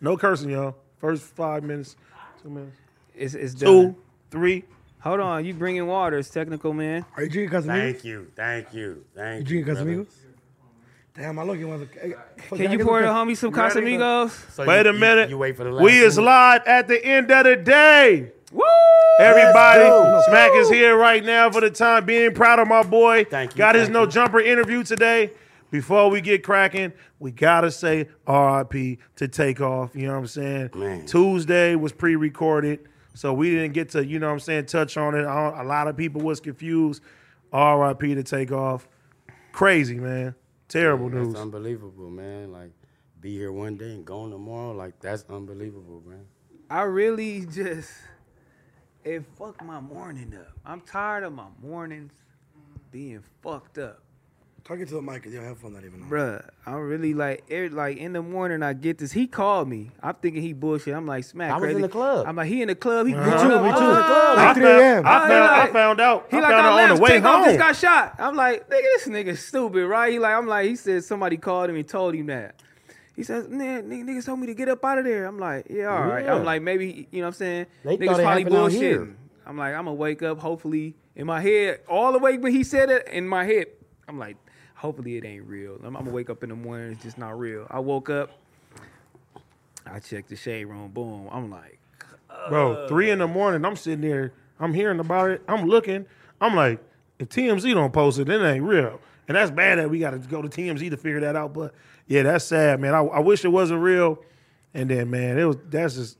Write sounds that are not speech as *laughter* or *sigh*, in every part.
No cursing, y'all. First five minutes, two minutes, It's it's done. two, three. Hold on, you bringing waters, technical man. Are you drinking Casamigos? Thank you, thank you, thank You you. drinking brother. Casamigos? Damn, I look you want to. Can you pour the homie some Ready? Casamigos? So Wait you- a you- minute. You wait for the last. we is one. live at the end of the day. Woo! Everybody, go. Smack is here right now for the time being. Proud of my boy. Thank you, Got his thank no you. jumper interview today. Before we get cracking, we gotta say RIP to take off. You know what I'm saying? Man. Tuesday was pre-recorded, so we didn't get to you know what I'm saying touch on it. I don't- A lot of people was confused. RIP to take off. Crazy man. Terrible That's news. unbelievable, man. Like, be here one day and gone tomorrow. Like, that's unbelievable, man. I really just it fucked my morning up. I'm tired of my mornings being fucked up. Talking to the mic. 'cause Your headphone not even on. Bruh, I'm really like, it, like in the morning I get this. He called me. I'm thinking he bullshit. I'm like, smack. I was crazy. in the club. I'm like, he in the club. He me too, me too. I Like 3 a.m. found, I Oh, he found, I like- found out. He I like found I out left, on the way take off, just home. got shot. I'm like, nigga, this nigga stupid, right? He like, I'm like, he said somebody called him and told him that. He says, nigga, nigga, niggas told me to get up out of there. I'm like, yeah, all right. Yeah. I'm like, maybe, you know what I'm saying? They niggas thought it probably happened out here. bullshitting. I'm like, I'm gonna wake up, hopefully, in my head, all the way when he said it in my head. I'm like, hopefully it ain't real. I'm, I'm gonna wake up in the morning, it's just not real. I woke up, I checked the shade room, boom. I'm like, Uh, Bro, three in the morning, I'm sitting there, I'm hearing about it, I'm looking, I'm like, if TMZ don't post it, it ain't real. And that's bad that we got to go to TMZ to figure that out. But yeah, that's sad, man. I, I wish it wasn't real. And then, man, it was that's just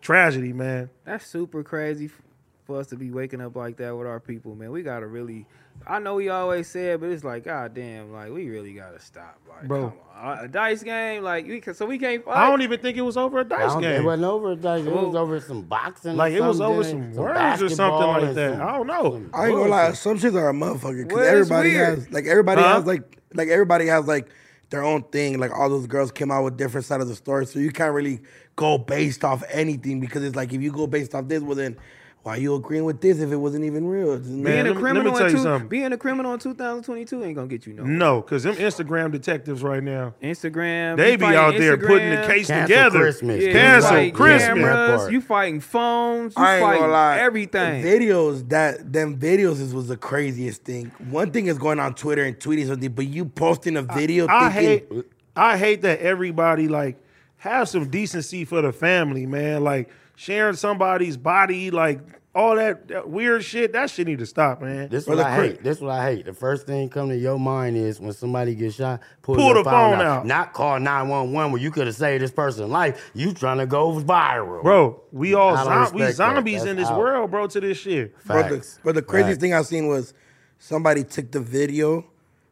tragedy, man. That's super crazy f- for us to be waking up like that with our people, man. We gotta really. I know we always said, but it's like, god damn, like we really gotta stop, like, Bro. Come on. Uh, A dice game, like we can, so we can't. Fight. I don't even think it was over a I dice don't- It game. wasn't over. Like, it was Well, over some boxing. or Like it was over something, some words or something basketball like and that. some- I don't know. I ain't gonna lie, some shits are a motherfucker. Cause Well, it's everybody weird. has like everybody Huh? has like like everybody has like their own thing. Like all those girls came out with different side of the story, so you can't really go based off anything because it's like if you go based off this, well then why you agreeing with this if it wasn't even real? It's- Man, Being let a me- let me criminal, tell in you two- something. being a criminal in 2022 ain't gonna get you no No, because them Instagram detectives right now, Instagram. they you be fighting out there putting the Instagram, case Cancel together. Christmas. Yeah, you Cancel fighting Christmas. Cameras, Yeah. you fighting phones. You I ain't fighting gonna lie. everything. Videos that them videos is, was the craziest thing. One thing is going on Twitter and tweeting something, but you posting a video I thinking hate I hate that everybody like have some decency for the family, man. Like sharing somebody's body, like all that, that weird shit. That shit need to stop, man. This Or what the I cri- hate. This what I hate. The first thing come to your mind is when somebody gets shot, pull, Pull the your phone out. Not call nine one one where you could have saved this person's life. You trying to go viral, Bro, we all I don't zom- we respect that. zombies in That's this out. world, bro. To this shit, But the, Facts. but the craziest Facts. thing I seen was somebody took the video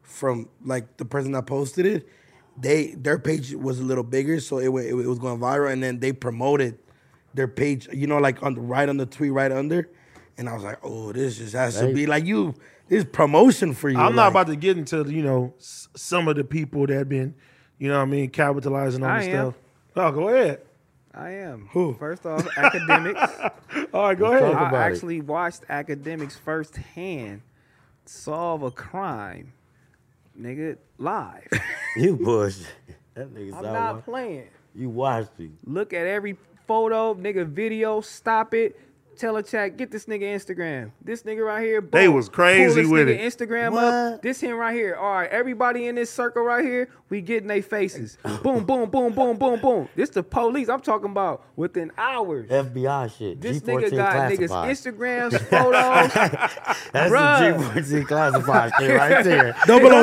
from like the person that posted it. They their page was a little bigger, so it wa- it, wa- it was going viral, and then they promoted their page. You know, like on the right on the tweet right under, and I was like, oh, this just has to They- be like you. This is promotion for you. I'm not like, about to get into you know s- some of the people that been, you know, what I mean, capitalizing on I this am. stuff. Oh, go ahead. I am. Who? First off, academics. *laughs* All right, go talk ahead. I about it. actually watched academics firsthand solve a crime, nigga, *laughs* live. you bush. *laughs* That nigga's I'm out. not playing. You watched it. Look at every photo, nigga, video, stop it. Tell a chat, get this nigga Instagram. This nigga right here. Boom. They was crazy Pull this with nigga it. Instagram What? up. This him right here. All right, everybody in this circle right here, we getting *laughs* they faces. boom, boom, boom, boom, boom, boom. This the police. I'm talking about within hours. FBI shit. This G14 nigga got classified. niggas *laughs* Instagrams, photos, That's Bruh. the *laughs* G14 classified shit right there.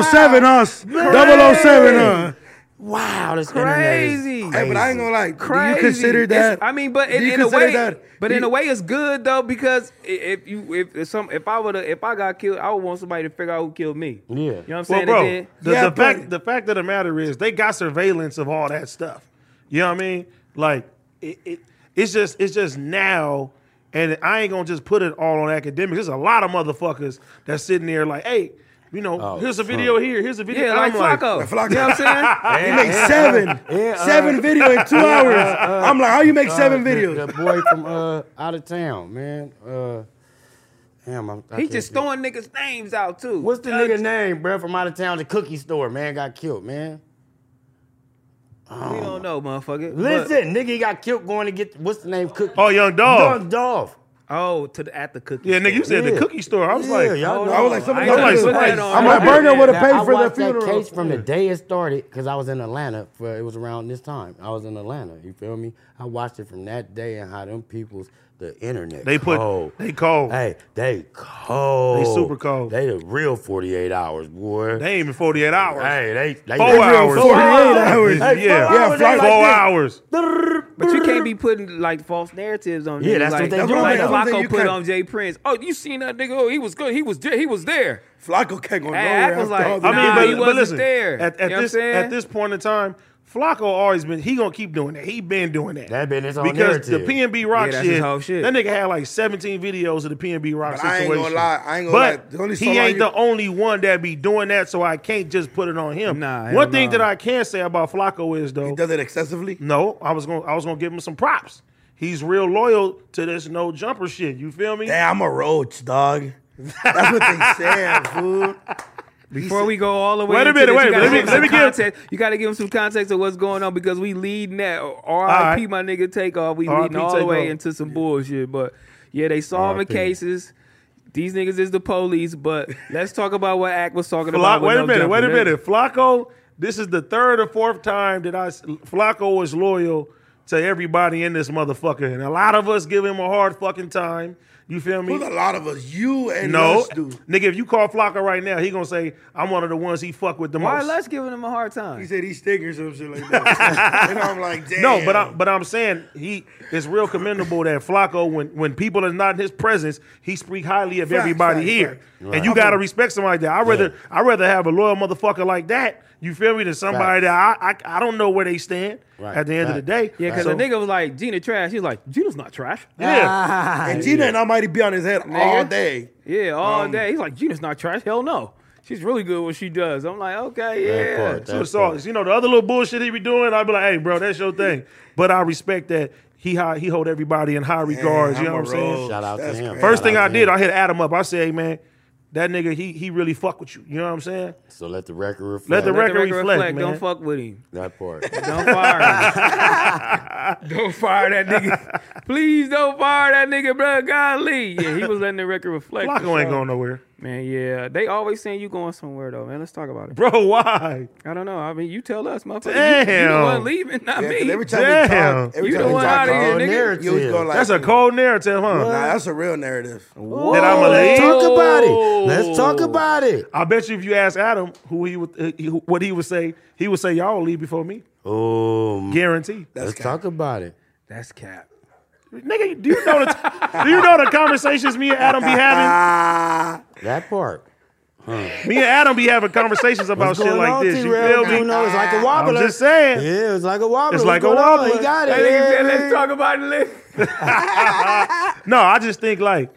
007 us. 007 uh. us. Wow, this crazy. internet is Hey, but I ain't gonna lie. crazy. Do you consider It's- that? I mean, but in, do you in a consider way, that- but do in a you- way, it's good though because i- if you if, if some if I would if I got killed, I would want somebody to figure out who killed me. Yeah. you know what I'm Well, saying. bro, And the, Yeah, the but- fact the fact of the matter is they got surveillance of all that stuff. You know what I mean? Like it, it it's just it's just now, and I ain't gonna just put it all on academics. There's a lot of motherfuckers that's sitting there like, hey, you know, Oh, here's a fuck. video here, here's a then, video. yeah, like I'm Flacco. Flacco. You know what I'm *laughs* saying? You *laughs* make seven, yeah, uh, seven video in two hours. I'm like, how you make seven the- videos? The, boy from uh, out of town, man. Uh, damn, I'm, I He can't just think. throwing niggas' names out too. What's the nigga name, bro? From out of town, the cookie store, man, got killed, man. We don't know, motherfucker. But- Listen, nigga, he got killed going to get what's the name? Cookie. Oh, Young Dolph. Young Dolph. oh, to the at the cookie. Yeah, nigga, you store. said the Yeah. cookie store. I was Yeah, like, y'all Hold know. on. I was like, I somebody ain't got gonna some put that spice. on I'm right a now. burger with a Now, pay I for the watched that funeral. case from the day it started because I was in Atlanta. For, it was around this time. I was in Atlanta. You feel me? I watched it from that day and how them people's the internet. they put, cold. they cold. Hey, they cold. They super cold. They the real 48 hours, boy. They ain't even 48 hours. hey, they, they Four they real hours. 48 hours. Hey, yeah, four yeah, hours, four they like this. hours. But you can't be putting like false narratives on. Yeah, niggas, that's like, what they Like do now. That's what I'm saying, you Flacco put can't- on Jay Prince. Oh, you seen that nigga? Oh, he was good. He was there. He was there. Flacco can't go Hey, nowhere. Apple's after like, all I this. mean, Nah, but, he but wasn't listen, At, there. You at know what I'm this saying? at this point in time, Flacco always been he gonna keep doing that. He been doing that. That been his own because the narrative. PNB Rock Yeah, that's his shit, whole shit. That nigga had like 17 videos of the PNB Rock But I ain't situation. gonna lie, I ain't gonna lie. but The only he song I ain't hear- the only one that be doing that, so I can't just put it on him. Nah, hell one thing no. that I can say about Flacco is though, he does it excessively. no, I was gonna I was gonna give him some props. He's real loyal to this no jumper shit. You feel me? Damn, I'm a roach, dog. That's what they saying, fool. Before we go all the way, Wait a into minute, this, wait, you gotta let me- give him let me some give- context. You got to give him some context of what's going on because we leading that R.I.P. right. My nigga takeoff. We R.I.P. leading all the way Takeoff. into some bullshit, but yeah, they solving R.I.P. cases. These niggas is the police, but let's talk about what Ack was talking Fla- about. with wait a no minute, jumper. wait a minute. Flacco, this is the third or fourth time that I s- Flacco was loyal to everybody in this motherfucker, and a lot of us give him a hard fucking time. You feel me? There's a lot of us. You and No, us do. nigga. If you call Flacco right now, he gonna say I'm one of the ones he fuck with the Why most. let's giving him a hard time? He said he stinkers or some shit like that. and I'm like, damn. No, but I'm but I'm saying he it's real commendable that Flacco when when people are not in his presence, he speak highly of Facts, everybody facts, here. facts. And you gotta respect somebody that I rather I rather have a loyal motherfucker like that, you feel me, than somebody that I, I I don't know where they stand Right, at the end of the day. Yeah, because So- the nigga was like, Gina trash. He's like, Gina's not trash. Uh, Yeah. and Gina and I might be on his head all Nigga. day. Yeah, all Um, day. He's like, Gina's not trash. Hell no. She's really good what she does. I'm like, okay, yeah. part, So that it's all part. you know, the other little bullshit he be doing, I'd be like, hey bro, that's your thing. But I respect that he high, he hold everybody in high regards. I'm you know a what I'm saying? rogue. Shout out That's to him. crazy. First thing Shout out I to did, him. I hit Adam up. I said, hey, man, that nigga, he he really fuck with you. You know what I'm saying? So let the record reflect Let the Let record reflect, man. Don't fuck with him. that part. Don't fire him. *laughs* don't fire that nigga. Please don't fire that nigga, bro. Golly. Yeah, he was letting the record reflect. for Flacco ain't sure. going nowhere. Man, yeah. They always saying you going somewhere, though, man. Let's talk about it. Bro, why? I don't know. I mean, you tell us, motherfucker. You, you the Damn. one leaving, not Yeah, 'cause me. every time we Damn. talk, every You time the we one talk, outta here, Own nigga. You was going like, That's a cold narrative, huh? Nah, that's a real narrative. That I'ma leave? Let's talk about it. Let's talk about it. I bet you if you ask Adam who he would, uh, he- what he would say, he would say, y'all will leave before me. Oh, Guarantee. let's kinda- talk about it. That's cap. Nigga, do you know the, *laughs* do you know the conversations me and Adam be having? Ah, That part. Me and Adam be having conversations about What's shit going like on, this. You T-Rail? feel You me? know, it's like a I'm wobbler. just saying. Yeah, it's like a wobbler. It's What's like a going on? wobbler. He got it. That nigga Yeah, said, yeah. let's talk about it. Let's- No, I just think like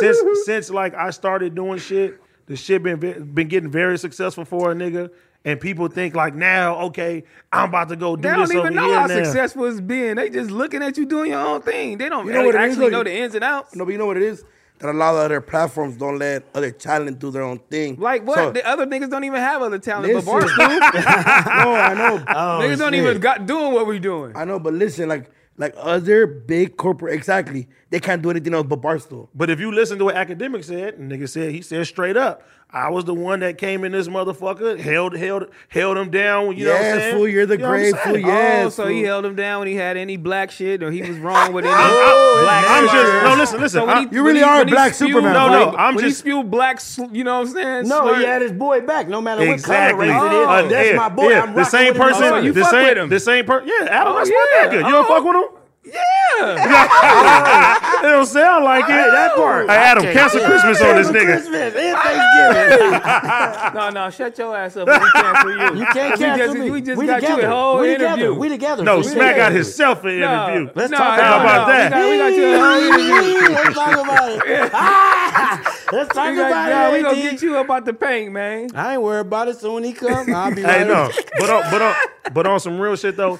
since since like I started doing shit, the shit been ve- been getting very successful for a nigga, and people think like now, okay, I'm about to go do They this don't over even know here how now. successful it's been. They just looking at you doing your own thing. They don't You know what it is, actually look- know the ins and outs. no, but you know what it is? That a lot of other platforms don't let other talent do their own thing. Like what? So, the other niggas don't even have other uh, talent, listen, but Barstool *laughs* no, I *laughs* know. Oh, niggas don't shit. even got doing what we doing. I know, but listen, like like other big corporate, exactly. They can't do anything else but Barstool. But if you listen to what academic said, nigga said he said straight up, I was the one that came in this motherfucker, held held held him down. You know what I'm Yes, saying? fool, you're the You know what I'm great, fool, *laughs* saying? yeah. oh, Yes, so he fool. held him down when he had any black shit, or he was *laughs* wrong with any black. Oh, I'm slurs. just- no, listen, listen, So when I- he- You really when he- are a when he black spewed, Superman, No, no, like, I'm when he just- spew black. sl- You know what I'm saying? No, Slur- he had his boy back, no matter Exactly. what color race it Uh, is. That's yeah, my boy. yeah. I'm the rocking same with him. person. Oh, you the fuck same. with him. The same person. Yeah, Adam, Oh, that's my yeah. nigga. You don't Oh. fuck with him. yeah. *laughs* It don't sound like it. that part. Hey, Adam, Okay. cancel Yeah. Christmas on this Christmas, nigga. Christmas and Thanksgiving. no, no, shut your ass up. when We cancel you. *laughs* You can't we cancel just, me. We just we got together. you a whole we interview. Together. We together. No, We Smack got together. himself an No, interview. Let's no, talk no, about no. that. We got, we got you a *laughs* whole interview. *laughs* Let's talk about it. Ah, *laughs* Let's talk We like, about "Nah, it. we gonna AD. get you up out the paint, man. I ain't worried about it. So when he come, *laughs* I'll be Hey, right *laughs* no, but on, but on, but on some real shit though,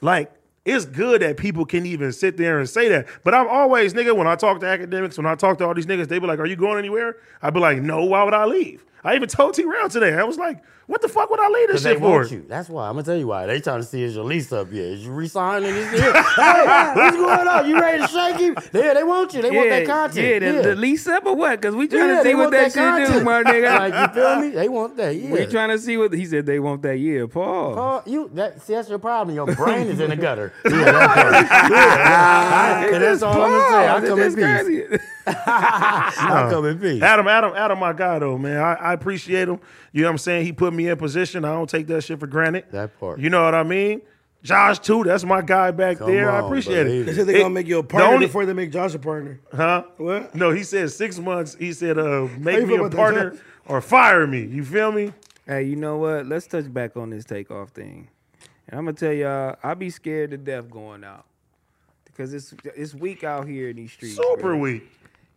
like it's good that people can even sit there and say that. But I'm always nigga when I talk to academics, when I talk to all these niggas, they be like, "Are you going anywhere?" I be like, "No. Why would I leave?" I even told T Round today. I was like, what the fuck would I leave this Because they shit for? want you. That's why. I'm gonna tell you why. They trying to see is your lease up yet? Is you resigning this *laughs* year? hey, what's going on? You ready to shake him? Yeah, they want you. They want that content. Yeah, the, the lease up or what? Because we trying Yeah, to they see what want that, shit do, my nigga. *laughs* like, you feel me? They want that. Yeah. We trying to see what he said. They want that year, Paul. Oh, you that see that's your *laughs* problem. Your brain is in the gutter. Yeah, that part. Yeah. I- 'cause that's all I'm gonna say. I come in peace. peace. I come in peace. Adam, Adam, Adam, my guy though, man. I, I appreciate him. You know what I'm saying? He put me in position. I don't take that shit for granted. That part. You know what I mean? Josh too. That's my guy back Come there. I on, appreciate believe it. They said they're It- e- gonna make you a the partner only- before they make Josh a partner. Huh? What? No, he said six months. He said, uh, you make me feel a about that, partner Josh? or fire me. You feel me? Hey, you know what? Let's touch back on this takeoff thing. And I'm gonna tell y'all, I be scared to death going out because it's it's weak out here in these streets. Super bro. weak.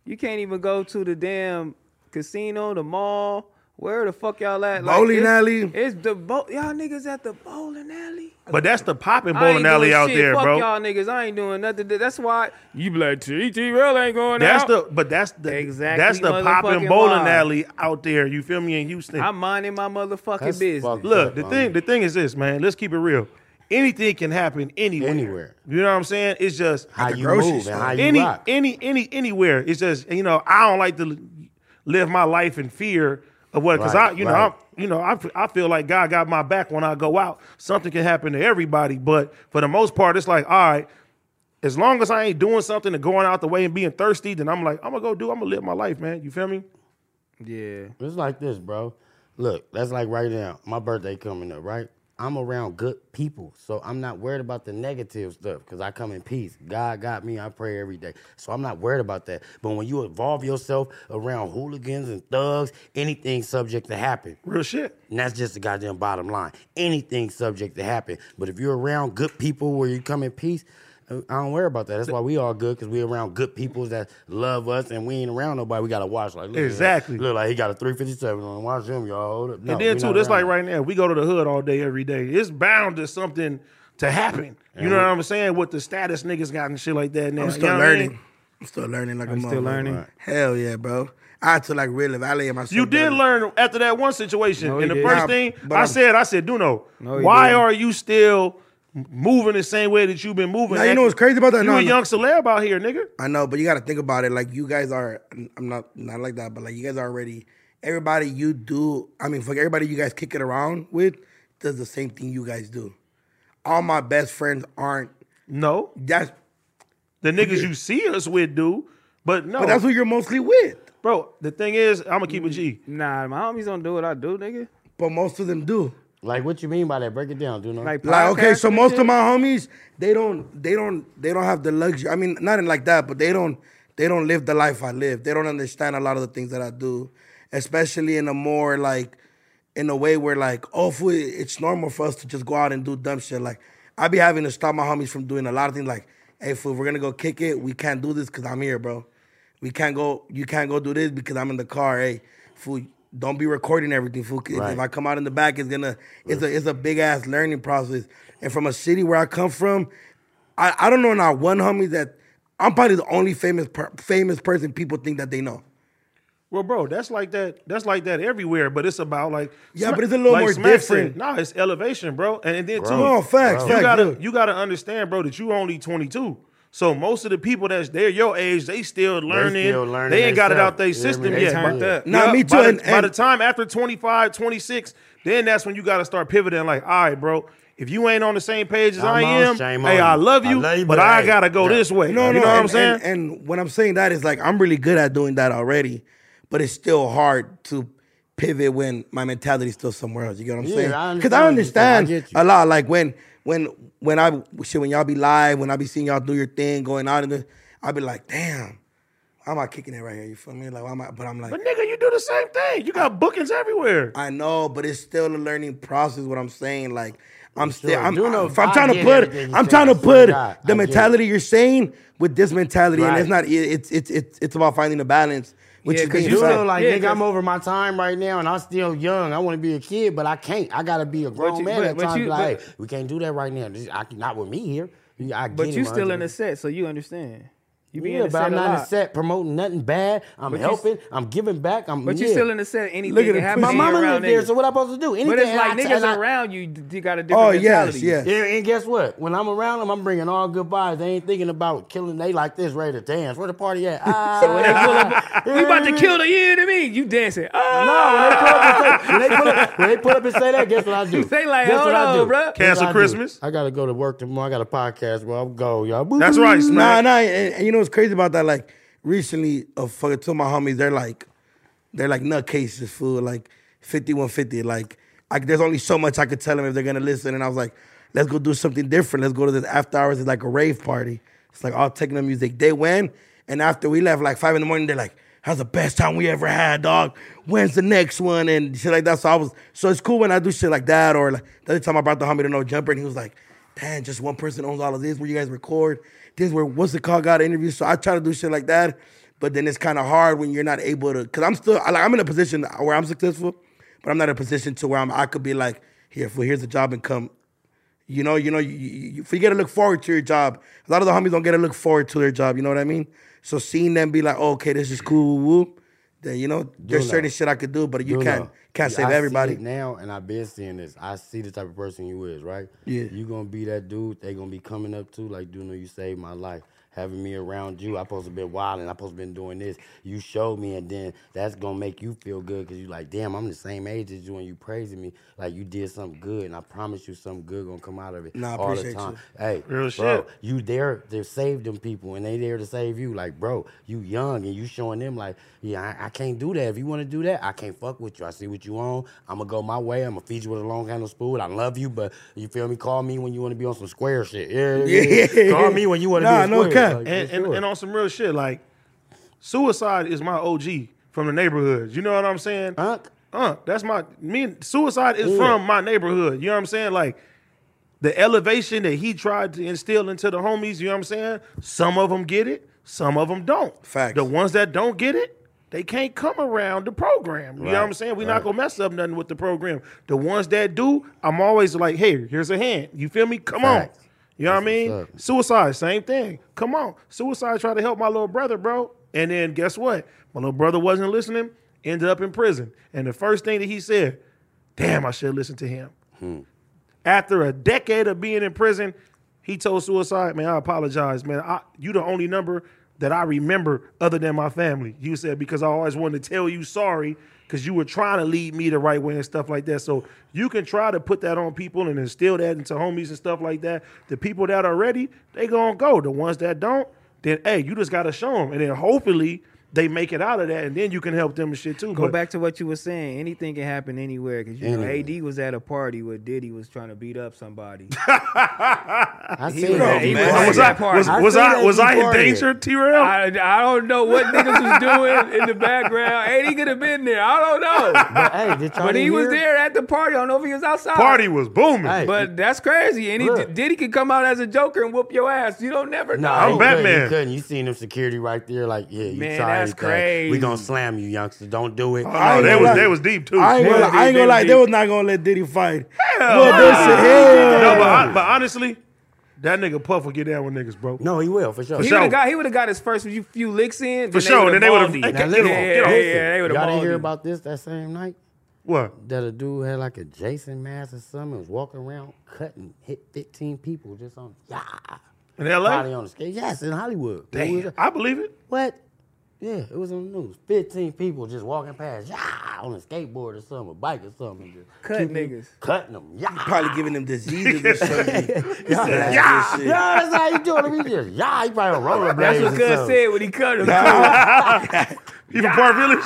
You can't even go to the damn casino, the mall. Where the fuck y'all at? Bowling it's, alley. It's the bo- y'all niggas at the bowling alley. But that's the popping I ain't bowling alley doing out shit. there, fuck bro. Y'all niggas, I ain't doing nothing. That's why you be like, TT real ain't going That's out. the but that's the Exactly that's the popping motherfucking bowling why. alley out there. You feel me in Houston? I'm minding my motherfucking That's business. fucked Look, up, the I thing mean. the thing is this, man. Let's keep it real. Anything can happen anywhere. Anywhere. You know what I'm saying? It's just How the you grocery move store. and how you any rock. any any anywhere. It's just you know I don't like to l- live my life in fear of what because Right, I you know right. I'm. You know, I, f- I feel like God got my back when I go out. Something can happen to everybody, but for the most part, it's like, all right, as long as I ain't doing something and going out the way and being thirsty, then I'm like, I'm gonna go do. I'm gonna live my life, man. You feel me? Yeah. It's like this, bro. Look, that's like right now. My birthday coming up, right? I'm around good people, so I'm not worried about the negative stuff because I come in peace. God got me. I pray every day, so I'm not worried about that. But when you involve yourself around hooligans and thugs, anything's subject to happen. Real shit. And that's just the goddamn bottom line. Anything's subject to happen. But if you're around good people where you come in peace, uh, I don't worry about that. That's why we all good because we around good people that love us and we ain't around nobody. We got to watch. Like, look at him. Exactly. Look like he got a 357 on. Watch him, y'all. Hold up. No, And then we too, not that's like around right now, we go to the hood all day, every day. It's bound to something to happen. You know what I'm saying? With the status niggas got and shit like that now. I'm still you know what I mean? learning. I'm still learning like a you still motherfucker. learning? Right. Hell yeah, bro. I had to like really validate myself. You did better. learn after that one situation. No, and the you didn't. first Nah, thing but I I'm- said, I said, Duno, No, you why didn't. are you still m- moving the same way that you've been moving? Now, you Act- know what's crazy about that? You No, a no. young celeb out here, nigga. I know, but you got to think about it. Like you guys are, I'm not not like that, but like you guys are already. Everybody you do, I mean, fuck everybody you guys kick it around with does the same thing you guys do. All my best friends aren't. No. That's The niggas you see us with do. But no, but that's who you're mostly with. bro. The thing is, I'm gonna keep a G. Nah, my homies don't do what I do, nigga. But most of them do. Like, what you mean by that? Break it down, do not. Like, Like okay, podcasts so and most shit. of my homies, they don't, they don't, they don't have the luxury. I mean, not in like that, but they don't, they don't live the life I live. They don't understand a lot of the things that I do, especially in a more like, in a way where like, oh, fool, it's normal for us to just go out and do dumb shit. Like, I be having to stop my homies from doing a lot of things. Like, hey, fool, we're gonna go kick it. We can't do this because I'm here, bro. We can't go. You can't go do this because I'm in the car. Hey, fool, don't be recording everything, fool. 'cause Right. If I come out in the back, it's gonna. It's a. It's a big ass learning process. And from a city where I come from, I, I don't know not one homie that I'm probably the only famous per, famous person people think that they know. Well, bro, that's like that. That's like that everywhere. But it's about like Yeah, but it's a little more Smack different. said, nah, it's elevation, bro. And, and then too, No, facts, you facts, gotta look. you gotta understand, bro, that you only twenty two. So most of the people that's there your age, they still learning. They, still learning ain't got it out their themselves. system Yeah, I mean, yet. they turned By- up. Nah, me too, By, the, and- by and- the time after 25, 26, then that's when you gotta start pivoting. Like, all right, bro. If you ain't on the same page as Come I on, am, shame hey, on I you. love you, I love you, but but I hey, gotta go yeah. this way. No, you no, know what and, I'm saying? And, and when I'm saying that is like I'm really good at doing that already, but it's still hard to pivot when my mentality's still somewhere else. You get what I'm Yeah, I saying? Because I understand what understand you're saying. I get you. a lot. Like when when when I shit when y'all be live, when I be seeing y'all do your thing, going out and I be like, damn, why am I kicking it right here? You feel me? Like why am I? But I'm like, But nigga, you do the same thing. You got bookings everywhere. I know, but it's still a learning process. What I'm saying, like I'm sure. still, I'm, Do I'm, know if I'm God trying to did put, everything he I'm said. trying to I swear put to God, the I get it. mentality you're saying with this mentality, and Right. it's not, it, it's it's it's it's about finding the balance. Which Yeah, is 'cause being You Exactly. feel fat. like Yeah, nigga, I'm 'cause- over my time right now, and I'm still young. I want to be a kid, but I can't. I gotta be a grown you- man but- at but times. you- like, but- hey, we can't do that right now. This, I, not with me here. You- I get But it, you still in 100%. a set, so you understand. You be Yeah, in the but set I'm a not in lot. the set promoting nothing bad. I'm But you s- helping. I'm giving back. I'm. But yeah. you still in the set. Anything Look that at the happens, pussy. My to you mama around lived there, niggas. so what I supposed to do? Anything But it's like I- and I- niggas around you, you got a different Oh yes, mentality. yes. Yeah, and guess what? When I'm around them, I'm bringing all good vibes. They ain't thinking about killing. They like this, ready to dance. Where the party *laughs* at? Ah, When they pull *laughs* *laughs* up, we about to kill the year to me. You dancing? No, Oh, when they pull up and say, when they *laughs* pull up, when they pull up and say that, guess what I do? They like, guess hold what I on, do? bruh. Guess what Cancel I do? Christmas? I gotta go to work tomorrow. I got a podcast. Well, I'm go, y'all. Boo, That's boo. right, Nah, smack. nah, and, and you know what's crazy about that? Like recently, a fucking two of my homies, they're like, they're like nutcases, fool. Like fifty one fifty. Like I, there's only so much I could tell them if they're gonna listen. And I was like, let's go do something different. Let's go to this after hours. It's like a rave party. It's like all techno music. They went, and after we left, like five in the morning, they're like. How's the best time we ever had, dog? When's the next one? And shit like that. So I was, so it's cool when I do shit like that. Or like the other time I brought the homie to No Jumper, and he was like, damn, just one person owns all of this where you guys record. This where what's the call got interview. So I try to do shit like that. But then it's kind of hard when you're not able to cause I'm still I- like I'm in a position where I'm successful, but I'm not in a position to where I'm I could be like, here, fool, here's a job and come. You know, you know, you, you, you- you get to look forward to your job. A lot of the homies don't get to look forward to their job, you know what I mean? So seeing them be like, oh, okay, this is cool, woo, woo, then you know, there's know. certain shit I could do, but you Do can't know. can't Yeah, save I see everybody. it now, and I've been seeing this. I see the type of person you is, right? Yeah. You gonna be that dude. They gonna be coming up to like, dude, know you saved my life. Having me around you, I supposed to been wilding. I supposed to been doing this. You showed me, and then that's gonna make you feel good because you like, damn, I'm the same age as you, and you praising me like you did something good, and I promise you something good gonna come out of it. Nah, I all appreciate the time. you. Hey, Real bro, shit. you there to save them people and they there to save you. Like, bro, you young and you showing them like, yeah, I, I can't do that. If you want to do that, I can't fuck with you. I see what you on. I'm gonna go my way. I'm gonna feed you with a long handle spoon. I love you, but you feel me? Call me when you want to be on some square shit. Yeah, yeah. yeah. Yeah. *laughs* Call me when you want to Nah, be no on square. cap. and, Like, for and, sure. and on some real shit, like suicide is my OG from the neighborhood. You know what I'm saying? Unc? Uh, that's my me. and- Suicide is Yeah. from my neighborhood. You know what I'm saying? Like the elevation that he tried to instill into the homies. You know what I'm saying? Some of them get it, some of them don't. Facts. The ones that don't get it. They can't come around the program. You know what I'm Right, saying? We're right. not gonna mess up nothing with the program. The ones that do, I'm always like, hey, here's a hand. You feel me? Come Facts. on. You know what I That's mean? what's up. Suicide, same thing. Come on. Suicide tried to help my little brother, bro. And then guess what? My little brother wasn't listening, ended up in prison. And the first thing that he said, damn, I should listen to him. After a decade of being in prison, he told Suicide, man, I apologize, man. I, you the only number that I remember other than my family. You said, because I always wanted to tell you sorry because you were trying to lead me the right way and stuff like that. So you can try to put that on people and instill that into homies and stuff like that. The people that are ready, they going to go. The ones that don't, then, hey, you just got to show them. And then hopefully they make it out of that and then you can help them and shit too. Go But- back to what you were saying. Anything can happen anywhere because you Anywhere. know AD was at a party where Diddy was trying to beat up somebody. I He seen was- that. he man. was- Was *laughs* I, was, was I see I, that was you I in farted. danger, T-Rail? *laughs* I, I don't know what niggas was doing in the background. AD could have been there. I don't know. But, hey, did y'all *laughs* But he hear? was there at the party. I don't know if he was outside. party was booming. Hey. But that's crazy. And he, Look. Diddy could come out as a joker and whoop your ass. You don't never know. No, I'm he Batman. Couldn't, he couldn't. You seen them security right there? Like, yeah, you Man, tried that's anything. crazy. We gonna slam you, youngster. Don't do it. Oh, ain't they gonna was lie. they was deep too. I ain't gonna, Yeah, they- lie, I ain't gonna they- lie, they- they was not gonna let *laughs* Diddy fight. Hell no. But they *laughs* said, No, but, I, but honestly, that nigga Puff will get down with niggas, bro. No, he will for sure. He sure. would have got. He would have got his first few, few licks in. For sure, then they would've- mauled Hey, get him. Now, off, listen, yeah, yeah, get off. yeah, yeah, They would have Y'all didn't mauled hear him. about this that same night? What? that a dude had like a Jason mask or something, was walking around cutting, hit 15 people just on, yeah, In LA? body on the skate. Yes, in Hollywood. It was Damn, a- I believe it. what? Yeah, it was on the news. 15 people just walking past, yeah, on a skateboard or something, a bike or something. Just Cutting keep- niggas. Cutting them, yeah. probably giving them diseases or something. *laughs* Yeah, that yeah, shit. yeah, that's how you do it. He just, yeah, he probably on rollerblades. That's or what Cuz something. said when he cut him. You from Park *laughs* Village?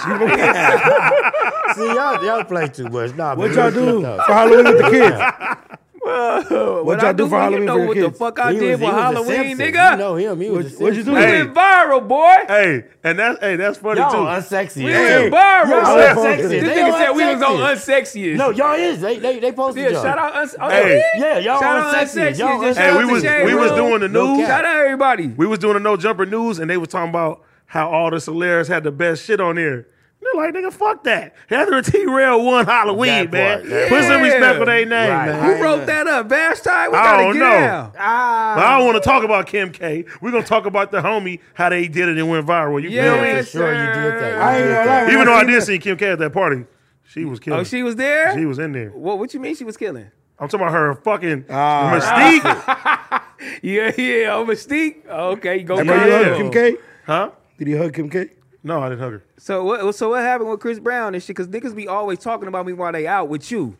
See, y'all, y'all play too much. Nah, What but y'all real shit do though. for Halloween with the kids? Whoa, What y'all I do for well, Halloween You know for your what kids? the fuck I He did was- for he was a Halloween, Simpson. nigga? You know him. He was a What'd you Simpson. do? We Hey. went viral, boy. hey, and that's hey, that's funny Y'all too. unsexy. We as went hell. viral. Y'all Hey. unsexy. This They nigga said we was unsexy. on unsexiest. No, y'all is. They they they posted yeah, y'all. shout out uns. Oh, Hey. Yeah, y'all Shout out unsexy. unsexious. Y'all Yeah, shout Hey, out we to was Shade we was Room. doing the No news. cap. Shout out everybody. We was doing the no jumper news, and they was talking about how all the Solaris had the best shit on there. They're like, nigga, fuck that. After T Rail won Halloween, That man. part, that Put some part. respect for their name, Right. man. Who I wrote know. that up? Bash time? We I gotta don't get know. out. But I don't want to talk about Kim K. We're gonna talk about the homie, how they did it and went viral. You feel me? Yeah. For sure, you did I that. You ain't did gonna that. lie. Even though I seen did see Kim K at that party, she was killing. Oh, she, she was there? was in there. What what you mean she was killing? I'm talking about her fucking Ah. mystique, Yeah, yeah. Oh, Mystique. Okay, go Did he hug Yeah. Kim K? huh? Did he hug Kim K? No, I didn't hug her. So what so what happened with Chris Brown and shit? Cause niggas be always talking about me while they out with you.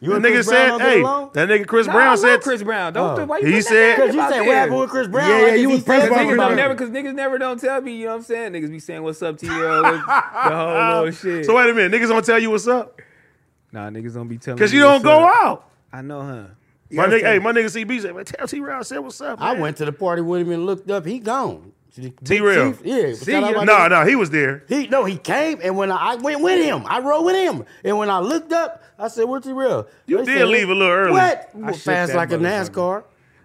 You The and nigga Chris Brown said, don't get "Hey, along? that nigga Chris Nah, I Brown love said, Chris Brown. Don't Oh. why you He putting that said- name Because you out said what there? happened with Chris Brown? Yeah, Like, yeah, you if he was said pressed by something Chris about Niggas Brown. it. never, cause niggas never don't tell me. You know what I'm saying? Niggas be saying what's up, T. Roll, the *laughs* whole little shit. so wait a minute, niggas gonna tell you what's up nah, niggas don't be telling. because me you don't what's go up. out." I know, huh? My Yeah, nigga, hey, so- my nigga CB said, man, tell T Rail, I said what's up. I man." went to the party with him and looked up. He gone. T Rail. Yeah. See shout out ya. my No, nigga no, he was there. He no, he came, and when I, I went with him, I rode with him, and when I looked up, I said, "Where's he real?" You They did said, leave a little early. What? I shook Fast that like a motherfucker. NASCAR.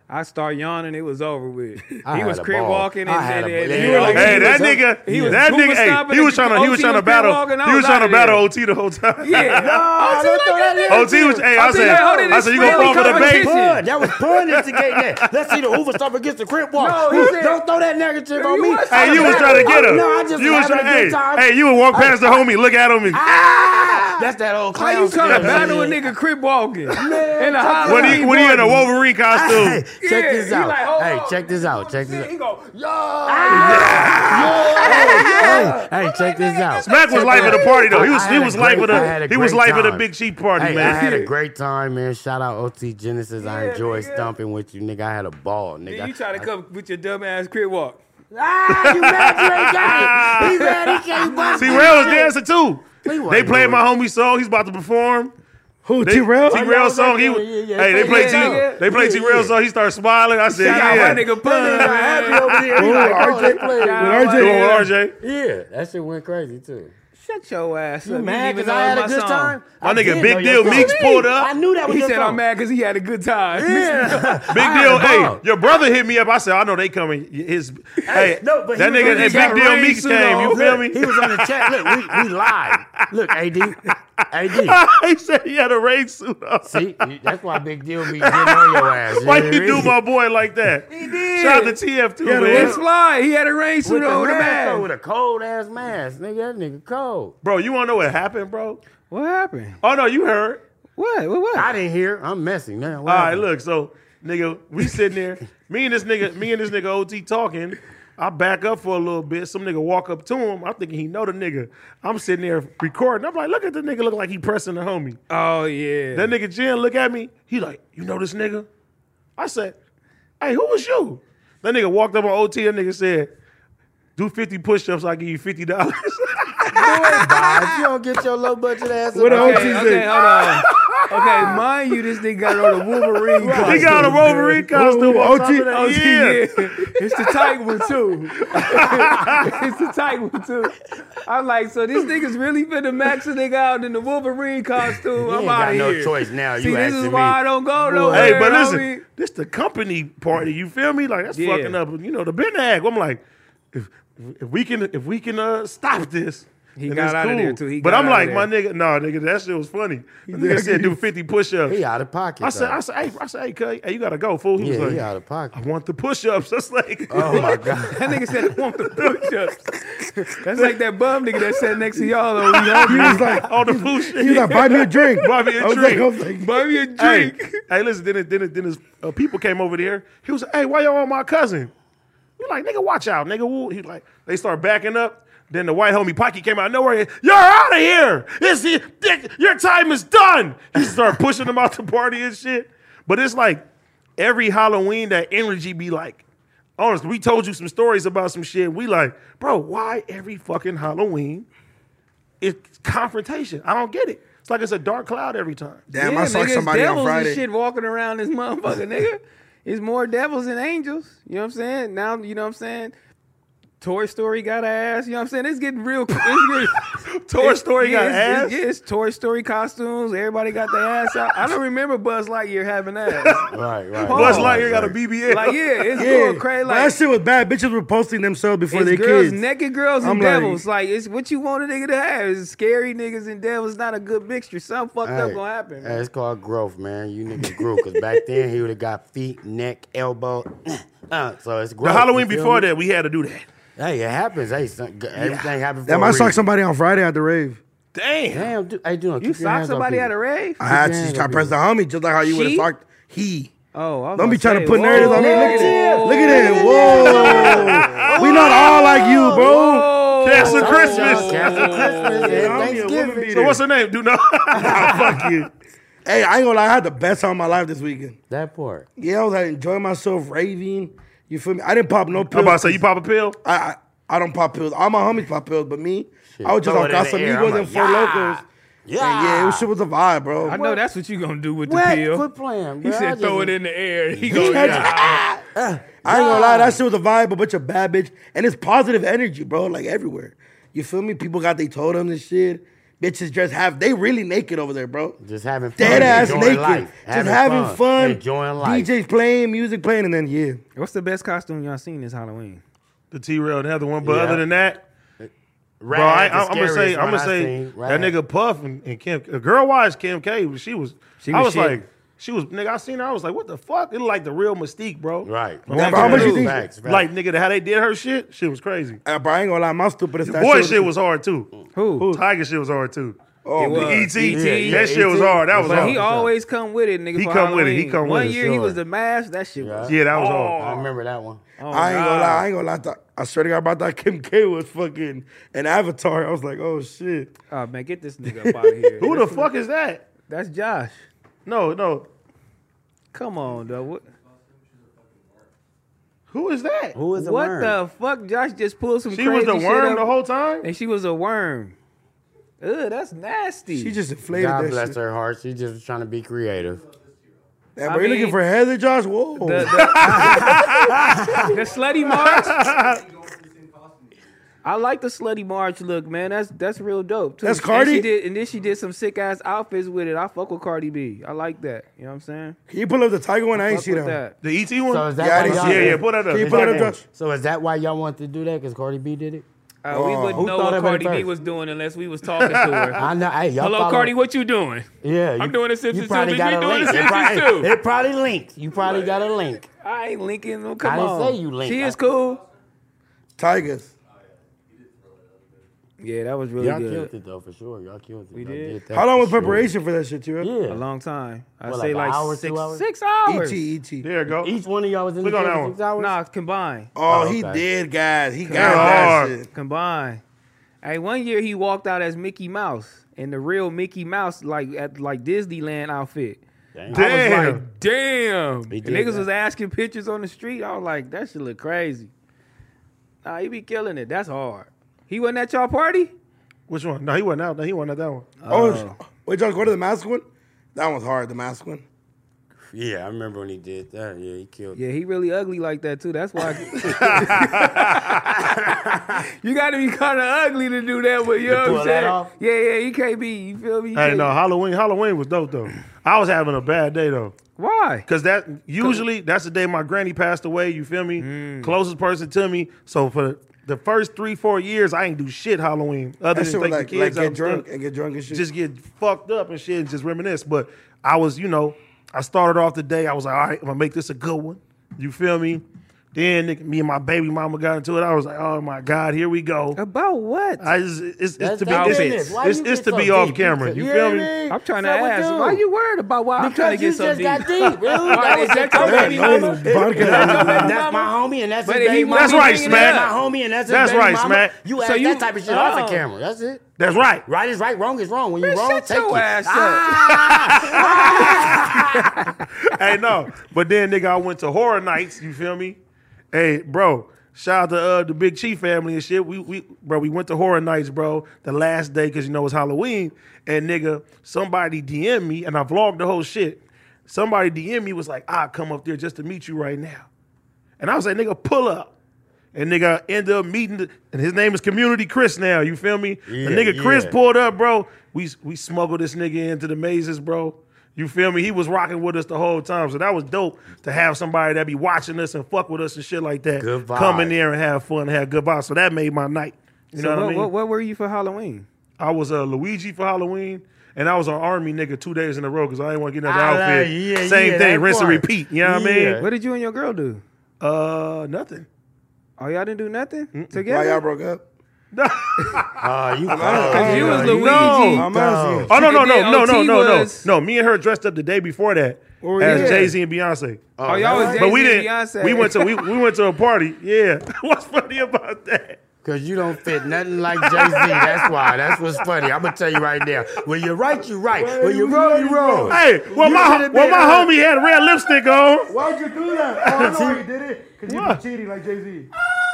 I start yawning. It was over with. I he had was a crib ball. walking and, I had and, a- and, yeah. you were like, Hey, he that was nigga, up- he was that Uber nigga, hey, stopping he and was trying to, he was OT trying to was walking, battle, I he was trying was to outta there. battle OT the whole time. *laughs* yeah. *laughs* OT I don't like throw that that nigga OT was, too. hey, I OT said, like, hold it, I it's said, you gonna friendly fall for the bait? competition. Pun. That was pun instigating that. Let's see the Uber stuff against the crib walk. No, he said- Don't throw that negative You on me. was- Hey, you was trying to get him. No, I just you was having trying, a good hey, time. hey, you would walk past the homie, look at him, and Ah, that's that old clown. How you come shit. battle a nigga crib walking in the check house? when he when he in a Wolverine costume, Hey, check Yeah, this he out. like, hold hey, on. check this out. Check this *laughs* out. Ah! He go, yo, Oh, Hey, hey, check this out. Mac was Check life it of the out. party though. He was I he had a was life of great- I had the a he was great life of the time. big chief party, Hey, I man. had a great time, man. Shout out OT Genesis. I Yeah, enjoy nigga. stomping with you, nigga. I had a ball, nigga. Then you try to come with your dumb ass crib walk. ah, you mad you ain't got it. He mad he can't bust See, it. Rail was dancing too. He wasn't They played doing my it. homie song. He's about to perform. Who, They- T-Rail? T-Rail song. He Yeah, was, yeah, yeah. hey, they Yeah, played yeah. T. They played Yeah, T-Rail yeah. song. He started smiling. I said, Shout out yeah. my nigga That nigga happy Pun. *laughs* over there. He like, oh, they played. Shout out When my RJ- Doing nigga- RJ. Yeah, that shit went crazy too. Shut your ass up. You mad didn't even because I know had my a good song. time. My I nigga, did Big know Deal your song. Meeks pulled up. I knew that was He your said, song. I'm mad because he had a good time. Yeah. *laughs* Big I had deal, a hey, ball. your brother hit me up. I said, I know they coming. His, hey, no, but that he nigga, that was- he got big deal rain Meeks suit came. You on. feel He me? was on the chat. Look, we, we live. *laughs* Look, AD, AD. he said he had a rain suit *laughs* on. See, that's why Big Deal be getting on your ass. Why you hear do me? my boy like that? He did. Shout out to TF too, Yeah, the man. It's fly. He had a rain suit With the on with a mask though, bag. with a cold ass mask, nigga. That nigga cold. Bro, you wanna know what happened, bro? What happened? Oh no, you heard. What? What? What? I didn't hear. I'm messing now. All right, look, so nigga, we sitting there, me and this nigga, me and this nigga OT talking. I back up for a little bit. Some nigga walk up to him. I'm thinking he know the nigga. I'm sitting there recording. I'm like, look at the nigga look like he pressing the homie. oh yeah. That nigga Jen look at me. He like, you know this nigga? I said, hey, who was you? That nigga walked up on OT. That nigga said, do 50 push-ups. I'll give you $50. If you don't get your low budget ass, What up, the okay, OT's okay, in. hold on. Okay, mind you, this nigga got on a Wolverine *laughs* costume. he got a Wolverine costume. Ooh, on OT top of that. Oh, yeah. Yeah. It's the tight one too. *laughs* it's the tight one too. I'm like, so this nigga's really finna max a nigga out in the Wolverine costume. you I'm ain't out got of no here. choice now. See, you this asking is me. why I don't go nowhere. Hey, but listen, homie. this the company party. You feel me? Like that's Yeah. fucking up. You know the Ben Ag. I'm like, if, if we can, if we can uh, stop this. He then got it's outta there, cool. too. He but got I'm outta like, my nigga, nah, nigga, that shit was funny. The nigga said do 50 push-ups. He out of pocket. I said, though. I said, hey, I said, hey, cuz, hey, you gotta go, fool. He yeah, was he like, out of I *laughs* pocket. want the push-ups. That's like, Oh my god. that nigga said he want the push-ups. That's like that bum nigga that sat next to y'all on we hungry. *laughs* He was like, *laughs* all the food shit. he was *laughs* like, buy me a drink. Buy me a I was drink. like, I was like, Buy me a hey, drink. *laughs* hey, listen, then it- then it- then his uh, people came over there. He was like, hey, why y'all on my cousin? You like, nigga, watch out, nigga. Woo. He like, they start backing up. Then the white homie Pocky came out of nowhere. You're out of here. This is- dick, your time is done. He started *laughs* pushing them out the party and shit. But it's like every Halloween that energy be like, honest, we told you some stories about some shit. We like, bro, why every fucking Halloween? It's confrontation. I don't get it. It's like it's a dark cloud every time. Damn, yeah, I saw nigga, it's somebody devils on Friday. And shit walking around this motherfucker, nigga. It's more devils than angels. You know what I'm saying? Now, you know what I'm saying? Toy Story got an ass. You know what I'm saying? It's getting real. It's getting, *laughs* Toy it's- Story got it's- it's- ass? yeah, it's Toy Story costumes. Everybody got their ass out. I don't remember Buzz Lightyear having *laughs* ass. Right, right. Buzz Oh, Lightyear got a BBL. like yeah, it's going crazy. but that Like shit was bad. Bitches were posting themselves before it's their girls, kids. naked girls and I'm like- devils. Like, it's what you want a nigga to have. It's scary niggas and devils. Not a good mixture. Something fucked up Hey, gonna happen. hey, Man. it's called growth, man. You niggas grew because back then he would have got feet, neck, elbow. *clears throat* Uh, so it's growth. the Halloween you feel before me? that, we had to do that. Hey, it happens. Hey, son, g- everything happens. Damn, I socked somebody on Friday at the rave. Damn. Damn, dude. Hey, dude, You sock somebody *laughs* at a rave? I had Yeah, to that'd try to be press the homie just like how you would have She? socked he. Oh, I was Don't be about trying to to say, put narratives whoa, on me. Look at whoa, it. Look at it. Whoa. we not all like you, bro. whoa. Cancel Christmas. Christmas. Oh, Cancel Christmas. Yeah, and I'm here, woman Thanksgiving. beater. So what's her name? Do *laughs* not. Fuck you. Hey, I ain't gonna lie, I had the best time of my life this weekend. That part. Yeah, I was like enjoying myself, raving. You feel me? I didn't pop no pills. I'm about to say you pop a pill. I, I I don't pop pills. All my homies pop pills, but me, I was just Throw on it in the Casamigos air. I'm like, and Four yeah. Locos. Yeah, yeah, it was, shit was a vibe, bro. I know *laughs* that's what you gonna do with the What? pill. Quit playing. He bro. I said just- throw it in the air. He I goes, ain't *laughs* gonna lie, that shit was a vibe, a bunch of bad bitch, and it's positive energy, bro. Like everywhere, you feel me? People got they totems and shit. Bitches dressed half, they really naked over there, bro. Just having fun. Dead ass enjoying naked, life, just having fun, Enjoying life. DJs playing, music playing, and then yeah, What's the best costume y'all seen this Halloween? The T Rail and the other one. But Yeah. other than that, Rad, bro, I, the am gonna say scariest I'm one gonna I say seen. that Rad. nigga Puff and, and Kim. A girl watched Kim K. but She was. She I was was shit. like, she was nigga. I seen her. I was like, what the fuck? It looked like the real Mystique, bro. Right. From Yeah, back but how in the much you day. think- Facts, facts. Like nigga, how they did her shit, shit was crazy. uh, bro, I ain't gonna lie, my stupid ass. that Boy, shit was hard too. Who? Tiger shit was hard too. Oh, the ET, was. E.T.. that shit was E.T.. hard. That was But hard. he always come with it, nigga. He for come with it. He Halloween. come with One it, year he sure. was the mask. That shit was. yeah, that was I hard. remember that one. Oh, I ain't gonna God. lie, I ain't gonna lie. th- I swear to God about that Kim K was fucking an avatar. I was like, oh shit. Oh man, get this nigga up out of here. Who the fuck is that? That's Josh. No, no. Come on, though. What, Who is that? Who is the what worm? the fuck? Josh just pulled some. She crazy was the shit worm up, the whole time. and she was a worm. Ugh, that's nasty. She just inflated God that bless shit. her heart. She just was trying to be creative. Damn, I bro, you mean, looking for Heather, Josh? Whoa. the, the, *laughs* the slutty march. I like the slutty march look, man. That's that's real dope. Too. That's And Cardi? she did, and then she did some sick ass outfits with it. I fuck with Cardi B. I like that. You know what I'm saying? Can you pull up the tiger one? I ain't Fuck see with that. one. that. The ET one. So is that Yeah, I why didn't y'all- see yeah, yeah, pull that up. Can you It's pull like it up, that. Josh? So is that why y'all wanted to do that? Because Cardi B did it? Uh, we Oh. wouldn't Who know thought what of it Cardi B first? was doing unless we was talking to her. I know. Hey, *laughs* Uh, y'all Hello, follow- Cardi. What you doing? Yeah, I'm doing the Simpsons you probably too, got bitch. a We doing link. the It probably- Simpsons too. It probably linked. You probably got a link. I ain't linking them. Come I didn't on. say you linked. She I- is cool. Tigers. Yeah, that was really Y'all good. killed it though, for sure. Y'all killed it. We Y'all did. that How long for was sure. preparation for that shit, too? E Yeah. right? A long time. I What, say like, like an hour, six, two hours? E six hours. ET, ET. There you go. Each one of y'all was in Click the on that jail for one. six hours. Nah, combined. Oh, Oh, he okay. did, guys. He got hard. that shit. Combined. Hey, one year he walked out as Mickey Mouse in the real Mickey Mouse, like at like Disneyland outfit. Damn. I was Damn. like, damn. He And did niggas that. was asking pictures on the street. I was like, that shit look crazy. Nah, he be killing it. That's hard. He wasn't at y'all party? Which one? No, he wasn't out. No, he wasn't at that one. Oh, sh- wait, Josh, go to the mask one? That one's hard, the mask one. Yeah, I remember when he did that. Yeah, he killed. Yeah, he really ugly like that too. That's why. I- you got to be kind of ugly to do that. But you know what pull I'm that saying? off? Yeah, yeah. You can't be. You feel me? You Hey, can't- no, Halloween. Halloween was dope though. I was having a bad day though, Why? cause that usually that's the day my granny passed away. You feel me? Closest person to me. So for the first three, four years, I ain't do shit Halloween other than That shit was take like, the kids like out get and drunk stuff. and get drunk and shit. just get fucked up and shit and just reminisce. But I was, you know, I started off the day. I was like, all right, I'm gonna make this a good one. You feel me? Then nigga, me and my baby mama got into it. I was like, oh my god, here we go. About what? I, I just, it's, it's That's to be their it's, business. Why it's, you it's get to so be off deep? camera. You You feel hear me? me? am trying to So we ask. do. Why you worried about why I'm trying to Because you get just something? got deep, really. That was is that your your baby baby mama. mama? That's, Vodka. that's my homie, and that's But his he baby won't mama. That's be right, bringing it Smack. That's up. my homie, and that's his That's baby right, mama. Smack. You So ask you- that type of shit off Oh. the camera. That's it. That's right. Right is right, wrong is wrong. When you Man, wrong, shut take your it. Ah. ass hey, no. But then, nigga, I went to horror nights. You feel me? Hey, bro. Shout out to uh, the Big Chief family and shit. We we bro, we went to horror nights, bro. The last day because you know it's Halloween. And nigga, somebody DM me and I vlogged the whole shit. Somebody DM me was like, "I'll come up there just to meet you right now," and I was like, "Nigga, pull up." And nigga end up meeting, the- and his name is Community Chris now. You feel me? Yeah, the nigga Chris yeah. pulled up, bro. We we smuggled this nigga into the mazes, bro. You feel me? He was rocking with us the whole time, so that was dope to have somebody that be watching us and fuck with us and shit like that. Good vibes. Come in there and have fun, have good vibes. So that made my night. You know so what, what, I mean? what, what were you for Halloween? I was a Luigi for Halloween, and I was an army nigga two days in a row because I didn't want to get another I like- outfit. yeah, Same yeah, thing, that rinse part. and repeat. You know what Yeah. I mean? What did you and your girl do? Uh, nothing. *laughs* Oh, y'all didn't do nothing Why together. y'all broke up? Oh, Ah, you Cause cold. you was no. Luigi. No. I'm asking. you. Oh no no no did no no OT no no was- no! Me and her dressed up the day before that Oh, as yeah. Jay Z and Beyonce. Oh, y'all was but we Jay-Z and didn't. Beyonce. We went to we, we went to a party. Yeah, *laughs* what's funny about that? Cause you don't fit nothing like Jay Z. That's why. That's what's funny. I'm gonna tell you right now. When you're right, you're right. When you're wrong, you're wrong. Hey, well You my should've well been, my uh, homie had red lipstick on. Why'd you do that? Oh, I know why you did it. Because you What? was cheating like Jay Z.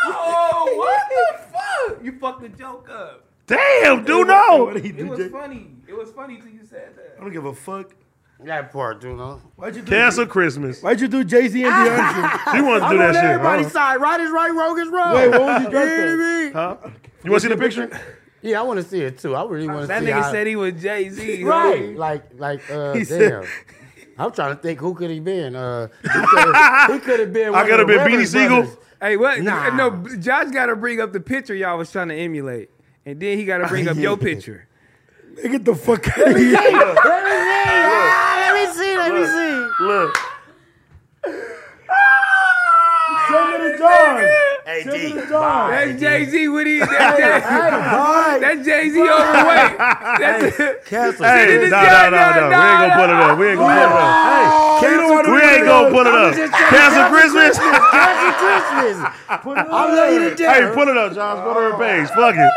Oh, what the fuck? You fucked the joke up. Damn, dude, no. What he do, Jay? I funny. It was funny till you said that. don't give a fuck. That part, you know. Why'd you do Cancel Christmas. Why'd you do Jay *laughs* Z and Beyonce? She wanted to do that on shit. everybody's huh? side. Right is right, wrong is wrong. Wait, what was he dressed You know as? what I mean? You want to see the picture? Yeah, I want to see it too. I really want to That see. nigga how- said he was Jay Z. right, like, like, uh, damn. said- I'm trying to think who could he been. Uh, he could've- he could have been. One coulda of the been Reverend Beanie Siegel. brothers. Hey, what? Nah. No, Josh got to bring up the picture y'all was trying to emulate, and then he got to bring *laughs* up your picture. Get the fuck out of here. Let me see. Ah, let me see. Let me see. Look. Send it to John. Hey, Send it D, to John. bye. That's Jay Z *laughs* with he. That's Bye. Jay Z overweight. *laughs* That's it. Cancel. Hey, this no, guy- no, no, no. We ain't gonna nah, put it up. We ain't gonna put it up. We ain't gonna put it up. Cancel Christmas. Cancel Christmas. I'm letting you down. Hey, put it up, Josh. Go to her page. Fuck it.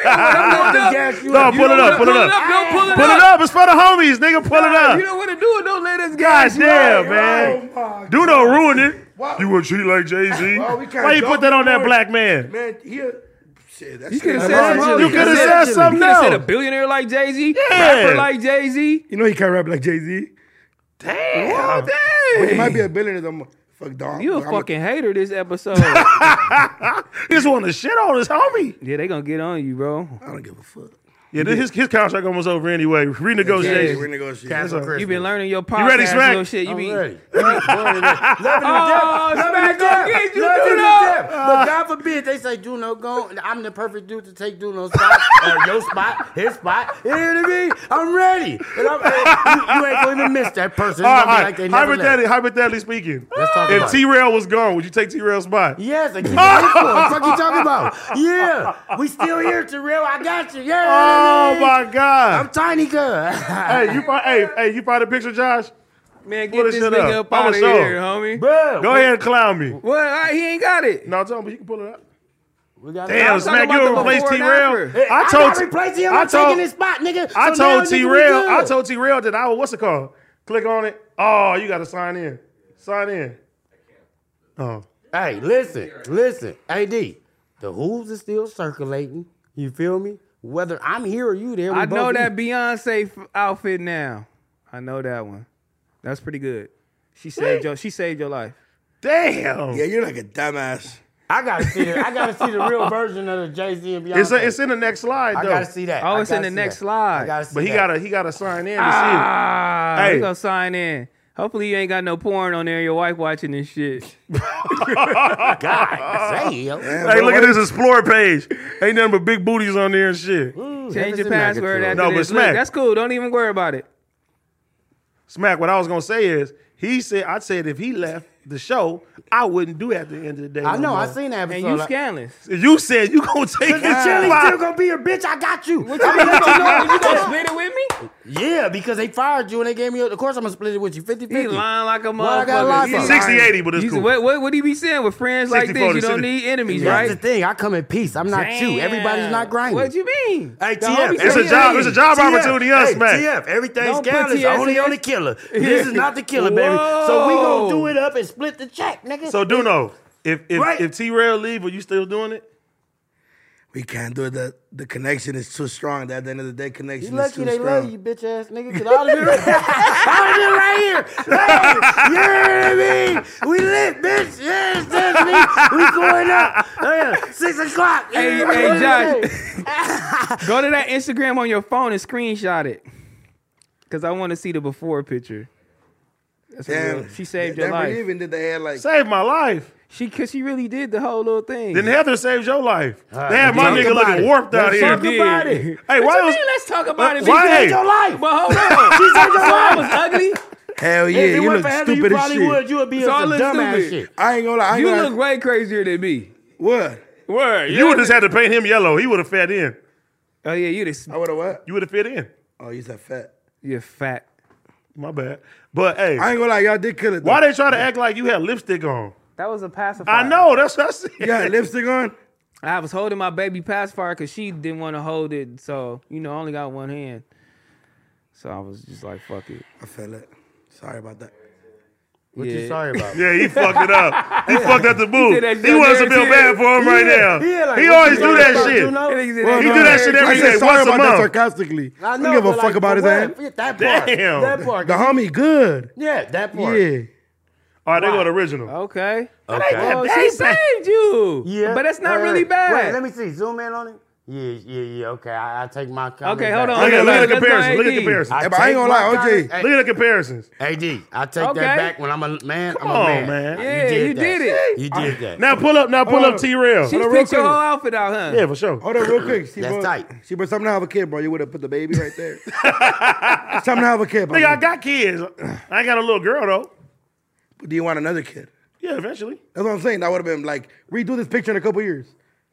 Don't look Gas you No, up. pull it up. Pull it up. Don't pull it up. Pull it up. It's for the homies, nigga. Pull it You up. don't want to do it. Don't let us God guys. damn, Oh, my man. Dude, don't ruin it. You would cheat like Jay Z. we can't Why you put joke that on that anymore. black man? Man, he a- Shit, that's You could have Come said on, some- you could've coulda said something You could have said a else. billionaire like Jay Z, Yeah. rapper like Jay Z. You know he can't rap like Jay Z. Oh, Damn. He might be a billionaire. though. Fuck dog. You a I'm fucking hater *laughs* this episode. yeah, He just want to shit on his homie. they gonna get on you, bro. I don't give a fuck. Yeah, this- his, his contract almost over anyway. Hey, Renegotiation. we're negotiating. Cancel Christmas. You been learning your podcast ready, Smack? little shit. You I'm be ready. *laughs* Oh, oh, Smack, gonna get you, Love you you to know. death. But God forbid they say Duno go. I'm the perfect dude to take Duno's spot or Uh, your spot, his spot. You know what I mean? *laughs* I'm ready, and I'm, and you, you ain't going to miss that person. It's All right, gonna be like they never hypothetically, left. hypothetically speaking, Let's talk if about it. T Rail was gone, would you take T Rail's spot? Yes, *laughs* I keep it up for him. What fuck you talking about? Yeah, we still here, Terrell. I got you. Yeah. Oh my I'm God! tiny good. hey, you find hey hey you find a picture, Josh? Man, Pull get this this shit nigga up. up, I'ma out of show here, him. homie. *laughs* Bro, Go ahead and clown me. Well, I, he ain't got it. No, tell him but you can pull it up. We got Damn, I'm talking smack about you the replace T before and Rail. after. I, I told told got replacing him. I I'm told taking his spot, nigga. I So now, told nigga, T we Rail I good. told T Rail that I was what's it called? Click on it. Oh, you got to sign in. Sign in. Oh. Hey, listen, listen, AD. The hooves is still circulating. You feel me? Whether I'm here or you there, we I know both that here. Beyonce f- outfit now. I know that one. That's pretty good. She saved your. She saved your life. Damn. Yeah, you're like a dumbass. I gotta see the I gotta see the real *laughs* version of the Jay Z and Beyonce. It's a, it's in the next slide I though. gotta see that. Oh, I it's in gotta the see next that. slide. I gotta see but he that. gotta he gotta sign in to Ah, Hey. we gonna sign in. Hopefully you ain't got no porn on there. Your wife watching this shit. God see damn. it. Hey, look at this explore page. Ain't nothing but big booties on there and shit. Mm. Change your Jefferson Magnitude. password after No, but this. Look, Smack. that's cool. Don't even worry about it. Smack, what I was gonna say is, he said, I said if he left the show, I wouldn't do it at the end of the day. I no know, I more. seen that And episode. you Like, scandalous. *laughs* You said you gonna take The his chili spot. still gonna be your bitch. I got you. What *laughs* you mean? You gonna, you gonna split it with me? *laughs* Yeah, because they fired you and they gave me. a- Of course, I'm gonna split it with you. 50 He 50 lying like a Why I gotta motherfucker. lie He for? lying. 60 80, but it's He's- cool. What what would he be saying with friends like 60, this? 40, You don't 60. need enemies, That's right? the thing. I come in peace. I'm not you. Everybody's not grinding. What you mean? Hey, The TF, homie It's said a he job. ain't. It's a job opportunity. Us, hey, man. TF, everything's Don't put scandalous. TS Only in on it. the killer. this is not the killer, baby. So we Whoa. gonna do it up and split the check, nigga. So Duno, if if Right. if T Rail leave, are you still doing it? we can't do it. The the connection is too strong. At the end of the day, You connection is lucky too they strong. love you, bitch ass nigga. Cause I'd have been right *laughs* here. I'd have been right here. Hey, you know what I mean? We lit, bitch. Yes, that's me. We going up. Oh, yeah. Six o'clock. Hey, You know hey, what I'm Josh. saying? *laughs* Go to that Instagram on your phone and screenshot it. Cause I want to see the before picture. That's real. Damn, She saved that your life. Even did they had like Saved my life. She cause she really did the whole little thing. Then Heather saved your life. they had my talk nigga about looking it. warped out She here. Talk about it. Hey, What why you was mean? Let's talk about it. why- She hey. saved your life. But hold on. she saved your life. was ugly. hell yeah, If it you went look for Heather, you stupid as probably shit. would. You would be So I on some look dumbass stupid. shit. I ain't gonna lie. I ain't You gonna look way crazier than me. what? Word. you would just had to paint him yellow. He would have fed in. Oh yeah, you just I would have what? You would have fit in. Oh, you said fat. you're fat. My bad. But hey, I ain't gonna lie, y'all did kill it. why they try to act like you had lipstick on? That was a pacifier. I know. That's that's it. *laughs* you got lipstick on? I was holding my baby pacifier because she didn't want to hold it. So you know, I only got one hand. So I was just like, fuck it. I felt it. Sorry about that. What Yeah. you sorry *laughs* about? Yeah, he fucked it up. He fucked up the said move. that He shit wants to there, feel too. bad for him right Yeah, now. yeah, like, he what always you do talking that about, shit. you know? He do that shit every I said day, sorry once a about that month. sarcastically. I I, know, don't give a but, fuck like, about for his ass. what? That part. Damn. That part. The homie good. Yeah, that part. Yeah. All right, they go to original. Okay. Okay. Well, she saved you. Yeah. But that's not Wait, really wait, bad. Wait, let me see. Zoom in on it. Yeah, yeah, yeah. Okay, I, I take my comment. Okay, hold back. on. Look at, look at Let's the go comparison. Look at AD. the comparison. I Hey, but I ain't take gonna lie, my OJ. comment- Look at the comparisons. AD, I take Okay. that back when I'm a man. I'm Come a on, man. man. Yeah, you that. did it. You did that. Now pull up. Now pull Hold up on. T Rail. She Hold on, real picked your quick. whole outfit out, huh? Yeah, for sure. Hold on, real quick. See, That's bro, tight. See, but something to have a kid, bro. You would have put the baby right there. something to have a kid, bro. Nigga, I got kids. *clears throat* I ain't got a little girl though. Do you want another kid? Yeah, eventually. That's what I'm saying. That would have been like redo this picture in a couple years.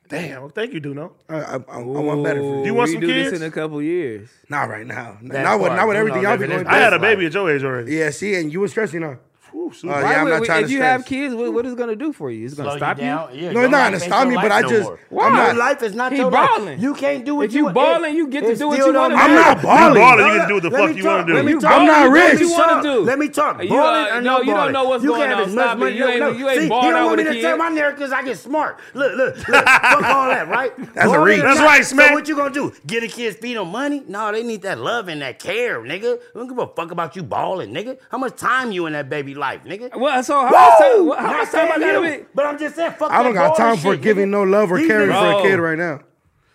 Damn. Thank you, Duno. I, I, I, I want better. For Ooh, You you. want we some do kids? this in a couple years. Not right now. That Not with, part, not with you everything know, y'all be nigga, going this- I through. had a baby Like- at your age already. Yeah, see, and you were stressing out. Whew, super. Uh, yeah, I'm Why not would- trying if to you stress. have kids, what, what is it gonna do for you? It's gonna Slow stop you. down. Yeah, No, your it's not life gonna ain't stop your me, life but I no just- more. I'm Your not- life is not He your balling. life. You can't do what If you want. balling, you get to it do what still you don't wanna matter. I'm not You balling. balling, No, you no, can do what the let fuck me you want talk. to Let do. me You talk. balling, you I'm not do what rich. You want to Stop. do? Let me talk. You, You, uh, balling or no, no you don't balling? know what's you going can have on. as Stop much it. money. You ain't- no, you ain't See, balling you out don't want with me a to kid. tell my narrative because I get smart. Look, look, look. fuck all that, right? That's a Balling reach. or That's not, right, Smack. So what you gonna do? Get a kid's feet on money? No, they need that love and that care, nigga. I don't give a fuck about you balling, nigga. How much time you in that baby life, nigga? Well, so how much time? Woo! what- How Not much time I saying got you, with? But I'm just saying, fuck I don't that got balling time for shit, giving nigga. no love or These caring niggas- for Bro. a kid right now.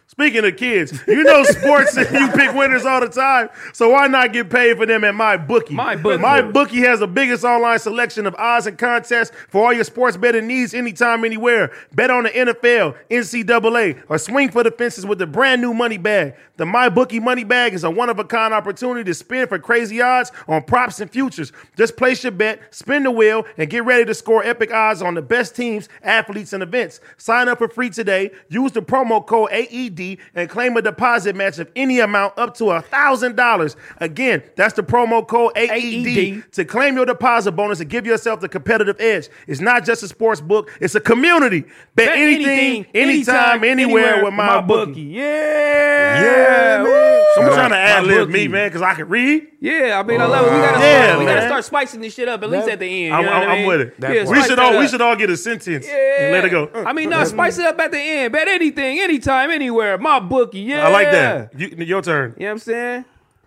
Speaking of kids, you know sports, *laughs* you pick winners all the time. So why not get paid for them at my bookie? My Bookie. My bookie has the biggest online selection of odds and contests for all your sports betting needs, anytime, anywhere. Bet on the NFL, NCAA, or swing for the fences with the brand new money bag. The my bookie money bag is a one of a kind opportunity to spin for crazy odds on props and futures. Just place your bet, spin the wheel, and get ready to score epic odds on the best teams, athletes, and events. Sign up for free today. Use the promo code AED and claim a deposit match of any amount up to $1,000. Again, that's the promo code E AED AED. to claim your deposit bonus and give yourself the competitive edge. It's not just a sports book, it's a community. Bet, Bet anything, anytime, anywhere, with my, bookie. Yeah. Yeah, Woo! So I'm trying to add My lib bookie. me, man, because I can read. Yeah, I mean, I love it. We gotta, Yeah, start, we gotta Oh, man. start spicing this shit up at least That- at the end. You I'm, know what I'm- I I'm mean? with it. Yeah, we spice should that all we up. should all get a sentence Yeah. Mm. and let it go. Uh, I mean, no, spice it up at the end. Bet anything, anytime, anywhere. My bookie. Yeah. I like that. You, your turn. You know what I'm saying?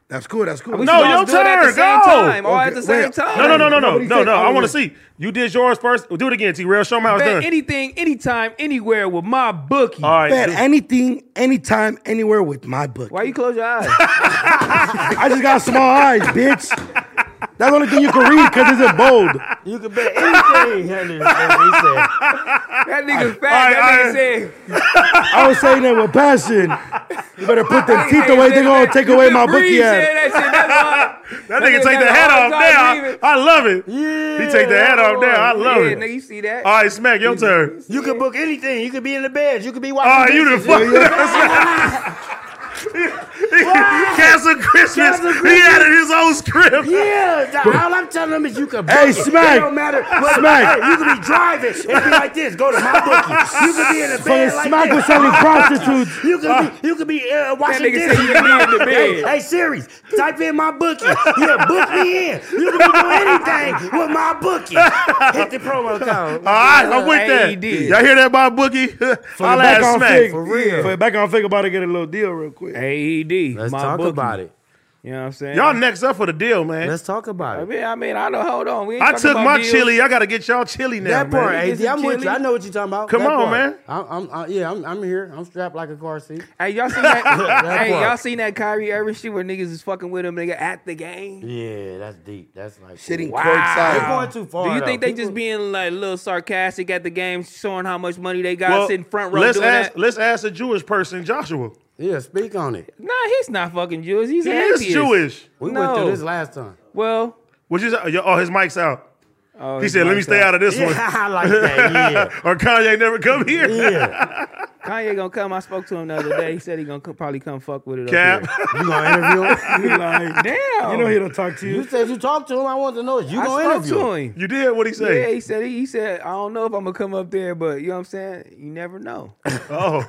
That's cool. That's cool. We No, should all your do it at turn. the same Go. time. All at the Okay, same wait. time. No, no, no, no, no, Nobody no, said- no. I oh, want to wait. see you did yours first. Do it again, T. Rail. Show me how it's Bet done. anything, anytime, anywhere with my bookie. all right. Bet do- anything, anytime, anywhere with my book. Why you close *laughs* your eyes? I just got small eyes, bitch. That's the only thing you can read because it's in bold. You can bet anything. Henry, that's what he said. that nigga fat. right, that all nigga right. said. I was saying that with passion. You better put them teeth away. They're going to take away my bookie ass. That, *laughs* shit, that's why- That nigga take got the a hat hard off time now. breathing. I love it. He take the hat off now. I love yeah, it. nigga, you see that? All right, smack your turn. You can book Ah, anything. You could be in the bed. You could be watching. All right, you bitches. done fucked. Cancel Christmas. Cancel He added his own script. *laughs* Yeah, th- all I'm telling them is you can. book Hey, it. Smack. It don't matter. Look, Smack. hey, you can be driving and be like this. Go to my bookie. You can be in a Fucking bed like smack this. with selling *laughs* prostitutes. You can be, you can be uh, watching nigga said Disney. you can be in the hey, bed. hey, series, type in my bookie. Yeah, book me in. You can be doing anything with my bookie. Hit the promo code. All right, I'm with Hey, he that. did. Y'all hear that, by Bookie? *laughs* I'll back add on smack. Fig. For real. But back on figure about to get a little deal real quick. AED. Let's E my talk bookie. about it. You know what I'm saying? Y'all next up for the deal, man. Let's talk about I it. mean, I mean, I know. Hold on. We ain't I talking took about my deals. chili. I got to get y'all chili now, That part, man. man. AD, I'm with you. I know what you're talking about. Come That on, part. man. I'm, I'm, I, yeah, I'm, I'm here. I'm strapped like a car seat. Hey, y'all *laughs* seen that? hey, part. y'all seen that Kyrie Irving shit where niggas is fucking with him, nigga, at the game? Yeah, that's deep. That's like Sitting Wow. courtside. They're going too far. Do you think though. they just being like a little sarcastic at the game, showing how much money they got Well, sitting front row let's doing ask, that? Let's ask a Jewish person, Joshua. Yeah, speak on it. Nah, he's not fucking Jewish. He's He an is atheist. Jewish. We went No. through this last *laughs* time. Well, Which is oh, his mic's out. oh, He said, "Let me stay out of this one." I like that. *laughs* or Kanye never come here. *laughs* Yeah. Kanye gonna come. I spoke to him the other day. He said he gonna co- probably come fuck with it. Cap. Up You gonna interview him? You like, here. Damn. you know he don't talk to You you. said you talked to him. I want to know. Is you I gonna spoke interview to him? him. *laughs* You did what he Yeah, say. he said he said I don't know if I'm gonna come up there, but you know what I'm saying. You never know. Oh,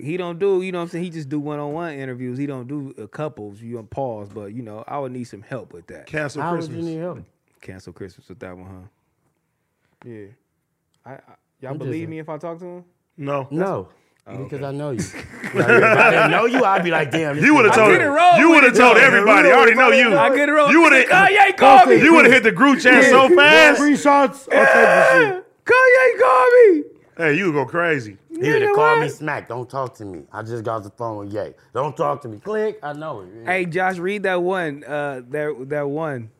He don't do, you know what I'm saying. He just do one on one interviews. He don't do uh, couples. You don't pause, but you know I would need some help with that. cancel How would you Christmas. need help? Cancel Christmas with that one, huh? Yeah. I, I y'all I'm believe just- me if I talk to him? No, No. Oh, because I know you. *laughs* Like, if I didn't know you, I'd be like, damn. this you would have nigga- told. get it wrong You with would have it, told though. everybody. I already know you. I get it wrong. You would Nigga, have. Kanye called me. You would have hit the group chat so fast. Three shots. All types of shit. Kanye called me. Hey, you would go crazy. He would have Nigga, what? called me smack. Don't talk to me. I just got off the phone with Ye. Don't talk to me. Click. I know it. Yeah. Hey, Josh, read that one. Uh, that that one.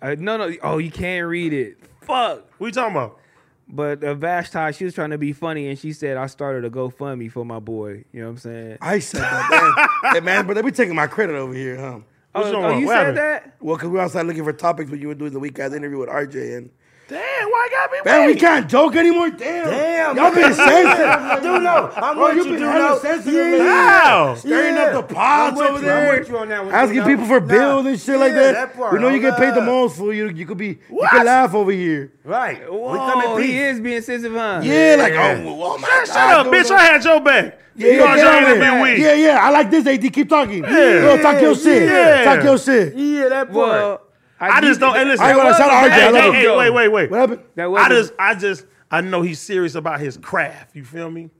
Uh, no, no. Oh, you can't read it. Fuck. What you talking about? But uh, Vashti, she was trying to be funny, and she said, "I started a GoFundMe for my boy." You know what I'm saying? I said that, man. hey, man, but they be taking my credit over here, huh? What's oh, going oh, on? you What said happened? that? Well, because we were outside looking for topics when you were doing the week guys interview with RJ. And, Damn, why got me? man, we waiting? can't joke anymore. Damn. Damn. Y'all *laughs* been sensitive. do know. I'm Bro, with you you. been Do hella know. sensitive, Yeah. man. How? Stirring up the pods I'm with over you. I'm there. with you on that one. Asking Duno. people for Nah. bills and shit like Yeah, that. part. we know you get paid the Nah. most, fool. You, you could be, you What? could laugh over here. Right. we come in Whoa, peace. Oh, he is being sensitive, huh? Yeah, like, Yeah. oh, oh my Shut, shut God, up, dude. bitch! I had your back. Yeah, you know yeah, Johnny yeah, done been weak. yeah, yeah, I like this, AD. Keep talking. Girl, talk your shit. yeah. Talk your shit. Yeah, that part. Well, I just don't. Hey, listen. I ain't gonna shout out RJ. I Hey, love hey, him. hey, wait, wait, wait. What happened? That I wasn't- just, I just, I know he's serious about his craft. You feel me?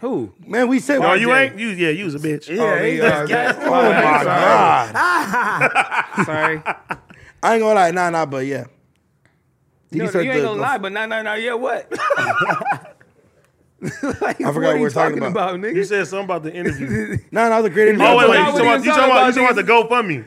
Who? Man, we said. No, you RJ. ain't. You, yeah, you was a bitch. yeah, Oh, he he does is. that. Oh, my God. *laughs* Sorry. I ain't gonna lie, nah, nah, but yeah. No, start you ain't the- gonna the- lie, but no, no, no, yeah, what? *laughs* like, what what we're are you talking talking about. about, nigga? You said something about the *laughs* interview. Nah, nah, it was a great interview. oh wait, wait. That's You not talking what about? he You was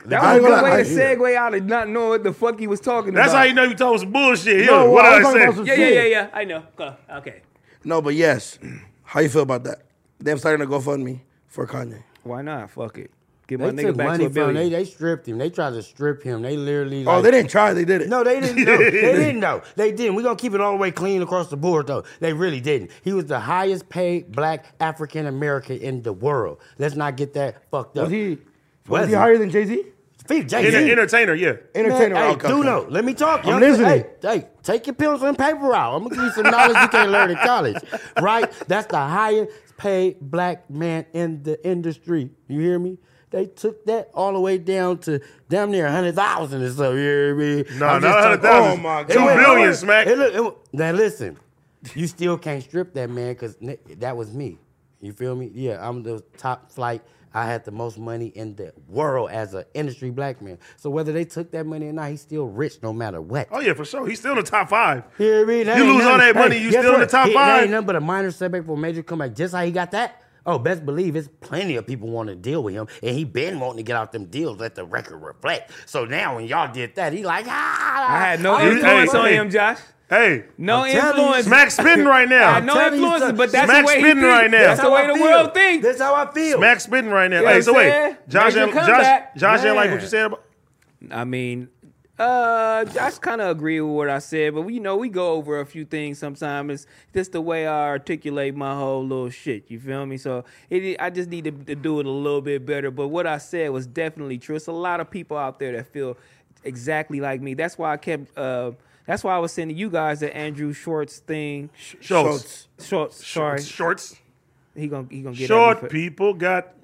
talking about? You talking talking about the GoFundMe? that was a I good ain't way to gonna lie. segue out of not knowing what the fuck he was talking That's about. how you know you told us bullshit. No, Yeah, what I was I talking say? about some Yeah, yeah, shit. yeah, yeah. I know. Go. Okay. No, but yes. How you feel about that? Them starting to GoFundMe for Kanye. Why not? Fuck it. Get my They nigga took back to money a from him. They, billion. they stripped him. They tried to strip him. They literally. Oh, like- they didn't try, they did it. No, they *laughs* didn't. know. they didn't know. They didn't. We're gonna keep it all the way clean across the board, though. They really didn't. He was the highest paid black African American in the world. Let's not get that fucked up. was he was Was he he? higher than Jay Z? Fee, Jay-Z. Inter- entertainer. Yeah. Entertainer. Man, hey, okay, Duno, okay. let me talk. I'm young- listening. Hey, hey, take your pencil and paper out. I'm gonna give you some knowledge you can't learn in college, right? That's the highest paid black man in the industry. You hear me? They took that all the way down to damn near hundred thousand or so. You hear me? No, I'm not just hundred talking- thousand. oh my Two God. billion, look- smack. it look- it look- now listen, you still can't strip that man because that was me. You feel me? Yeah, I'm the top flight. I had the most money in the world as an industry black man. So whether they took that money or not, he's still rich no matter what. Oh yeah, for sure. He's still in the top five. You hear me? That You ain't lose all that nothing- money, you guess still in the what? top He- five. That ain't nothing but a minor setback for a major comeback. Just how he got that. Oh, best believe it's plenty of people want to deal with him, and he been wanting to get out them deals. Let the record reflect. So now when y'all did that, he like ah. I had no I'm influence hey, on hey. him, Josh. Hey, No I'm telling you, influence. Smack spitting right now. I know telling you influences, something. but that's Smack the way he spitting thinks. right now. That's the how way I the feel. world thinks. That's how I feel. Smack spitting right now. You know hey, what so I'm wait, saying? Josh, Major ain't- Josh, comeback. Josh ain't like what Man. you said about. I mean, Uh, I kind of agree with what I said, but we, you know, we go over a few things sometimes. It's just the way I articulate my whole little shit. You feel me? So it, I just need to, to do it a little bit better. But what I said was definitely true. It's a lot of people out there that feel exactly like me. That's why I kept. Uh, that's why I was sending you guys the Andrew Schwartz thing. Schultz. Schwartz, sorry, Shorts. he gonna he gonna get that. Short people got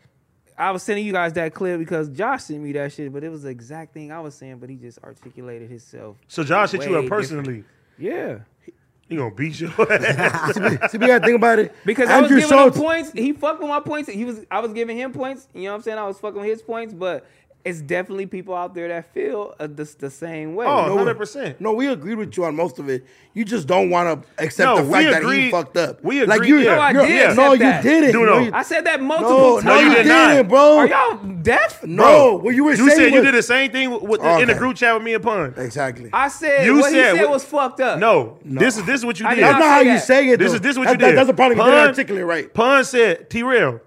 I was sending you guys that clip because Josh sent me that shit, but it was the exact thing I was saying, but he just articulated himself. so Josh hit you Way up personally. Yeah. He gonna beat *laughs* Oh, your ass. *laughs* See, we gotta think about it. *laughs* Because I Andrew was giving him Schultz- points. He fucked with my points. He was I was giving him points. You know what I'm saying? I was fucking with his points, but it's definitely people out there that feel uh, the, the same way. Oh, No, we- 100%. No, we agreed with you on most of it. You just don't want to accept No, the we fact that agreed- he fucked up. we agreed, you, yeah. No, I you're- did accept no, that. you didn't. Do no, know. you, I said that no, multiple no, times. you did didn't, not. bro. Are y'all deaf? no, what you were You saying said you was- did the same thing with, with- in the Okay. group chat with me and Pun. exactly. I said You what said he said what- was fucked up. No, this is this is what you I did. did That's not say how you that. say it. This though. is this is what That- you did. that- That's the problem. You Pun- didn't articulate right. Pun said, T-Rail,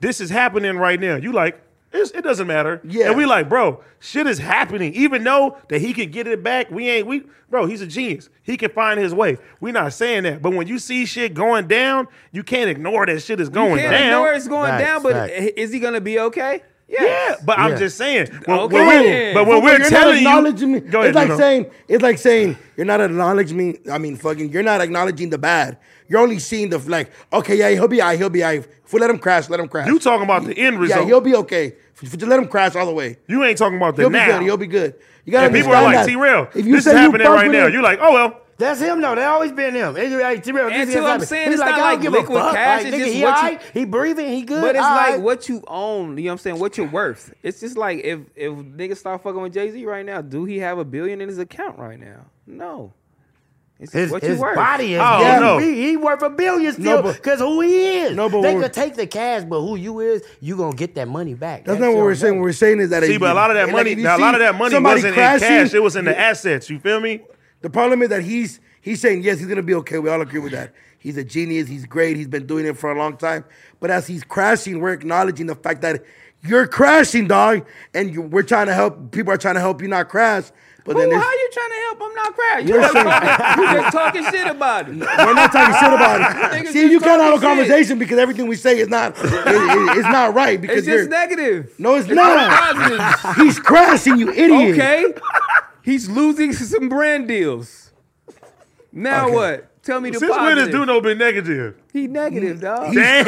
this is happening right now. You like, it's, it doesn't matter. Yeah. And we like, bro, shit is happening. Even though that he could get it back, we ain't we bro, he's a genius. He can find his way. we not saying that. But when you see shit going down, you can't ignore that shit is going You can't down. ignore it's going Facts, down, but facts. is he gonna be okay? Yeah, Yes. but I'm Yeah. just saying. When, Okay. when we- Yeah. but when But we're you're telling not acknowledging you, me. go ahead, it's like Nuno. saying it's like saying you're not acknowledging me. I mean, fucking, you're not acknowledging the bad. You're only seeing the like. Okay, yeah, he'll be all right. He'll be all right. If we let him crash, let him crash. you talking about the end yeah, result. he'll be okay. If you let him crash all the way. you ain't talking about the He'll now. be good. He'll be good. You gotta and people are like, understand that. T-Rail, If you this say is you happening fuck right with now. him- You're like, oh well, That's him though. They always been him. And, you- hey, T-Rail, And this to is what I'm happening. saying, He's it's like, not I don't like give liquid a fuck. cash, Like, it's nigga, just he what you- alright. He breathing. He good. But it's alright. like what you own. You know what I'm saying? What you're worth. It's just like if if niggas start fucking with Jay Z right now, do he have a billion in his account right now? No. It's His, what his you worth. body is Oh, getting- no. he, he worth a billion still but- because who he is. No, but they we're- could take the cash, but who you is, you gonna get that money back. That's not what we're saying. What we're saying is that see, if but a you- lot of that like, money, if you now, a lot see of that money somebody wasn't crashing, in cash; it was in the assets. You feel me? The problem is that he's he's saying yes, he's gonna be okay. We all agree with that. He's a genius. He's great. He's been doing it for a long time. But as he's crashing, we're acknowledging the fact that you're crashing, dog, and you, we're trying to help. People are trying to help you not crash. But then Who, there's, how you trying to help? I'm not proud. You just talking, you just talking shit about it. *laughs* *laughs* we're not talking *laughs* shit about it. Niggas See, just you can't have a talking shit. conversation because everything we say is not it- it- it's not right because It's you're just negative. no, it's not not. *laughs* positive. He's crashing, you idiot. Okay. He's losing some brand deals. Now Okay. what? Tell me the Since when has positive. Duno been negative? he negative, dog. He's Damn.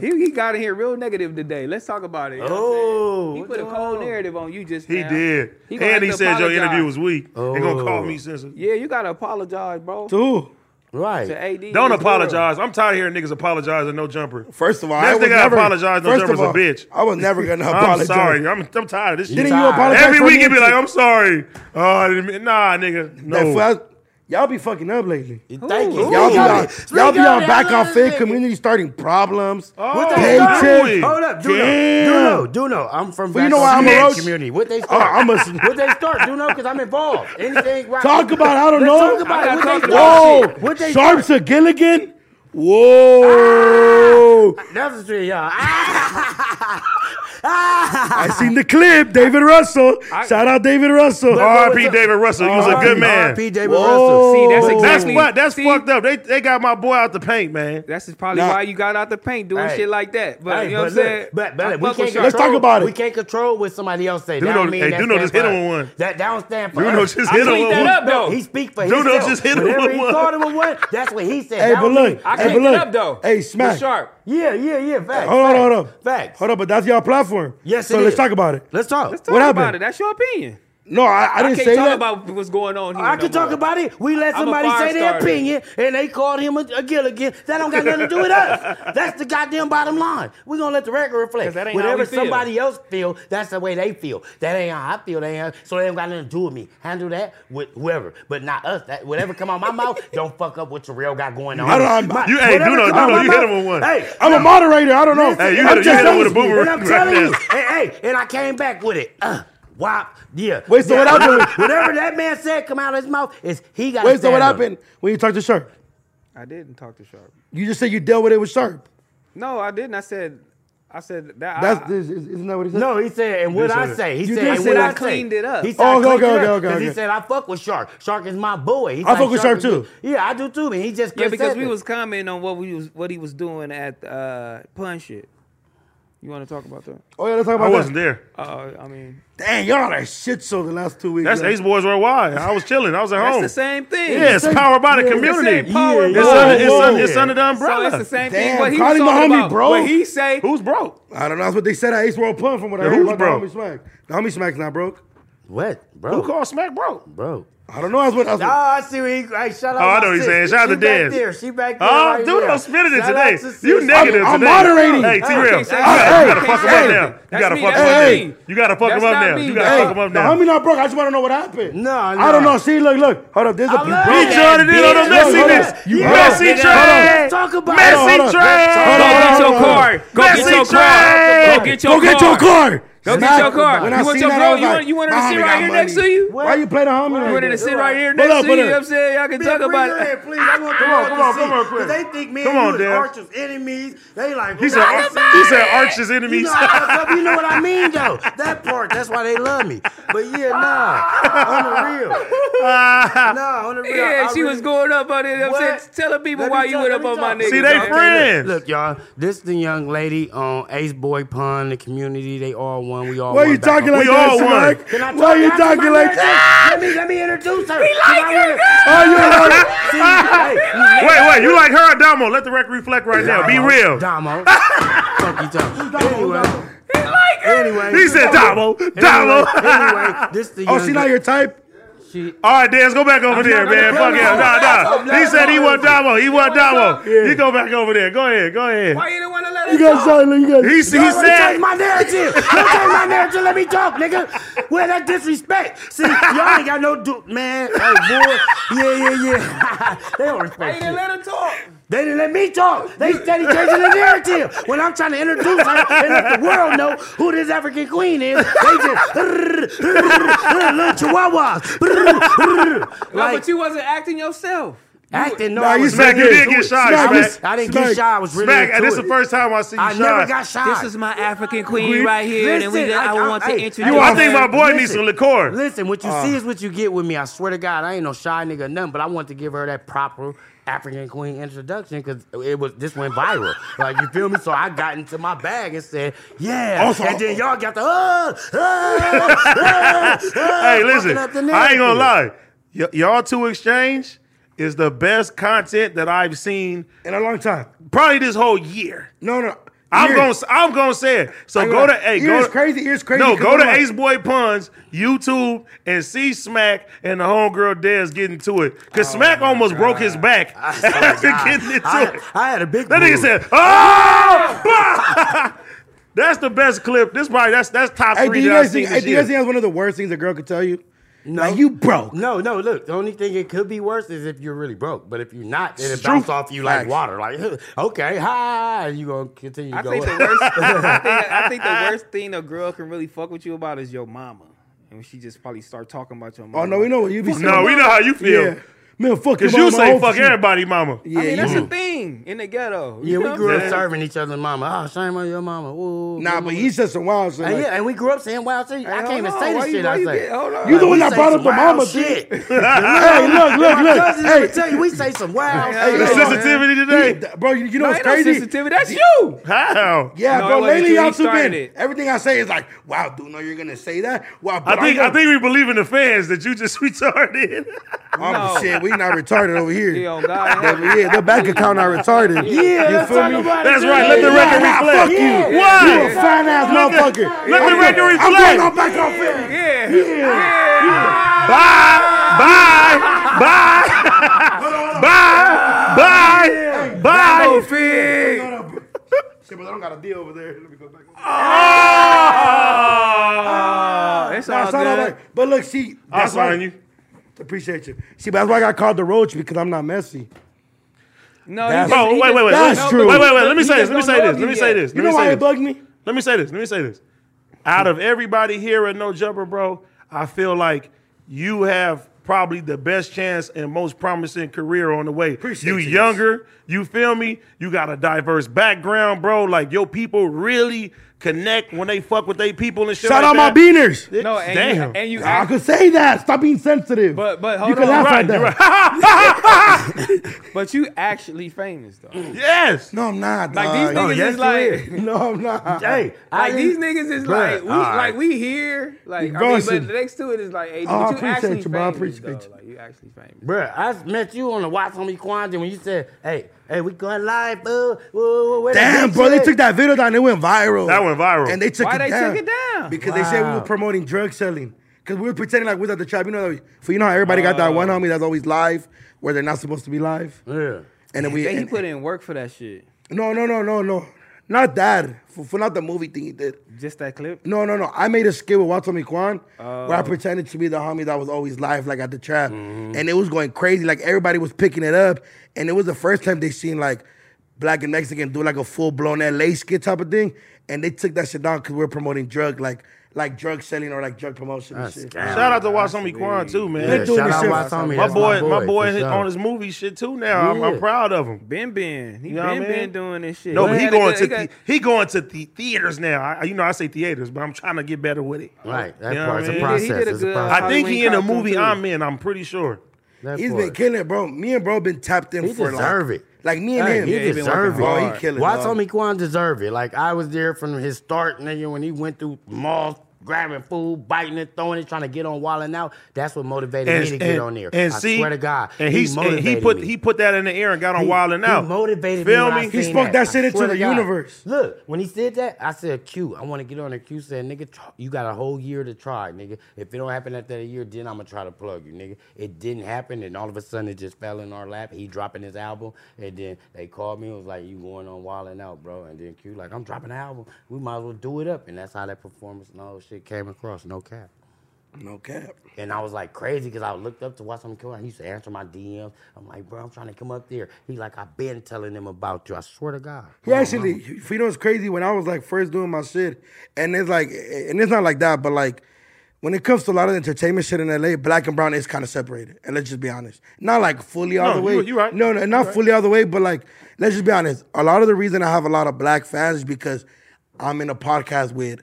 crashing. He, he got in here real negative today. Let's talk about it. You know what I'm Oh, saying? he put a cold narrative on you just He now. did, He gonna have and he to said your apologize. interview was weak. They gonna Oh. call me sensitive. Yeah, you gotta apologize, bro. To, Dude, Right. AD. Don't and his apologize. I'm tired of hearing niggas apologizing. No jumper. First of all, Next I was thing I never apologize, no first jumper's of a all, bitch. I was never *laughs* gonna I'm apologize. sorry. I'm, I'm tired of this Didn't shit. you tired. apologize? Every for week me he be like, too? I'm sorry. Oh, I didn't mean, nah, nigga, That no. fool, y'all be fucking up lately. Thank Ooh. you. Y'all be Speak on, it. Speak y'all be it. on Y'all back on love fake it. Oh community starting problems. What What the they fuck? start- Hey, Hold up, Damn. Duno. Duno, Duno. I'm from Well, you back know on why I'm a Duno roast- community. What they Oh, start? *laughs* I'm a what they start? Duno, because I'm involved. *laughs* Anything right? talk about. I don't Let's know. Talk about it. What they Whoa, start? What they start? Sharps a Gilligan. Whoa! That's the shit, y'all. Ah. I seen the clip. David Russell. Shout out David Russell. But- R.P. David Russell. He was a good man. R.P. David Whoa. Russell. See, that's Whoa. That's exactly what. That's See, fucked up. They they got my boy out the paint, man. That's just probably Nah. why you got out the paint doing Hey. shit like that. But Hey, you know what I'm but look, saying? But, I but we fuck with can't you. control, Let's talk about it. We can't control what somebody else say. Duno- that don't mean hey, that Duno just stand hit for him us. with one. That, that don't stand for Duno us. just I hit him tweet with that one. up, though. He speak for Duno himself. just hit him Whenever with he one. called him with one, that's what he said. Hey, That but don't mean- look, I Hey, can't but get look. up though. Hey, With Smack. Sharp. Yeah, yeah, yeah. Facts. Hold on, facts, hold up. Facts. Hold up, but that's y'all platform. Yes, So it let's is. talk about it. Let's talk. Let's What talk about happened? it. That's your opinion. No, I, I I didn't can't say talk that. about what's going on here. I no can talk more. about it. We let I'm a somebody fire say their starter. opinion, and they called him a, a Gilligan. That don't got nothing to do with us. That's the goddamn bottom line. We're gonna let the record 'Cause reflect. that ain't how we Whatever feel. somebody else feel, that's the way they feel. That ain't how I feel. They ain't, so they ain't got nothing to do with me. Handle that with whoever, but not us. That whatever come out my mouth, don't fuck up what Terrell got going on. I don't- I'm- My- you- hey, whatever Duno, come out Duno, my you hit him mouth- with one. Hey, I'm a moderator. I don't know. Hey, you I'm gotta- you just gotta hit him with asking. a boomerang. and I'm right telling you, now. hey, hey, and I came back with it. Uh, wop, yeah. Wait, so yeah, what happened? *laughs* Whatever that man said come out of his mouth is he got. Wait, so what happened when you talked to Sharp? I didn't talk to Sharp. You just said you dealt with it with Sharp. No, I didn't. I said I said that. That's I, this. is- Isn't that what he said? Ah. No, he said, and what did say I that. say? He You said, did and say what I I say. cleaned it up. He said, Oh, I okay, cleaned okay, it okay, up, okay, 'cause He okay. said, I fuck with Shark. Shark is my boy. He's I like, fuck with Shark, is too. good. Yeah, I do too. Man, he just yeah, couldn't because say we that. was commenting on what we was what he was doing at uh, pun shit. You want to talk about that? Oh yeah, let's talk I about that. wasn't there. Uh, I mean, Damn, y'all are shit show the last two weeks. That's man. Ace Boys Worldwide. I was chilling. I was at that's home. the same thing. Yeah, it's Same- powered by the yeah, it's the community. same power It's, bro. under, it's, Whoa, under, it's whoa. under the So umbrella. it's the same Damn, thing. What he call was him talking the homie, about. bro. What he say? Who's broke? I don't know. That's what they said at Ace World Pump from what I Yeah, heard who's about broke? the homie Smack. The homie Smack's not broke. What, bro? Who called Smack broke? bro? I don't know. That's what. That's Oh, what I see what he. Hey, shout out. Oh, I my know what he's sis. saying. Shout out She to back Dez. there. She back there. Oh, right dude, there. I'm spinning it Shout out today. to You sis. negative I'm today. moderating. Hey, T Hey, Real. can't You say gotta that. you gotta Can't fuck him say up that. now. You That's gotta me. fuck him That's up me. now. You gotta fuck him That's up not now. me. You Hey, gotta fuck him up the now. homie not broke. I just want to know what happened. No, I don't know. See, look, look. Hold up. There's a I love He that tried it in bitch. on the Look, look, messiness. look. You Hold messy on, nigga. trash. Let's talk about Messy it. Hold on. trash. Hold Go on, get your hold on, hold on. car. Go Messy get your trash. car. Go get your Go car. get your car. Go get Smack. your car. When I You want seen your that, I bro? was You like, want you wanted to my sit homie right got here money. next to you. Why you play the homie? You like wanted to that? sit right here Pull next up, to pull you. You know up. what I'm saying? Y'all can talk about it. please. I want Come on, the world come to on, see. come on, Chris. 'Cause They think me Come and on, you is Dad. archers enemies. They like He said, "What Arch, the he fuck?" said Arch's You enemies. know, I- I- you know what I mean, though. That part, that's why they love me. But yeah, nah, on the real, nah, on the real. Yeah, I she was really- going up on it. I'm saying, What? telling people Let why me you talk, went let up me on my talk. niggas. See, they dog. friends. Look, y'all, this the young lady on Ace Boy Pond, the community. They all won. We all. Why won you back talking on- like We all won. that, Can I Smack? Why talk you after my talking like nurse? that? Let me let me introduce her. We like her. Oh, you like? Wait, wait, you like her, or Damo? Let the record reflect right now. Be real. Damo. Fuck you, talking. Anyway, anyway, He said Damo. Damo. Anyway, anyway, *laughs* this the Oh, young she not your type. All right, Dez, go back over there, not man. gonna Fuck play him. no more. Nah, I'm nah. not He said he gonna want play no Damo. He want Damo. more. You go back over there. Go ahead. Go ahead. Why you didn't want to let You us got talk? silent. You got. He, he Don't said. change my narrative. Don't change my narrative. Let me talk, nigga. Where that disrespect? See, y'all ain't got no do, man. Hey, boy. Yeah, yeah, yeah. *laughs* they don't You respect didn't you. let her talk. They didn't let me talk. They steady changing the narrative. When I'm trying to introduce her and let the world know who this African queen is, they just *laughs* little chihuahuas. No, *laughs* like but you wasn't acting yourself. acting. No, Nah, I you was Smack, Smack you really did into get it. shy, Smack, I, Smack. was, I didn't Smack. get shy. I was really Smack, into and this is it. the first time I see you I shy. never got shy. This is my African queen Queen. right here, and we Listen, I, I- want I- to hey, introduce. you I are- think my boy needs Listen. some liqueur. Listen, what you Uh. see is what you get with me. I swear to God, I ain't no shy nigga, or nothing. But I want to give her that proper African queen introduction because it was this went viral. like you feel me? So I got into my bag and said, yeah. Also- and then y'all got the uh, uh, uh, *laughs* uh, hey, fucking listen, up the I ain't narrative. gonna lie. Y- y'all two exchange is the best content that I've seen in a long time. probably this whole year. No, no. I'm Ears. gonna s- I'm gonna say it. So Hang go on. to hey, go Ears to- crazy, ears crazy, No, come go to on. Ace Boy Puns YouTube and see Smack and the homegirl Dez getting to it because Oh Smack almost broke his back *laughs* after getting into I, it. I had a big. That nigga bruise. said, "Oh, *laughs* bah!" that's the best clip. This probably that's that's top Hey, do three you that I've guys seen think? Hey, this do you guys year. think that's one of the worst things a girl could tell you? No, like, you broke. No, no. Look, the only thing it could be worse is if you're really broke. But if you're not, then it It's bounce true. off you like Facts. water. Like, *laughs* okay, hi. And you gonna continue I going. *laughs* think the worst. I, think, I think the worst thing a girl can really fuck with you about is your mama, and she just probably start talking about your mama. Oh no, we know what you be. saying. No, we know how you feel. Yeah, man, fuck your Cause you mama, say oh, fuck she- everybody, mama. Yeah, I mean, you that's do. a thing in the ghetto. Yeah, You know we what grew I'm up saying? serving each other's mama. Oh, shame on your mama. Ooh, Nah, mama. but he said some wild shit. And like, yeah, and we grew up saying wild shit. I Hey, can't even hold say on, the why you- shit why I you say. get- hold on. You the We one that say brought up some the wild mama shit. shit. *laughs* hey, look, look, My look. cousins Hey. would tell you we say some wild Hey, shit. The Hey, sensitivity today. He- bro, you, you know No, what's ain't no crazy? sensitivity. That's you. How? Yeah, No, it bro. wasn't Lately, you. He y'all two started been it. everything I say is like, "Wow, dude, no, you're gonna say that." Wow, I but think I'm I think we believe in the fans that you just *laughs* retarded. Oh No. shit, we not retarded over here. *laughs* Yeah, on God. yeah, yeah, the bank account not *laughs* retarded. Yeah, you let's feel talk me? about it. That's right. Let the Yeah, record nah, reflect. Fuck you. Why? You a fine ass Let the- motherfucker. let the Yeah. record I'm reflect. going on back on film. Yeah. Yeah. Bye. Bye. Bye. Bye. Bye. Oh, Bye. fig. Shit, but I don't got a deal over there. Let me go back. over there. Oh. It's Nah, all Ah, it's not all good. right. But look, see, I that's why sign you. Appreciate you. See, but that's why I got called the roach because I'm not messy. No, That's- he just- Oh, he wait, just- wait, wait. That's wait, true. Wait, wait, wait. Let me He say this. Let just me say this. don't love you Let me yet. say this. You Let know me why say it this. bugged me? Let me say this. Let me say this. Out of everybody here at No Jumper, bro, I feel like you have probably the best chance and most promising career on the way. Appreciate you you. younger, you feel me? You got a diverse background, bro. Like your people really connect when they fuck with they people and shit. Shout like out my that. beaners. No, and Damn. you, and you *laughs* I act- could say that. Stop being sensitive. But- but you hold can on. laugh Right, at that. you're right. but you actually famous though. *laughs* Like yes. No, I'm not. these dog. niggas yes, is you like, No, I'm not. Hey, like these niggas is Bruh, like, we, all right. like we here, like I mean, but Bronson. next to it is like, hey, but Oh, I you appreciate actually you, famous bro. I though. appreciate you. Like you actually famous. Bruh, I s- met you on the Watch On Me Quandary when you said, hey, hey, we going live, boo. Woo, woo, where the Damn, bitch bro, they at?" took that video down. It went viral. That went viral. And they took Why it they down. took it down? Because they said we Wow. were promoting drug selling. Because we were pretending like we was at the trap. You know, like, for you know how everybody got that one homie that's always live where they're not supposed to be live. Yeah. And then we They he and- put in work for that shit. no no no no no not that for, for not the movie thing he did. Just that clip. No, no, no. I made a skit with Watomi Kwan Oh. where I pretended to be the homie that was always live, like at the trap. Mm-hmm. And it was going crazy. Like everybody was picking it up. And it was the first time they seen like black and Mexican do like a full blown LA skit type of thing. And they took that shit down because we were promoting drug, like like drug selling or like drug promotion and That's shit. scam. Shout out to Wasomi Kwan too, man. They doing shout this out shit- Watch On Me. my, That's boy, my boy, for sure. on his movie shit too now. I'm, I'm Yeah. proud of him. Ben Ben. He know what I been mean? been doing this shit. No, but he had a going good- to got- the, he going to the theaters now. I, you know, I say theaters, but I'm trying to get better with it. Right, that You know part's what I a mean? process. He did- he did a it's a good, uh, process. I think he in a Halloween movie cartoon, too. I'm in. I'm pretty sure. That He's part. been killing it, bro. Me and bro been tapped in He for deserve like, it. Like me and Hey, him. He Yeah, he been deserve it. working Oh, hard. he killing Why dog. Tommy Kwan deserve it? Like I was there from his start, nigga, when he went through malls, grabbing food, biting it, throwing it, trying to get on wilding out. That's what motivated me to get on there. and I see, swear to God. and he, s- and he motivated put me. he put that in the air and got on He- Wild and he Out. motivated Feel me. when I me? He seen spoke that shit I into swear to the God. universe. Look, when he said that, I said, "Q, I want to get on there." Q said, "Nigga, tr- you got a whole year to try, nigga. If it don't happen after that year, then I'm gonna try to plug you, nigga." It didn't happen, and all of a sudden, it just fell in our lap. He dropping his album, and then they called me. and was like, "You going on wilding out, bro?" And then Q like, "I'm dropping an album. We might as well do it up." And that's how that performance and all shit came across. No cap. No cap. And I was like crazy because I looked up to watch him kill. and He used to answer my DMs. I'm like, bro, I'm trying to come up there. He like, I've been telling them about you. I swear to God. He *laughs* actually, if you know, it's crazy when I was like first doing my shit, and it's like, and it's not like that, but like when it comes to a lot of entertainment shit in LA, black and brown is kind of separated. And let's just be honest, not like fully all No, the way. you- you right. No, no, not fully all the way, but like let's just be honest. A lot of the reason I have a lot of black fans is because I'm in a podcast with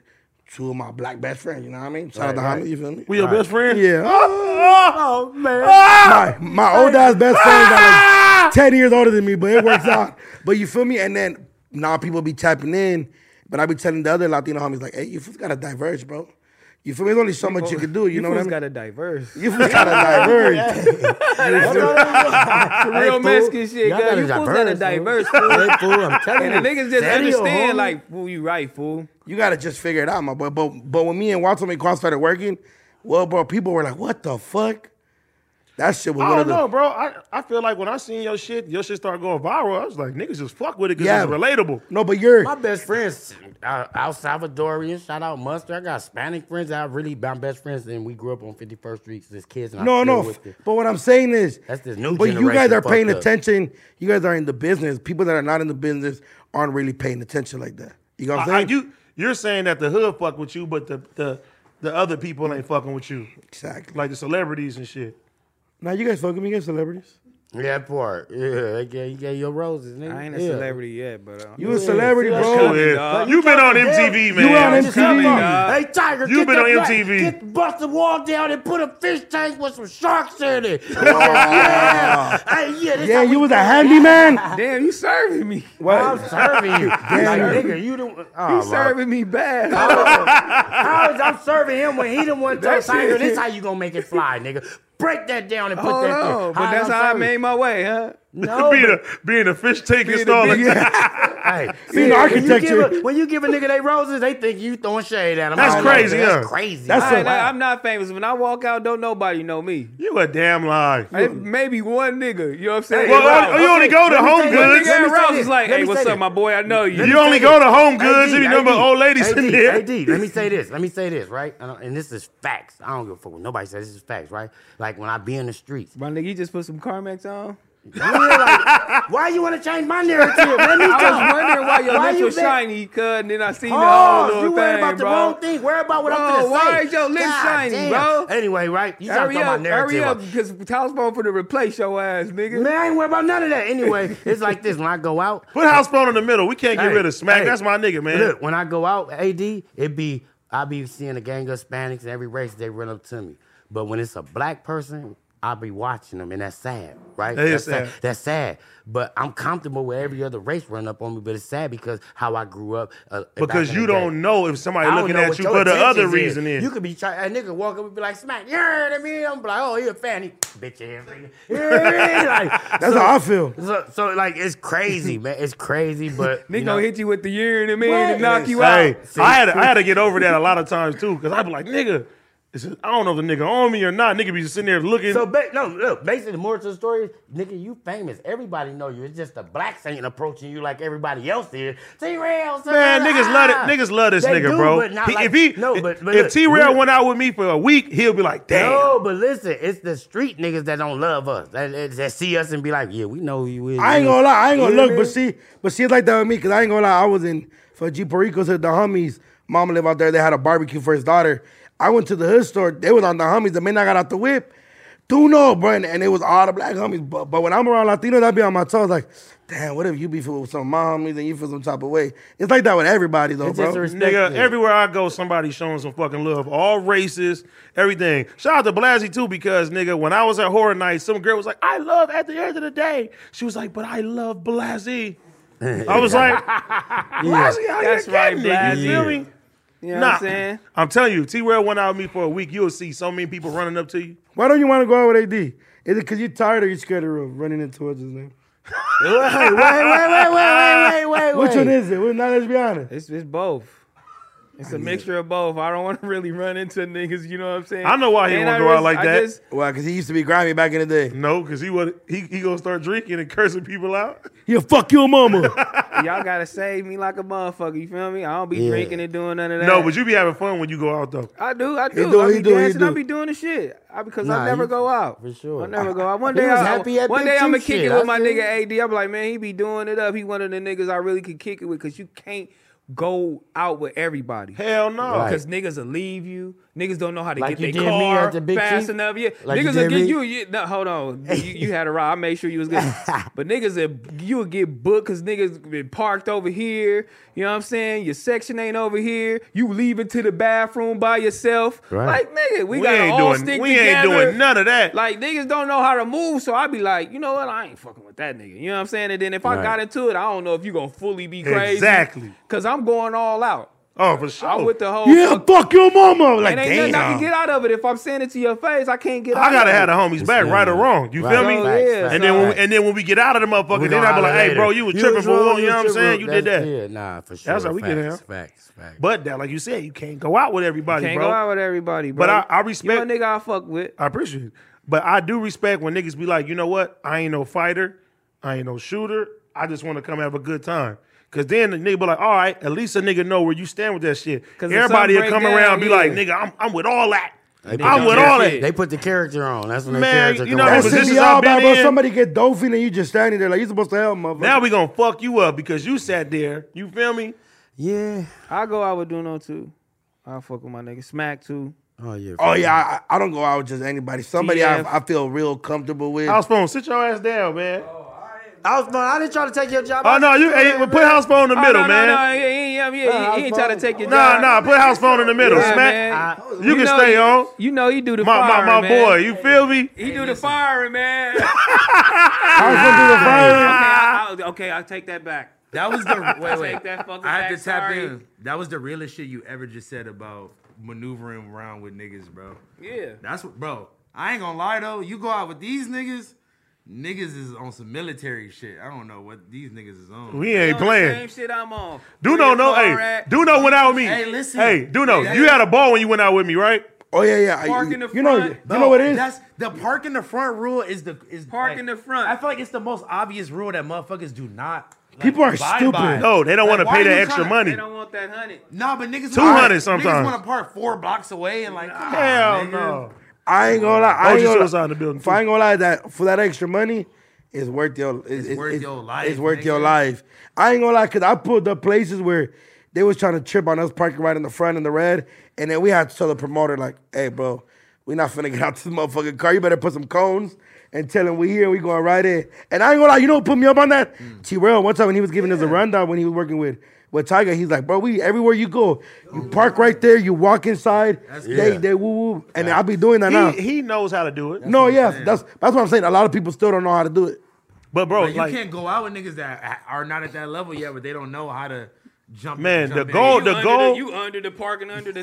two of my black best friends. You know what I mean? Shout out to Right, Hamid, you feel me? We your best friend? Yeah. Oh, man. my, my old ass best friend is like 10 years older than me, but it works out. But you feel me? And then now people be tapping in, but I be telling the other Latino homies, like, hey, you fools gotta diverge, bro. You feel me? There's only so much you can do, you, know what I mean? got a diverse. you fools *laughs* gotta diverge. *laughs* real Mexican shit, Y'all girl. gotta You fools got a diverse diverse, fool. *laughs* Hey, fool, I'm telling And the you. niggas just Serio, understand, homie. like, fool, you right, fool. you gotta just figure it out, my boy. But but when me and Walter McCall started working, well, bro, people were like, what the fuck? That shit was I one don't of the know, bro. I, I feel like when I seen your shit, your shit started going viral. I was like, niggas just fuck with it because Yeah. it's relatable. No, but you're My best friends, uh, El Salvadorian, shout out Mustard. I got Hispanic friends. I really, my best friends, and we grew up on 51st Street as kids. And No, I'm no. Still with it. But what I'm saying is, That's this new But you guys generation are paying fucked up. attention. You guys are in the business. People that are not in the business aren't really paying attention like that. You know what I'm I, I, saying? you you're saying that the hood fuck with you, but the the the other people ain't fucking with you, exactly. like the celebrities and shit. now you guys fucking me, you guys celebrities. Yeah, that part. Yeah, you gave, you gave your roses, nigga. I ain't a yeah. celebrity yet, but uh, You a celebrity, see, that's bro. Go coming, ahead. dog. you been on MTV, You man. on I'm MTV. telling you. dog. Hey Tiger, You get Uh, been the on black- MTV. Get, bust the wall down and put a fish tank with some sharks in *laughs* it. yeah, *laughs* hey, yeah, this Yeah, how we you was a do *laughs* it. handyman. Damn, you serving me. I'm serving *laughs* you, Like, nigga. You the oh, You my- serving me bad. How is I'm serving him when he the one told That Tiger, shit- this how you gonna make it fly, nigga. Break that down and put Hold that. there. on, but that's I'm how I serving- made my way, huh? *laughs* No, being but- a being a fish tank Being a installer. *laughs* big- hey, Being see, architecture. When you, give a, when you give a nigga they roses, they think you throwing shade at them. That's I don't know, crazy, man. yeah. That's crazy. That's All right, a- now, I'm not famous. When I walk out, don't nobody know me. you a damn lie. Hey, Maybe one nigga. You know what I'm saying? Well, Hey, Ralph. oh, you only go to let me Home tell you Goods. one Let Nigga me at say Ralph this. is like, Let hey, me what's say up, this. my boy? I know you. You only go to Home Goods AD, if you number AD, old ladies AD, in there. AD, let me say this. Let me say this, right? And, and this is facts. I don't give a fuck what nobody says. This is facts, right? Like when I be in the streets. My nigga, you just put some Carmex on? Why you want to change my narrative? Let *laughs* me I was talk. wondering why your Why lips you was been- shiny, cuz, and then I seen the whole Oh, little you thing, worried about the bro. wrong thing. Worry about what I'm Bro, finna why say. is your lips God shiny, damn. bro? Anyway, right? You talking Hurry about up, my narrative. hurry up, because Tyler's phone for the replace your ass, nigga. Man, I ain't worried about none of that. Anyway, it's like this. When I *laughs* go out, Put house phone in the middle. We can't get Hey, rid of smack. hey, That's my nigga, man. Look, when I go out, AD, it be I be seeing a gang of Hispanics and every race they run up to me. But when it's a black person, I be watching them, and that's sad, right? That is that's sad. That's sad. But I'm comfortable with every other race run up on me. But it's sad because how I grew up. Uh, back because in the you day. don't know if somebody I don't looking know at what you your for the other intentions reason is. You could be trying. A nigga walk up and be like, "Smack, you heard of me?" I'm like, "Oh, he a fan." He bitch ass nigga. *laughs* You heard? Like, That's so- how I feel. So, so like, it's crazy, man. It's *laughs* crazy, but Nigga you know, gonna hit you with the urine and man What? and knock you out. Hey, I had I had to get over that a lot of times too, because I'd be like, nigga, this is, I don't know if the nigga on me or not. Nigga be just sitting there looking. So ba- no, look. Basically, the moral to the story is, nigga, you famous. Everybody know you. It's just the blacks ain't approaching you like everybody else is. T. Rail, Man, niggas love it. Niggas love this They nigga, do, bro. but not He- like- if he, no, but- but if look, T Rail we- went out with me for a week, he'll be like, damn. No, but listen, it's the street niggas that don't love us. That, that, that see us and be like, yeah, we know who you is. I ain't gonna lie, I ain't gonna You know look, what but I see, but see, it's like that with me, cause I ain't gonna lie, I was in for G Perico's at the homies. Mama live out there, they had a barbecue for his daughter. I went to the hood store, they was on the homies. The minute I got out the whip, do know, bro, and, and it was all the black homies. But, but when I'm around Latinos, I be on my toes, like, damn, what if you be for some of my homies and you feel some type of way? It's like that with everybody though, It's bro. just a respect Nigga, thing. everywhere I go, somebody's showing some fucking love. All races, everything. Shout out to Blasi too, because nigga, when I was at horror night, some girl was like, "I love." At the end of the day, she was like, "But I love Blasi." I was *laughs* like, "Blasi, out That's here getting right, it, you feel Blasi. me?" You know nah, what I'm saying? telling you, T. Rail went out with me for a week. You'll see so many people running up to you. Why don't you want to go out with AD? Is it because you're tired or you're scared of running into us? *laughs* name? wait, wait, wait, wait, wait, wait, wait. Which one is it? Well, now let's be honest. It's it's both. It's a mixture of both. I don't want to really run into niggas. You know what I'm saying? I know why he And don't I go out res- like I that. just- Why? Because he used to be grimy back in the day. No, because he would he he gonna start drinking and cursing people out. *laughs* He'll fuck your mama. y'all gotta save me like a motherfucker. You feel me? I don't be Yeah. drinking and doing none of that. No, but you be having fun when you go out though. I do, I do. do, I he be do, he dancing. I do. be doing the shit I, because I Nah, never you- go out. for sure. I never *laughs* go out. One day, was I, happy at one Big day I'm Two gonna kick shit, it with I my feel nigga AD. I'm like, man, he be doing it up. He one of the niggas I really could kick it with because you can't go out with everybody. Hell no. Right. Cause niggas will leave you. Niggas don't know how to Like you get did their me car at the Big fast Chief? enough. Yeah, Like you niggas will did get me? you. you- no, hold on, you, you had a ride. I made sure you was *laughs* good. but niggas, will- you will get booked because niggas been parked over here. You know what I'm saying? Your section ain't over here. You leaving to the bathroom by yourself. Right. Like nigga, we, We gotta ain't all doing- stick we ain't together. doing none of that. Like niggas don't know how to move, so I be like, you know what? I ain't fucking with that nigga. You know what I'm saying? And then if I Right. got into it, I don't know if you gonna fully be crazy. Exactly. Cause I'm going all out. Oh, for sure. I'm with the whole Yeah, fuck- fuck your mama. Like, and ain't nothing I damn. can get out of it if I'm saying it to your face. I can't get. out I gotta of have the it. homies back, right or wrong. You feel me? Oh, Facts, yeah, And then when, and then when we get out of the We motherfucker, then gonna I be like, holler hey, bro, later. you was tripping for wrong, one. You was know what I'm tripping saying? for- You did that's- that. Yeah, nah, for sure. That's how we get Facts, down. Facts, facts. But that, like you said, you can't go out with everybody, Can't bro. go out with everybody, bro. But I- I You respect- know, a nigga, I fuck with. I appreciate it. But I do respect when niggas be like, you know what? I ain't no fighter. I ain't no shooter. I just want to come have a good time. Cause then the nigga be like, all right, at least a nigga know where you stand with that shit. 'Cause if Everybody will something come break around down, and be like, yeah. nigga, I'm, I'm with all that. They put I'm the with character- all that. They put the character on. That's when Man, they character you come know on. that That's But it, this is y'all how bad, bad bro. it is. Somebody get dolphin and you just standing there like you supposed to help, motherfucker. Now we gonna fuck you up because you sat there. You feel me? Yeah. I go out with Duno too. I fuck with my nigga Smack too. Oh yeah. oh yeah, I, I don't go out with just anybody. Somebody TF. I, I feel real comfortable with. House phone, sit your ass down, man. House phone. I didn't try to take your job. Oh no, you hey, well, put house phone in the Oh, middle, no, man. No, no, yeah, yeah, yeah, yeah. Nah, he, he ain't trying to bro. take your Nah, job. nah, put house phone in the middle. Yeah, Smack. man. You can know stay he- on. You know he do the My firing, my my man. boy, you feel me? He do the *laughs* firing, man. okay, I was gonna do the I, fire. I, okay, I'll take that back. That *laughs* was the wait, wait. Take that fucking I have to back, tap sorry. in. That was the realest shit you ever just said about maneuvering around with niggas, bro. Yeah. That's what, bro. I ain't gonna lie though. You go out with these niggas, niggas is on some military shit. I don't know what these niggas is on. We ain't You know the playing. Same shit I'm on. Do Where no your no car hey. at? Do no went out with me. Hey, listen. Hey, do no. Hey. You had a ball when you went out with me, right? Oh yeah, yeah. I- Park in the you know, front. Bro, you know what it is. That's the park in the front rule is the is Park in the front. I feel like it's the most obvious rule that motherfuckers do not. like, People are abide stupid. by. No, they don't Like, want to why pay are that you extra tryna- money. They don't want that hundred. Nah, but 200 niggas Niggas sometimes. want to park four blocks away and like. come on, Hell Ah, nigga. no. I ain't gonna lie. I Hold ain't your gonna suicide lie. in the building, If I too. ain't gonna lie, that for that extra money, it's worth your it's, worth your life, It's worth your nigga. life. I ain't gonna lie, cause I pulled up places where they was trying to trip on us parking right in the front in the red, and then we had to tell the promoter like, "Hey, bro, we not finna get out this motherfucking car. You better put some cones." And tell him we here, we going right in. And I ain't gonna lie, you know who put me up on that? Mm. T Rail, one time when he was giving us a rundown when he was working with with Tiger, he's like, bro, we everywhere you go, you park right there, you walk inside, they Yeah. they woo woo, and I'll be doing that now. He, he knows how to do it. No, yeah, that's that's what I'm saying. A lot of people still don't know how to do it. But bro, But you like can't go out with niggas that are not at that level yet, but they don't know how to jump. Man, jump the in. goal- You- Oh, the under goal- you under the parking under the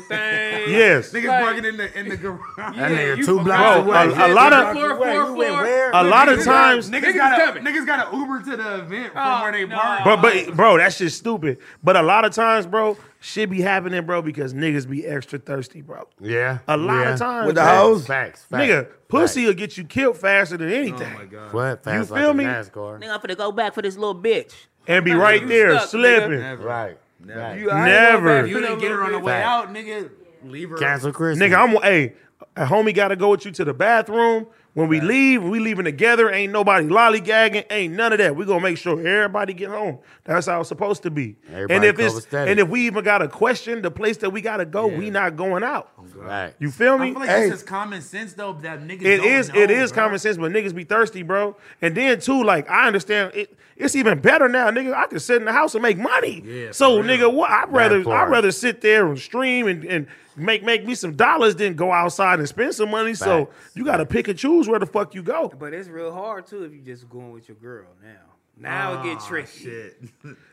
*laughs* thing. yes, niggas like- parking in the in *laughs* the garage. Yeah, nigga you two forgot. blocks Bro, away. a- a Yeah, lot of- floor, Wait, floor, you went floor. where? a lot of Niggas times got- Niggas got a coming. niggas got to Uber to the event from Oh, where they no. park. But but bro, that shit's stupid. But a lot of times, bro, shit be happening, bro, because niggas be extra thirsty, bro. Yeah. A lot yeah. of times, With the bro, hoes? Facts. facts nigga, facts. pussy will get you killed faster than anything, oh my god. What? Facts You like feel a me? NASCAR. Nigga, I'm finna go back for this little bitch. and be right You there stuck, nigga. slipping. Never. Right. Right. You- I Never. ain't going back If to you that didn't get her on the little way Fact. out, nigga. Leave her. Cancel Christmas. Nigga, I'm hey, a homie gotta go with you to the bathroom. When we leave, we leaving together. Ain't nobody lollygagging. Ain't none of that. We gonna make sure everybody get home. That's how it's supposed to be. and Everybody if it's covered steady. and if we even got a question, the place that we gotta go, we not going out. Right. You feel I me? feel like Hey. this is common sense though. That niggas. It don't is. Know, it is bro. common sense, but niggas be thirsty, bro. And then too, like I understand, it, it's even better now, nigga. I can sit in the house and make money. Yeah, so, for real. nigga, what I'd rather I'd part. rather sit there and stream and, and make make me some dollars than go outside and spend some money. So Facts. you got to pick and choose where the fuck you go. But it's real hard too if you just going with your girl now. Now it get tricky. Shit.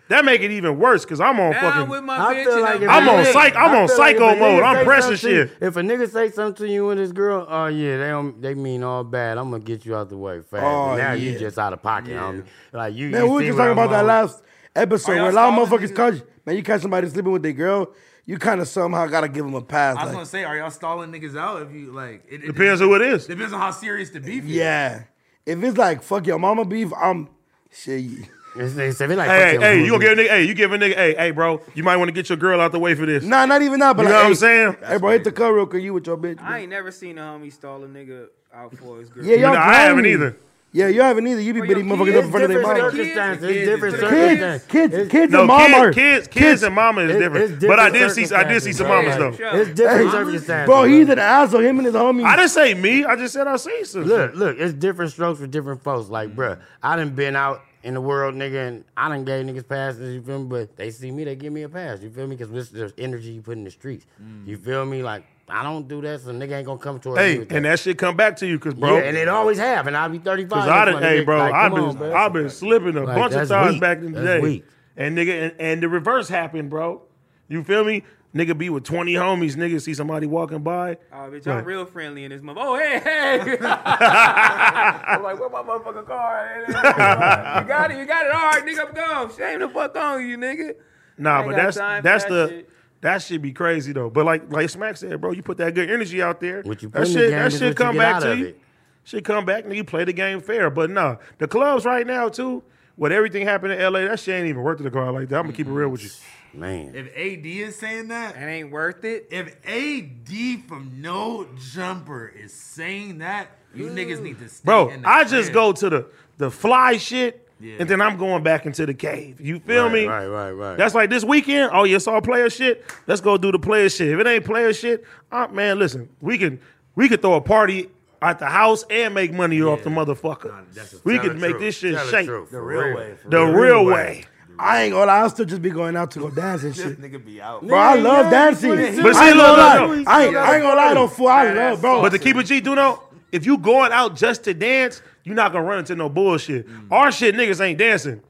That make it even worse because I'm on Now fucking. with my I bitch, feel and like if I'm, I'm a on nigga- psych- I'm I on feel like if psycho a nigga mode. I'm say pressing something to you- shit. If a nigga say something to you and this girl, oh yeah, they don't, they mean all bad. I'm gonna get you out the way fast. Oh, now you yeah. just out of pocket, homie. Like you, Man, you we were see just where talking I'm um, about that on. last episode y'all where a lot of stalling motherfuckers caught you. Man, you catch somebody sleeping with their girl, you kind of somehow gotta give them a pass. I was like, gonna say, are y'all stalling niggas out? If you like, it, it Depends who it is. Depends on how serious the beef is. yeah, if it's like fuck your mama beef, I'm shit. you- It's, it's, it's like Hey, hey, fucking- hey, you gonna give a nigga? Hey, you give a nigga? Hey, hey, bro, you might want to get your girl out the way for this. Nah, not even that. But You like, know what hey, I'm saying? Hey, bro, hit the cut real quick. You with your bitch? I ain't never seen a homie stall a nigga out for his girl. yeah, y'all Nah, I haven't grimy. either. Yeah, you haven't either. You be Well, beating your motherfuckers kids up in front of their different mama. kids. circumstances. Kids, different kids, Kids, circumstances. kids, It's- kids, No, and mama. kids, are- kids, kids, and mama is It's- different. it's but I did different see, I did see some mamas circumstances, though. bro. It's different Hey, circumstances, Bro, he's an asshole. Him and his homies. I didn't say me. I just said I seen some. Look, look, it's different strokes for different folks. Like, Mm-hmm. bruh, I done been out in the world, nigga, and I done gave niggas passes, you feel me? But they see me, they give me a pass, you feel me? Because this there's energy you put in the streets. You feel me? Like, I don't do that, so nigga ain't gonna come towards me Mm. Hey, with and that. that shit come back to you, cause bro, Yeah, and it always have, and I'll be 35. cause I next done, month, hey, nigga. bro, Like, I've come been, on, bruh. I've been slipping a Like, bunch of that's times weak. back in the That's day, weak. and nigga, and, and the reverse happened, bro. You feel me? Nigga be with twenty homies, nigga see somebody walking by. Oh, bitch, y'all Right. real friendly in this month. Oh, hey, *laughs* hey. *laughs* I'm like, where my motherfucking car? at? *laughs* you got it, you got it. All right, nigga, I'm gone. Shame the fuck on you, nigga. Nah, ain't but got that's time for that's that the shit. that shit be crazy though. But like like Smack said, bro, you put that good energy out there. What you that put in the shit game that is shit what you come get back out to of you. it. Shit come back and you play the game fair. But nah, the clubs right now too. With everything happening in LA, that shit ain't even worth the car like that. I'm gonna keep it real with you. Man. If AD is saying It that, ain't worth it. if AD from No Jumper is saying that, you niggas need to stay Bro, in the I just crib. go to the the fly shit, Yeah. and then I'm going back into the cave. You feel Right, me? right, right, right. That's like this weekend. Oh, you saw player shit. Let's go do the player shit. If it ain't player shit, uh, man, listen, we can we could throw a party at the house and make money off the motherfucker. that's a- we Tell could the make truth. this shit Tell the shake truth, the, for real real. way. for real. real way. I ain't gonna. lie, I'll still just be going out to go dance and *laughs* shit. Nigga be out. Bro, I Yeah, love yeah, dancing. but I it's- ain't But gonna see, look, look, lie. look. I ain't, I ain't gonna lie, though, fool. I love, bro. But to keep it G, do know if you going out just to dance, you're not gonna run into no bullshit. Mm. Our shit niggas ain't dancing.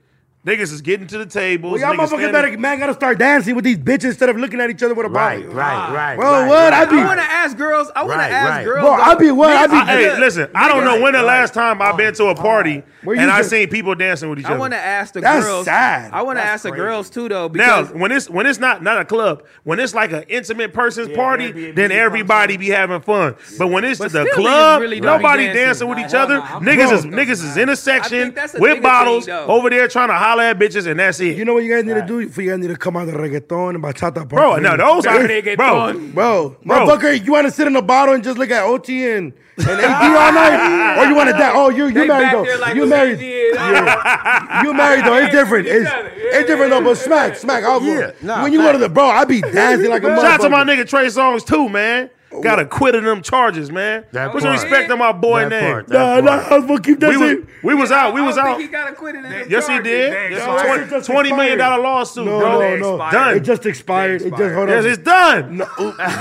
Niggas is getting to the tables. Well, y'all niggas motherfuckers standing- better, man, gotta start dancing with these bitches instead of looking at each other with a Right, body. right, right. Bro, right, what? right. I be- I want to ask girls. I want Right, to ask right. girls. Bro, I though. be what? I be. I- hey, listen, I don't know when the Right, last time I've been to a party Where you and I just- seen people dancing with each other. I want to ask the That's girls. sad. I want to That's ask the crazy. girls too, Now, though. Because when it's when it's not not a club, when it's like an intimate person's party, Airbnb then everybody be having fun. But when it's But the still, club, niggas really don't be nobody dancing. dancing with Nah, each hell other. nah, I'm niggas broke. is niggas is in a section that's a nigga with thing, bottles though. over there trying to holler at bitches, and that's it. You know what you guys need to do? For you guys need to come out the reggaeton and bachata. bro, now those are Reggaeton. bro. Bro, Bro. motherfucker, you want to sit in the bottle and just look at OT and, and AD all night, or you want to die? Oh, you you They married back though. there like you the married. CGA. You married though. *laughs* It's different. each It's, other. Yeah, it's different though. But smack, smack. I'll go. Yeah, nah, when you go to the bro, *laughs* I be dancing like a motherfucker. Shout out to my nigga Trey Songs too, man. Gotta quit of them charges, man. That Put some part. respect to my boy That name. part, that Nah, nah, I was gonna keep that we, was, shit. we was out. We I was don't think out. He got acquitted in them Yes, he charges. did. Yes, expired. $20 It $20 twenty million dollar lawsuit, No, bro. no, no. Done. It just expired. It just hold yes, on. it's *laughs* done.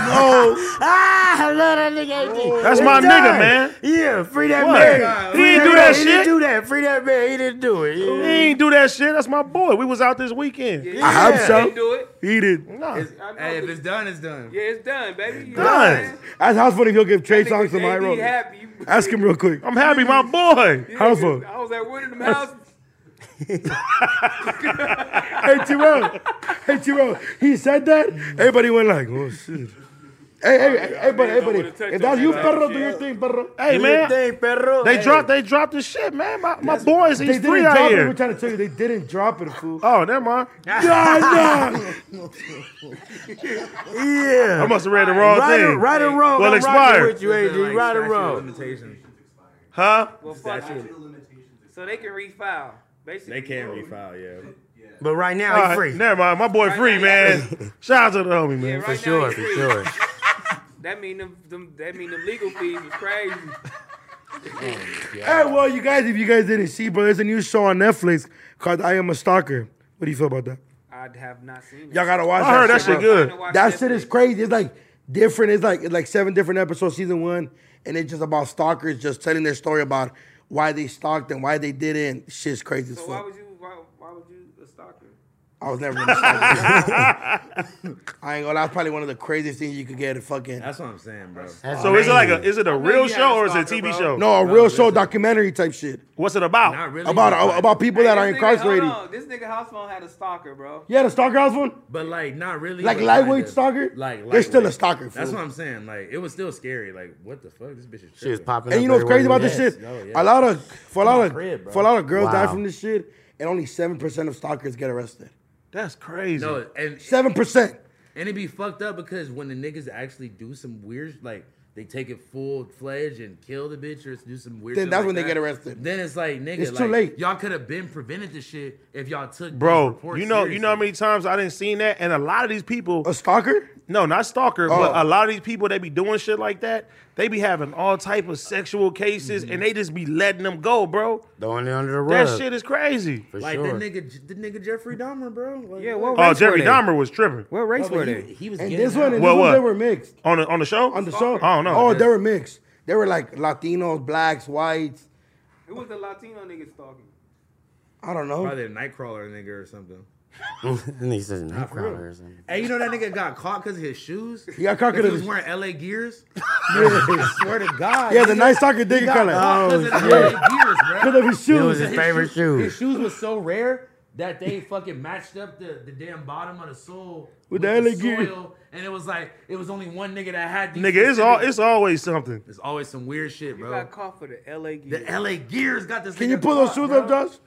No, Ah, I love that nigga. AD. That's It's my done. nigga, man. Yeah, free that What? man. He didn't Free do man. that He didn't shit. do that. Free that man. He didn't do it. He ain't do that shit. That's my boy. We was out this weekend. I hope They so. do it. Eat it. Nah. I know. Hey, if it's done, it's done. yeah, it's done, baby. You know what I'm Done. saying? That's how funny if you'll give Trey songs to Niggas my AD road. happy. You- Ask him real quick. I'm happy, my boy. How *laughs* far? I was at one of them houses. hey Terrell, hey Terrell, he said that. Everybody went like, oh shit. Hey, hey, hey, hey, buddy, hey, buddy. If that's you, perro, do your thing, perro. Hey, man. They, perro. dropped. They dropped the shit, man. My, my boys, They he's didn't free out drop it. We're here. trying to tell you they didn't drop it, fool. Oh, never *laughs* mind. nah, nah. Yeah. I must have read the wrong right or, thing. right or wrong, Well, I'm expired. rocking with you, AD. Like, right or statute of wrong. limitations. Huh? Well, fuck it. So they can refile. Basically, They can't refile, yeah. But right now, All he right, free. Never mind. My boy free, man. Shout out to the homie, Yeah, man. right now Sure, you for free. sure. That mean them, them. That mean them legal fees was crazy. Hey, well, you guys, if you guys didn't see, bro, there's a new show on Netflix called I Am a Stalker. What do you feel about that? I have not seen it. Y'all gotta watch. I heard that bro. shit good. Watch That shit Netflix. is crazy. It's like different. It's like it's like seven different episodes, season one, and it's just about stalkers just telling their story about why they stalked and why they did it. And shit's crazy as So why fuck. would you? Why, why would you a stalker? I *laughs* was never. Gonna stalk I ain't gonna. lie, That's probably one of the craziest things you could get. A fucking That's what I'm saying, bro. So is it like a is it a real you show or is it a had a stalker, TV bro. show? no, a real show documentary type shit What's it about? Not really. about but- about people that are Hey, this nigga- hold incarcerated. on. This nigga house phone had a stalker, bro. Yeah, the stalker house one. But like, not really. Like but lightweight kinda. stalker? Like, They're still a lightweight. stalker, That's fool. what I'm saying. Like, it was still scary. Like, what the fuck? This bitch is. Shit is tripping. popping up And you know what's crazy everywhere about this we shit? Yes, no, yeah. A lot of for a lot of crib, bro. for a lot of girls die Wow. from this shit, and only seven percent of stalkers get arrested. That's crazy. No, and Seven percent. and it be fucked up because when the niggas actually do some weird, like they take it full fledged and kill the bitch or do some weird. Then shit that's like when they that, get arrested. Then it's like, nigga, It's too like, late. Y'all could have been prevented this shit if y'all took these Bro, reports you know, you know how seriously. many times I didn't seen that, and a lot of these people, A stalker? no, not stalker, but Oh. a lot of these people that be doing shit like that, they be having all type of sexual cases, and they just be letting them go, bro. Throwing it under the That rug. shit is crazy. For Like sure. that nigga, the nigga Jeffrey Dahmer, bro. Like, Yeah, what Oh, race Jeffrey were they? Dahmer was tripping What race were he, they? he was. And getting this one and What, this one what? they were mixed. on the on the show. on the show. I don't know. Oh, they were mixed. They were like Latinos, blacks, whites. It was the Latino nigga stalking. I don't know. probably a Nightcrawler nigga or something. *laughs* and he says, "Nah, Crowder or something." Hey, you know that nigga got caught because of his shoes. He got caught 'cause he of was his- wearing LA gears. *laughs* Yeah, Swear to God. yeah the nice soccer dick got color. caught Oh, 'cause of the yeah. LA gears, bro. Because of his It was shoes. his favorite shoes- shoe. His shoes was so rare that they fucking matched up the, the damn bottom of the sole With the LA gear. soil, and it was like it was only one nigga that had these. Nigga, it's specific- all it's always something. There's always some weird shit, You bro. got caught for the LA gear. The LA gears got this. Can nigga you pull those caught, shoes bro. up, Josh?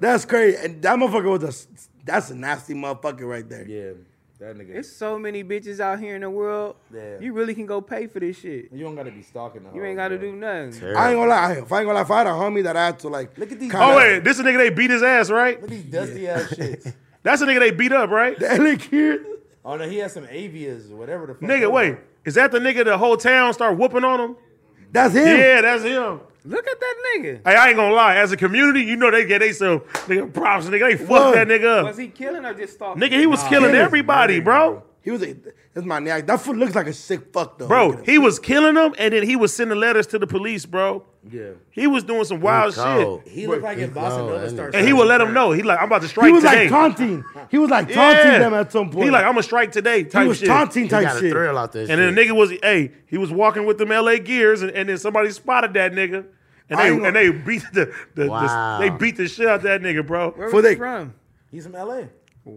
That's crazy. And that motherfucker was a. s- That's a nasty motherfucker right there. Yeah, that nigga. There's so many bitches out here in the world. Yeah. Oh, You really can go pay for this shit. you don't gotta be stalking the. You ain't got to do nothing. I ain't gonna lie. If I ain't gonna lie, if I had a homie that I had to like. Look at these- kinda- Oh wait, this a nigga they beat his ass, right? these dusty ass shits. That's a nigga they beat up, right? The LA gear. Oh no, he has some avias or whatever the fuck. Nigga, wait, is that the nigga the whole town start whooping on him? That's him. Yeah, that's him. Look at that nigga. Hey, I ain't gonna lie. As a community, you know they get they some nigga props. Nigga, they fucked Word. that nigga up. Was he killing or just stalking? Nigga, he was killing Killing. everybody, bro. He was a. That's my nigga. That foot looks like a sick fuck though. Look Bro, at him. he was killing them, and then he was sending letters to the police, bro. Yeah. He was doing some wild shit, He looked like if Bossa No, Nova that starts. and he would let them know. He like, I'm about to strike He was today. like taunting. He *laughs* was like taunting Yeah. them at some point. He like, I'm gonna strike today. Type He was shit. taunting He got type a shit. thrill out there. And then the nigga was, hey, he was walking with them LA gears, and, and then somebody spotted that nigga. And I they, ain't gonna- and they beat the, the, Wow. the they beat the shit out that nigga, bro. Where For was they- he from? He's from LA.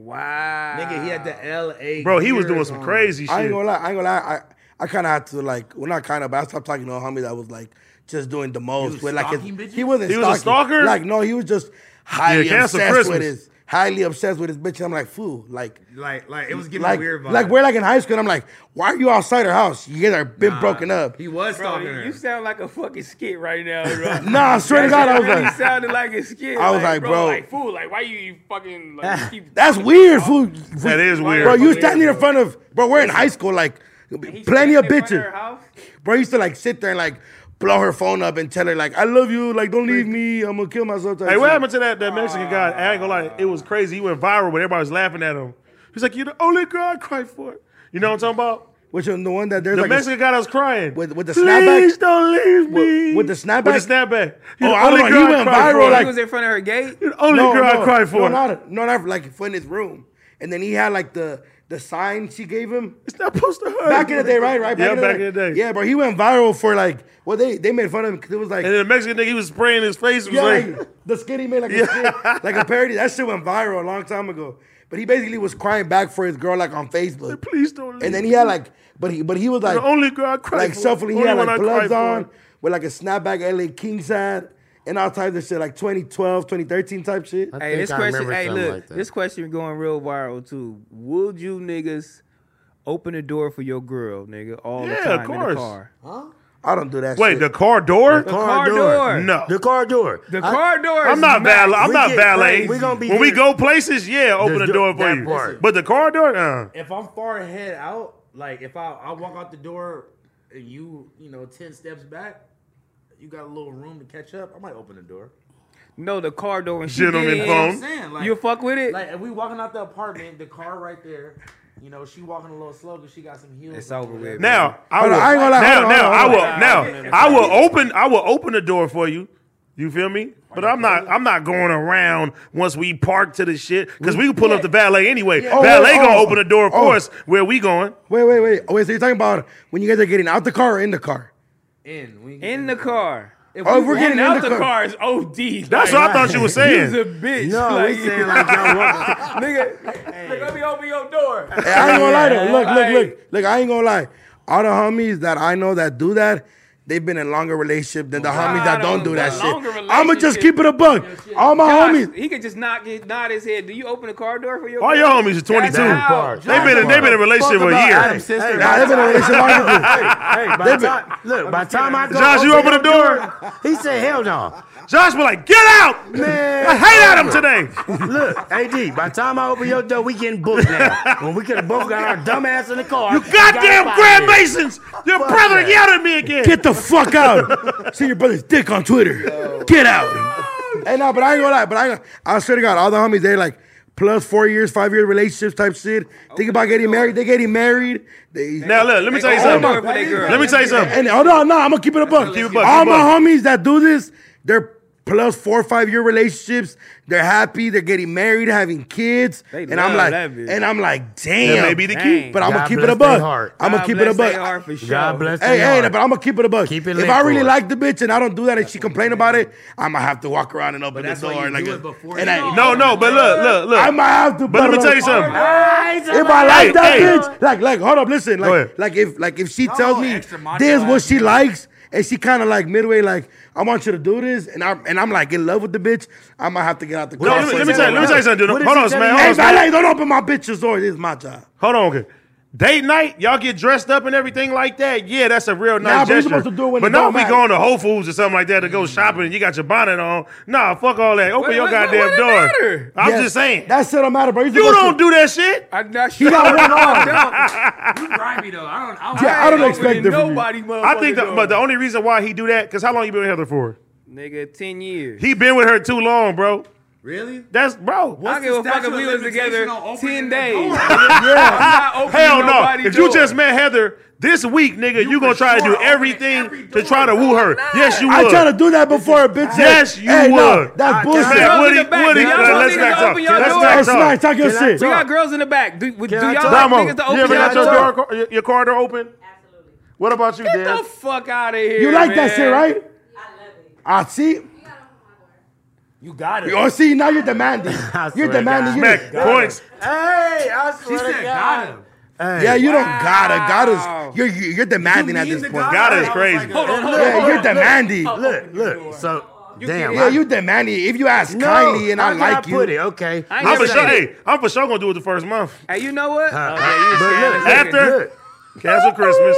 Wow. Nigga, he had the LA. Bro, he was gears doing some on. crazy I ain't shit. gonna lie. I ain't gonna lie. I, I kind of had to like, well, not kind of, but I stopped talking to a homie that was like just doing the most. was with, like his- stalking bitches? he wasn't. He was a stalking. stalker? Like no, he was just highly Yeah, cancel obsessed Christmas. with his. highly obsessed with his bitch. And I'm like, fool, like, Like, like it was giving like, weird vibes. like we're like in high school. And I'm like, why are you outside her house? You guys are been broken up. He was Bro, talking to you, her. you sound like a fucking skit right now, *laughs* bro. Nah, I *laughs* swear to God, I was really like, sounded like a skit. I was like, bro. Ah, like fool, like why you fucking like, keep that's weird, fool. That is weird. Bro, you Fucking standing in weird, front of, bro, we're in high school, like, He plenty of standing in front her bitches. house? Bro, I used to like sit there and like blow her phone up and tell her like, "I love you, like don't leave me, I'm gonna kill myself." type Hey, what shit. happened to that, that Mexican guy? I ain't gonna lie, it was crazy. He went viral, but everybody was laughing at him. He's like, "You're the only girl I cried for." You know what I'm talking about? Which one? The one that there's The like a- Mexican guy that was crying with- with the Please snapback? don't leave me. With- with the Oh, With the snapback. You're the I don't only know, girl he went cried viral, for. like- he was in front of her gate. You're the only no, girl no, I cried for. No, not no, not like for in his room. And then he had like the the sign she gave him it's not supposed to hurt. back in the day, right? Right? yeah, back in the day. Yeah, bro, he went viral for like well, they they made fun of him because it was like And then the Mexican nigga, he was spraying his face. It was yeah, like, like, the skinny man like a skit, like a parody. That shit went viral a long time ago. But he basically was crying back for his girl like on Facebook. please don't leave. And then he had like, but he but he was like the only girl I cried like for. shuffling. He Only had one like I cried gloves for. on with like a snapback LA Kings hat and all types of shit, like 2012, 2013 type shit. I Hey, think this I question. remember Hey, something look, like that. this question going real viral too. Would you niggas open the door for your girl, nigga, all Yeah, the time of in course. the car? I don't do that. Wait, shit. the car door? The car door. No. The car door. The I- car door. I'm is not mad. val- I'm We not get valet. praised. We gonna be when we here. go places, yeah, open the do- door for that you. part. But the car door, uh, if I'm far ahead out, like if I, I walk out the door and you, you know, 10 steps back, you got a little room to catch up, I might open the door. No, the car door. And she Gentleman did. phone. I'm saying, like, You fuck with it? like if we walking out the apartment, the car right there, you know, she walking a little slow because she got some heels. it's over with. now I Hold will. on, I ain't gonna lie, now, hold on, now hold on, I will. Now I will open. I will open the door for you. You feel me? But I'm not. I'm not going around once we park to the shit because we can pull up the valet anyway. Oh, valet oh, gonna oh. open the door for Oh. us where we going. wait, wait, wait. Oh, wait, so you're talking about when you guys are getting out the car or in the car? in. We ain't in getting- the car. oh, if we're Getting getting out the car is OD. That's like, what I thought you were You's a saying. bitch. No, like, we saying *laughs* like y'all walking. nigga, nigga, let me open your door. Hey, I ain't gonna lie though. Look, Like- look, look, look. I ain't gonna lie. All the homies that I know that do that, they've been in longer relationship than the homies I that don't don't do know that about shit. longer I'ma just relationship. keep it a buck. All my Josh, homies. He could just knock his, nod his head. Do you open the car door for your? All girl? your homies are 22. That's how- Part. They've been in, they've been in a relationship for a about year. Adam's sister. Nah, they've been in a relationship longer than *laughs* Hey, hey, by the time, look, by the time I go, Josh, you open the your door? He said, "Hell no, Josh was like, "Get out!" man." I hate Adam today. Look, AD. By the time I open your door, we getting booked now. when we could have both got our dumb ass in the car. You Goddamn Grand Masons! Your brother that. yelled at me again. Get the fuck out. See your brother's dick on Twitter. Get out. hey, no, but I ain't gonna lie. But I, I swear to God, all the homies, they like plus four years, five year relationships type shit. Think about getting married. They getting married. They, Oh Now look, let me tell you Open the door something. for their girl. Let me tell you something. and hold on, no, I'm gonna keep it a buck. Keep it a buck, all keep it a my homies that do this, they're plus four or five year relationships. They're happy. They're getting married, having kids. They and I'm love like, that bitch. and I'm like, damn. That may be the Dang. key. but I'm gonna God keep it bless a their buck. heart. I'm gonna God keep it a bless they buck. are for sure. God bless. Hey, their hey, heart. but I'm gonna keep it a buck. Keep it if lit I for really her. like the bitch and I don't do that, and she complain about it, I'm gonna have to walk around and open the that's why door. you Like, do a- it before and you I, No, know. no, but look, look, I look. might have to. But let me tell you bro. something. If I like Hey, that hey. bitch, like, like, hold up, listen, ahead. like, like if, like, if she tells me extra macho this what ass she likes, and she kind of like midway, like, I want you to do this, and I'm, and I'm like in love with the bitch, I might have to get out the car. No, let me, for let a me tell you, let me second. tell you something, What dude. is Hold he on, telling man. you? Hey, Hold on, man. valet, don't open my bitch's door. This is my job. Hold on. okay. Date night, y'all get dressed up and everything like that. Yeah, that's a real Nah, nice but we gesture. supposed to do it when but it now don't we matter. Mm. going to Whole Foods or something like that to go shopping and you got your bonnet on. Nah, fuck all that. Open What- your what- what- goddamn what it door. matter? I'm Yeah, just saying. That shit don't matter, bro. You don't do that shit. I'm not sure. got *laughs* one I don't- You grimy though. I don't. I don't, Yeah, I don't ain't expect opening that from you. nobody. I think, motherfucking that, but the door. only reason why he do that, because how long you been with Heather for? nigga, ten years. He been with her too long, bro. really. That's bro. I the don't give a fuck statute if we of was together limitation on ten opening that days. door? yeah. I'm not opening *laughs* Hell no! nobody's If you door. just met Heather this week, nigga, you, gonna for try sure to do open everything every to door, try to woo her. Yes, you would. I try to do that before a bitch. Yes, says, you hey, No, would. that's Can I- bullshit. Hey, Girls in Woody, the back, Woody, y'all uh, don't let's need to back talk. open your Let's door. back Hey, That's talk. Snacks, talk your Can I shit. We talk? got girls in the back. Do, do I y'all talk? like Damo, niggas to you open ever your got y'all your door? door, your, your car door open? Absolutely. What about you, Get the Dan? fuck out of here. You like that man. shit, right? I love it. I see. You gotta open my door. You got it. You see, now you're demanding. swear You're to demanding. God. You're, Smack points. Hey, I She swear said to got God. him. yeah, you don't gotta. Wow. Gotta. You're you're demanding You at mean this the point. God is I was crazy. Like, Hold on, hold on. Yeah, hold you're on. demanding. Look, look. So Damn. Yeah, I- you demand it. If you ask No, kindly and I how can like you, *laughs* put it. Okay. I ain't I'm for never sure. done it. Hey, I'm for sure gonna do it the first month. Hey, you know what? Uh, Okay, you but saying look, it's okay. after- look, Cancel Christmas.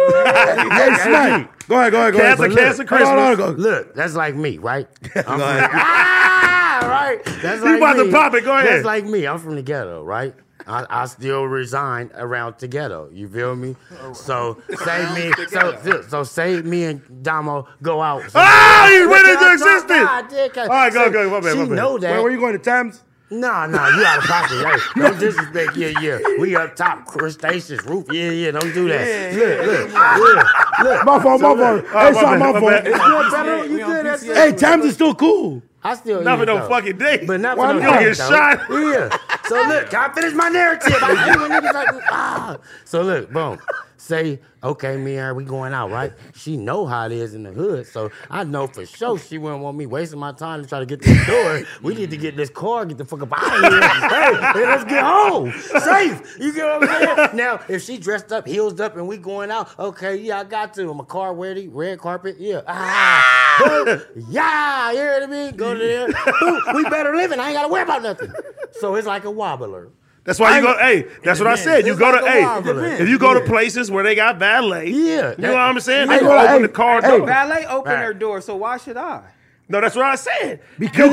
Yes, man. Go ahead, go ahead, go ahead. Cancel, look, cancel Hold on, Christmas. hold on, go- Look, that's like me, right? I'm from, *laughs* ah, right. That's You like about to me. pop it, go ahead. That's like me. I'm from the ghetto, right? I, I still reside around the ghetto. You feel me? So save me. So, so- so save me and Damo go out. Ah, he went Look, into I thought- existence. nah, I did catch- All right, go, so go, my bad, She my bad. know that. Where were you going to Tams? Nah, nah, you out of pocket. *laughs* Hey, don't disrespect. Yeah, yeah. We up top, crustaceous roof. Yeah, yeah. Don't do that. look, look, look, look. My fault, my fault. Oh, Hey, bad, sorry, my fault. bad. Yeah, bro, you good at that? Hey, Tams is still cool. I still Not eat for it, no though. fucking day. But not Why for no not? day, You though. get shot. Yeah. So look, can I finish my narrative? I hate when niggas like ah. So look, boom. Say, okay, me and her, we going out, right? She know how it is in the hood, so I know for sure she wouldn't want me wasting my time to try to get this door. We need to get this car, get the fuck up out of here. hey, and let's get home safe. You get what I'm saying? Now, if she dressed up, heels up, and we going out, okay, yeah, I got to. I'm a car ready, red carpet, yeah. Ah, boom, yeah, you hear what I mean? Go to *laughs* there. Boom, we better living. I ain't gotta worry about nothing. So it's like a wobbler. That's why you go. Hey, that's what I said. You It's go to like a wobbler. hey, if you go to Yeah. places where they got valet, Yeah, you that- know what I'm saying. Hey, They well, gonna open hey, the car hey. door. Valet opened Right. her door, so why should I? No, that's what I said. Because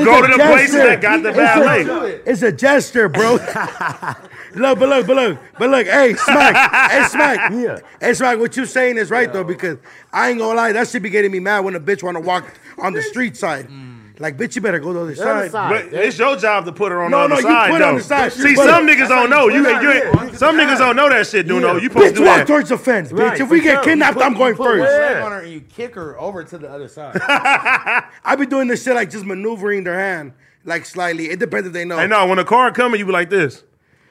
you it's go a to the gesture. places that got the It's a- valet. It's a *laughs* gesture, bro. look, but look, but look, but look. Hey, *laughs* smack. hey, smack. Yeah. Hey, smack. What you saying is right though, because I ain't gonna lie, that should be getting me mad when a bitch wanna walk on the street side. Like, bitch, you better go the other Mm. The other side. side. But it's your job to put her on No, the other no, you side. put her though. on the side. See, But- some niggas don't know. You That's ain't, you right, ain't, yeah. some niggas don't know that shit, Duno. Yeah. You supposed to Bitch, do walk that. towards the fence, bitch. Right, if we for get sure. kidnapped, You put- I'm going you put first. where? Leg Yeah. on her and you kick her over to the other side. I be doing this shit like just maneuvering their hand, like slightly. It depends if they know. Hey, no, uh, when the car coming, you be like this.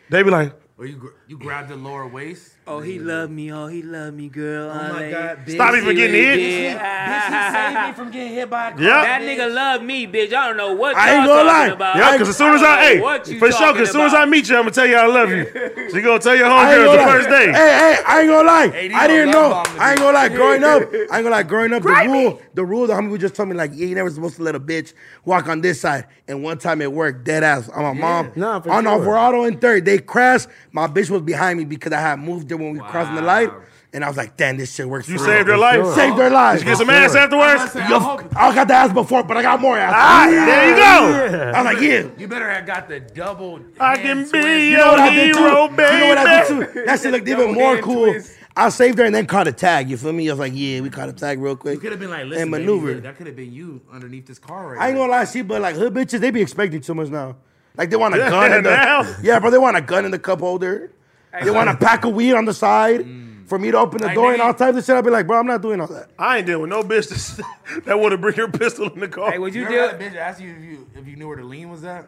They be like, or you gr- you grab the lower waist. Oh, he love me. Oh, he love me, girl. Oh my god, bitch. stop even getting hit. *laughs* Bitch, he saved me from getting hit by a car. Yeah. That nigga love me, bitch. I don't know what I y'all ain't gonna talking lie. about. Yeah, because as soon as don't know I, what hey, you for sure, because as soon as I talking meet you, I'm gonna tell you I *laughs* love you. She gonna tell your I ain't homegirl gonna the lie. first day. Hey, hey, I ain't gonna lie. these I didn't don't know. love I ain't gonna lie. Growing up, I ain't gonna lie. Growing up, the rule, the rule, the homie would just tell me like, yeah, you never supposed to let a bitch walk on this side. And one time it worked, dead ass. On my mom, Nah, for on sure. Alvarado and Third, they crashed. My bitch was behind me because I had moved there when we crossing the light, and I was like, damn, this shit works. You for saved real. her life. sure. Saved their Did lives. you get some Sure. ass I'm about afterwards? to say, I Yo, hope- I got the ass before, but I got more ass. Ah, there you go. I was like, yeah. You better have got the double. I hand can twist. be You know your what I did too? hero, baby. You know what I did too? That shit looked even Double more hand cool. twist. I saved her and then caught a tag. You feel me? I was like, yeah, we caught a tag real quick. You could have been like, listen, and baby, maneuvered. look, that could have been you underneath this car right I ain't here. gonna lie, she but like hood bitches, they be expecting too much now. Like they *laughs* want a gun in the now. yeah, bro. They want a gun in the cup holder. They want *laughs* a pack of weed on the side for me to open the Mm. Like, door and nigga- all types of shit. I'll be like, bro, I'm not doing all that. I ain't dealing with no business *laughs* that would have bring her pistol in the car. Hey, would you You deal? ever had a bitch ask you if you if you knew where the lean was at?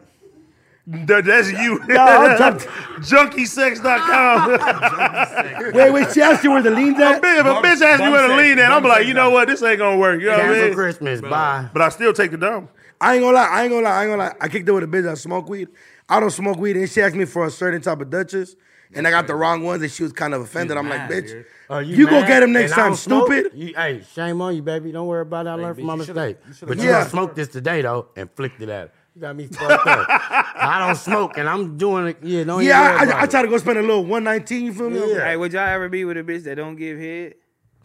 That- that's *laughs* you. I'm jumped. *laughs* Junkysex.com. Wait, wait. She asked you where the lean's *laughs* at. Man, if a bitch asks me where to bum lean at, I'm bum like, sex you know what? This ain't gonna work. You know what I Cancel mean? Christmas. Bye. But I still take the dumb. I ain't gonna lie. I ain't gonna lie. I ain't gonna lie. I kicked it with a bitch that smoke weed. I don't smoke weed, and she asked me for a certain type of Dutchess, and I got the wrong ones, and she was kind of offended. I'm like, mad, bitch, dude. Oh, you, go mad? get him next And I time, don't smoke? stupid. You- hey, shame on you, baby. Don't worry about it. I learned from my bitch, you shoulda- mistake. you shoulda But got you it. gonna smoke this today though, and flicked it at. her. You got *laughs* me fucked up. I don't smoke, and I'm doing it. Yeah, don't Yeah, even worry I, I, about I it. try to go spend a little 119. You feel me? Yeah. Hey, would y'all ever be with a bitch that don't give head?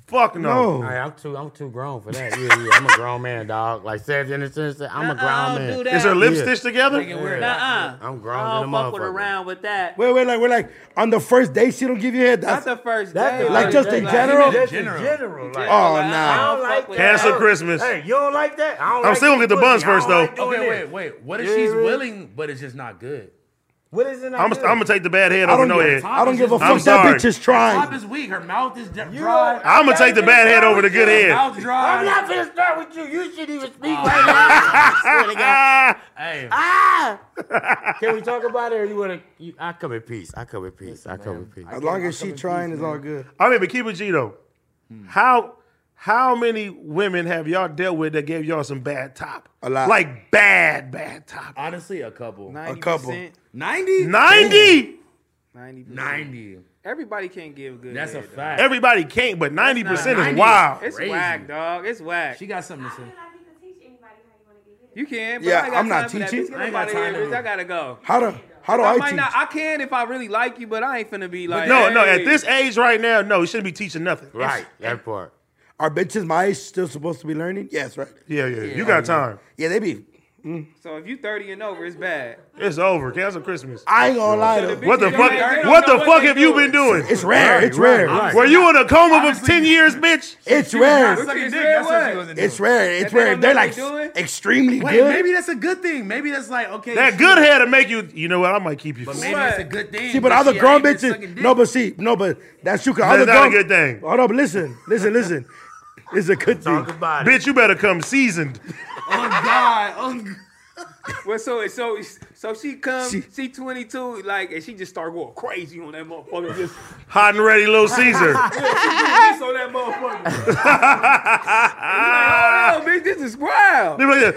Fuck no. No. Hey, I'm too, I'm too grown for that. Yeah, yeah, I'm a grown man, dog. Like Seth Innocent, said, I'm a grown Don't Uh-uh, do man. that. Is her lips Yeah. stitched together? uh-uh. uh, Nuh-uh. I'm grown I than don't a fuck with motherfucker. around with that. Wait, wait, like we're like on the first day, she don't give you head. Not That's the first That's day. the- Like, that's just the- in general? Just in General. general. Like, oh Like, nah. I don't like that. Cancel Hey, Christmas. Hey, you don't like that? I don't I'm like still gonna this get the buns pussy. I don't first, though. like doing Okay, it. wait, wait. What if Yeah, she's really? willing, but it's just not good? What is it? I I'm, I'm do? gonna take the bad head I over don't, no give, head. I don't give a I'm fuck. That sorry. bitch is Top trying. is weak. Her mouth is d- You dry. don't- I'm gonna take the bad head over the good Her head. mouth I'm dry. Oh. not finna start with you. You shouldn't even speak right *laughs* now. I swear to God. Ah! Hey, Can we talk about it, or you wanna? You, I come in peace. I come in peace. I come in peace. As long as she trying, it's all good. I mean, but keep it G though. Hmm. How how many women have y'all dealt with that gave y'all some bad top? A lot. Uh, Like bad, bad top. honestly, a couple. A couple. 90? 90. 90 90. Everybody can't give good That's a head, dog. fact. Everybody can't, but 90% is 90. wild. It's Crazy. whack, dog. It's whack. She got something to I say. feel like you can teach anybody You can. But Yeah, I ain't got I'm not time for that, teaching. bitch. Get I ain't up outta got here, time to- bitch. I gotta go. How do how do I, I, might teach? not. I can if I really like you, but I ain't finna be like. No, no. hey. At this age right now, no, you shouldn't be teaching nothing. Right, that *laughs* part. Are bitches my age still supposed to be learning? Yes, right. Yeah, yeah. You got time. Yeah, they be. So if you 30 and over, it's bad. It's over. Cancel Christmas. I ain't gonna lie the though. bitch- What the Yeah, fuck? they don't What know the what fuck they have you been doing. doing? It's rare. it's rare. Were you in a coma for ten years, bitch? It's rare. Sucking dick, dick, that's that's what what she she was wasn't It's rare. It's they rare. don't They're know like what they're doing? extremely Wait, good. maybe that's a good thing. Maybe that's like okay. That she- good hair to make you. You know what? I might keep you. But for- maybe What? it's a good thing. See, but all other the grown bitches. No, but see, no, but that's you. That's not a good thing. Hold up, listen, listen, listen. It's a good thing. about Bitch, you better come seasoned. oh God, oh God. Well, so so so she comes, she, She- 22, like, and she just start going crazy on that motherfucker. Just Hot and ready, little *laughs* Caesar. piss on that motherfucker. like, oh, no, bitch, this is wild. They be like,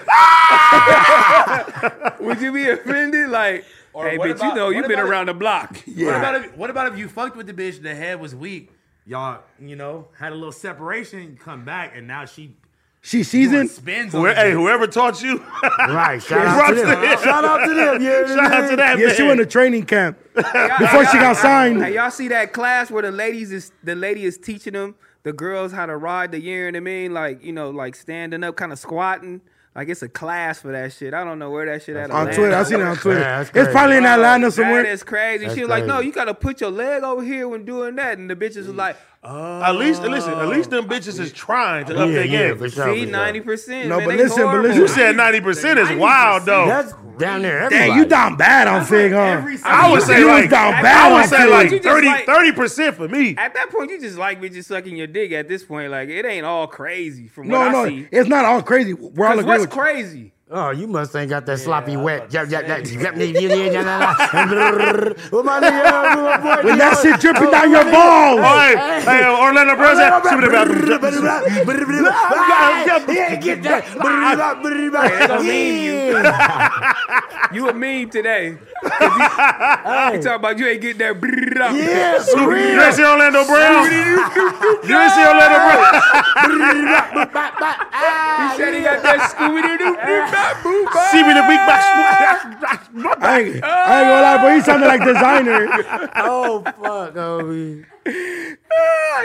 Would you be offended? Like, hey, what bitch, you about- know what you've been about- around the block. What about if what about if you fucked with the bitch, the head was weak, y'all, you know, had a little separation, come back, and now she She doing seasoned. spins on Where, the hey, bitch. whoever taught you, *laughs* Right, shout out props to to them. them. Shout out to them. Yeah, Shout out to that Yeah, she man. went to training camp Y'all- before she y'all- got signed. Hey, y'all see that class where the ladies is the lady is teaching them the girls how to ride the year and I mean, like you know, like standing up, kind of squatting. Like it's a class for that shit. I don't know where that shit at. On Atlanta. Twitter, I seen it on Twitter. Yeah, that's it's crazy. probably in Atlanta That somewhere. is crazy. That's she was like, no, crazy. Mm. you gotta put your leg over here when doing that, and the bitches was like, at least listen. At least them bitches is trying to up Yeah, their yeah, game. for sure. see, for ninety sure. percent. No, man, but they listen, but horrible." You listen. said ninety percent is wild though. That's down there. Everybody. Dang, you down bad on Fig, Every huh? single I would say You was like down I bad would on say Fig. like You just 30 like- 30 percent for me. At that point, you just like bitches sucking your dick. At this point, like it ain't all crazy from what No, I no, see. it's not all crazy. We're all 'Cause agree what's with you. crazy? Oh, you must ain't got that sloppy wet. Yep, yep, yep, yep, yep, yep, yep, yep, *laughs* yep. What about the, uh, boy? When that shit dripping down your balls. Hey, hey, Orlando Brown said, "Something about them." Yeah, get that. You a meme today? 'Cause You, you talking about you ain't getting that. brrrr out. Yeah, for You real. ain't see Orlando Brown. You ain't see Orlando Brown. He said he got that Scooby Doo Doo *laughs* Doo Doo See me the week back. I ain't, I ain't gonna lie, boy. He sounded like designer. Oh, fuck, Obi. I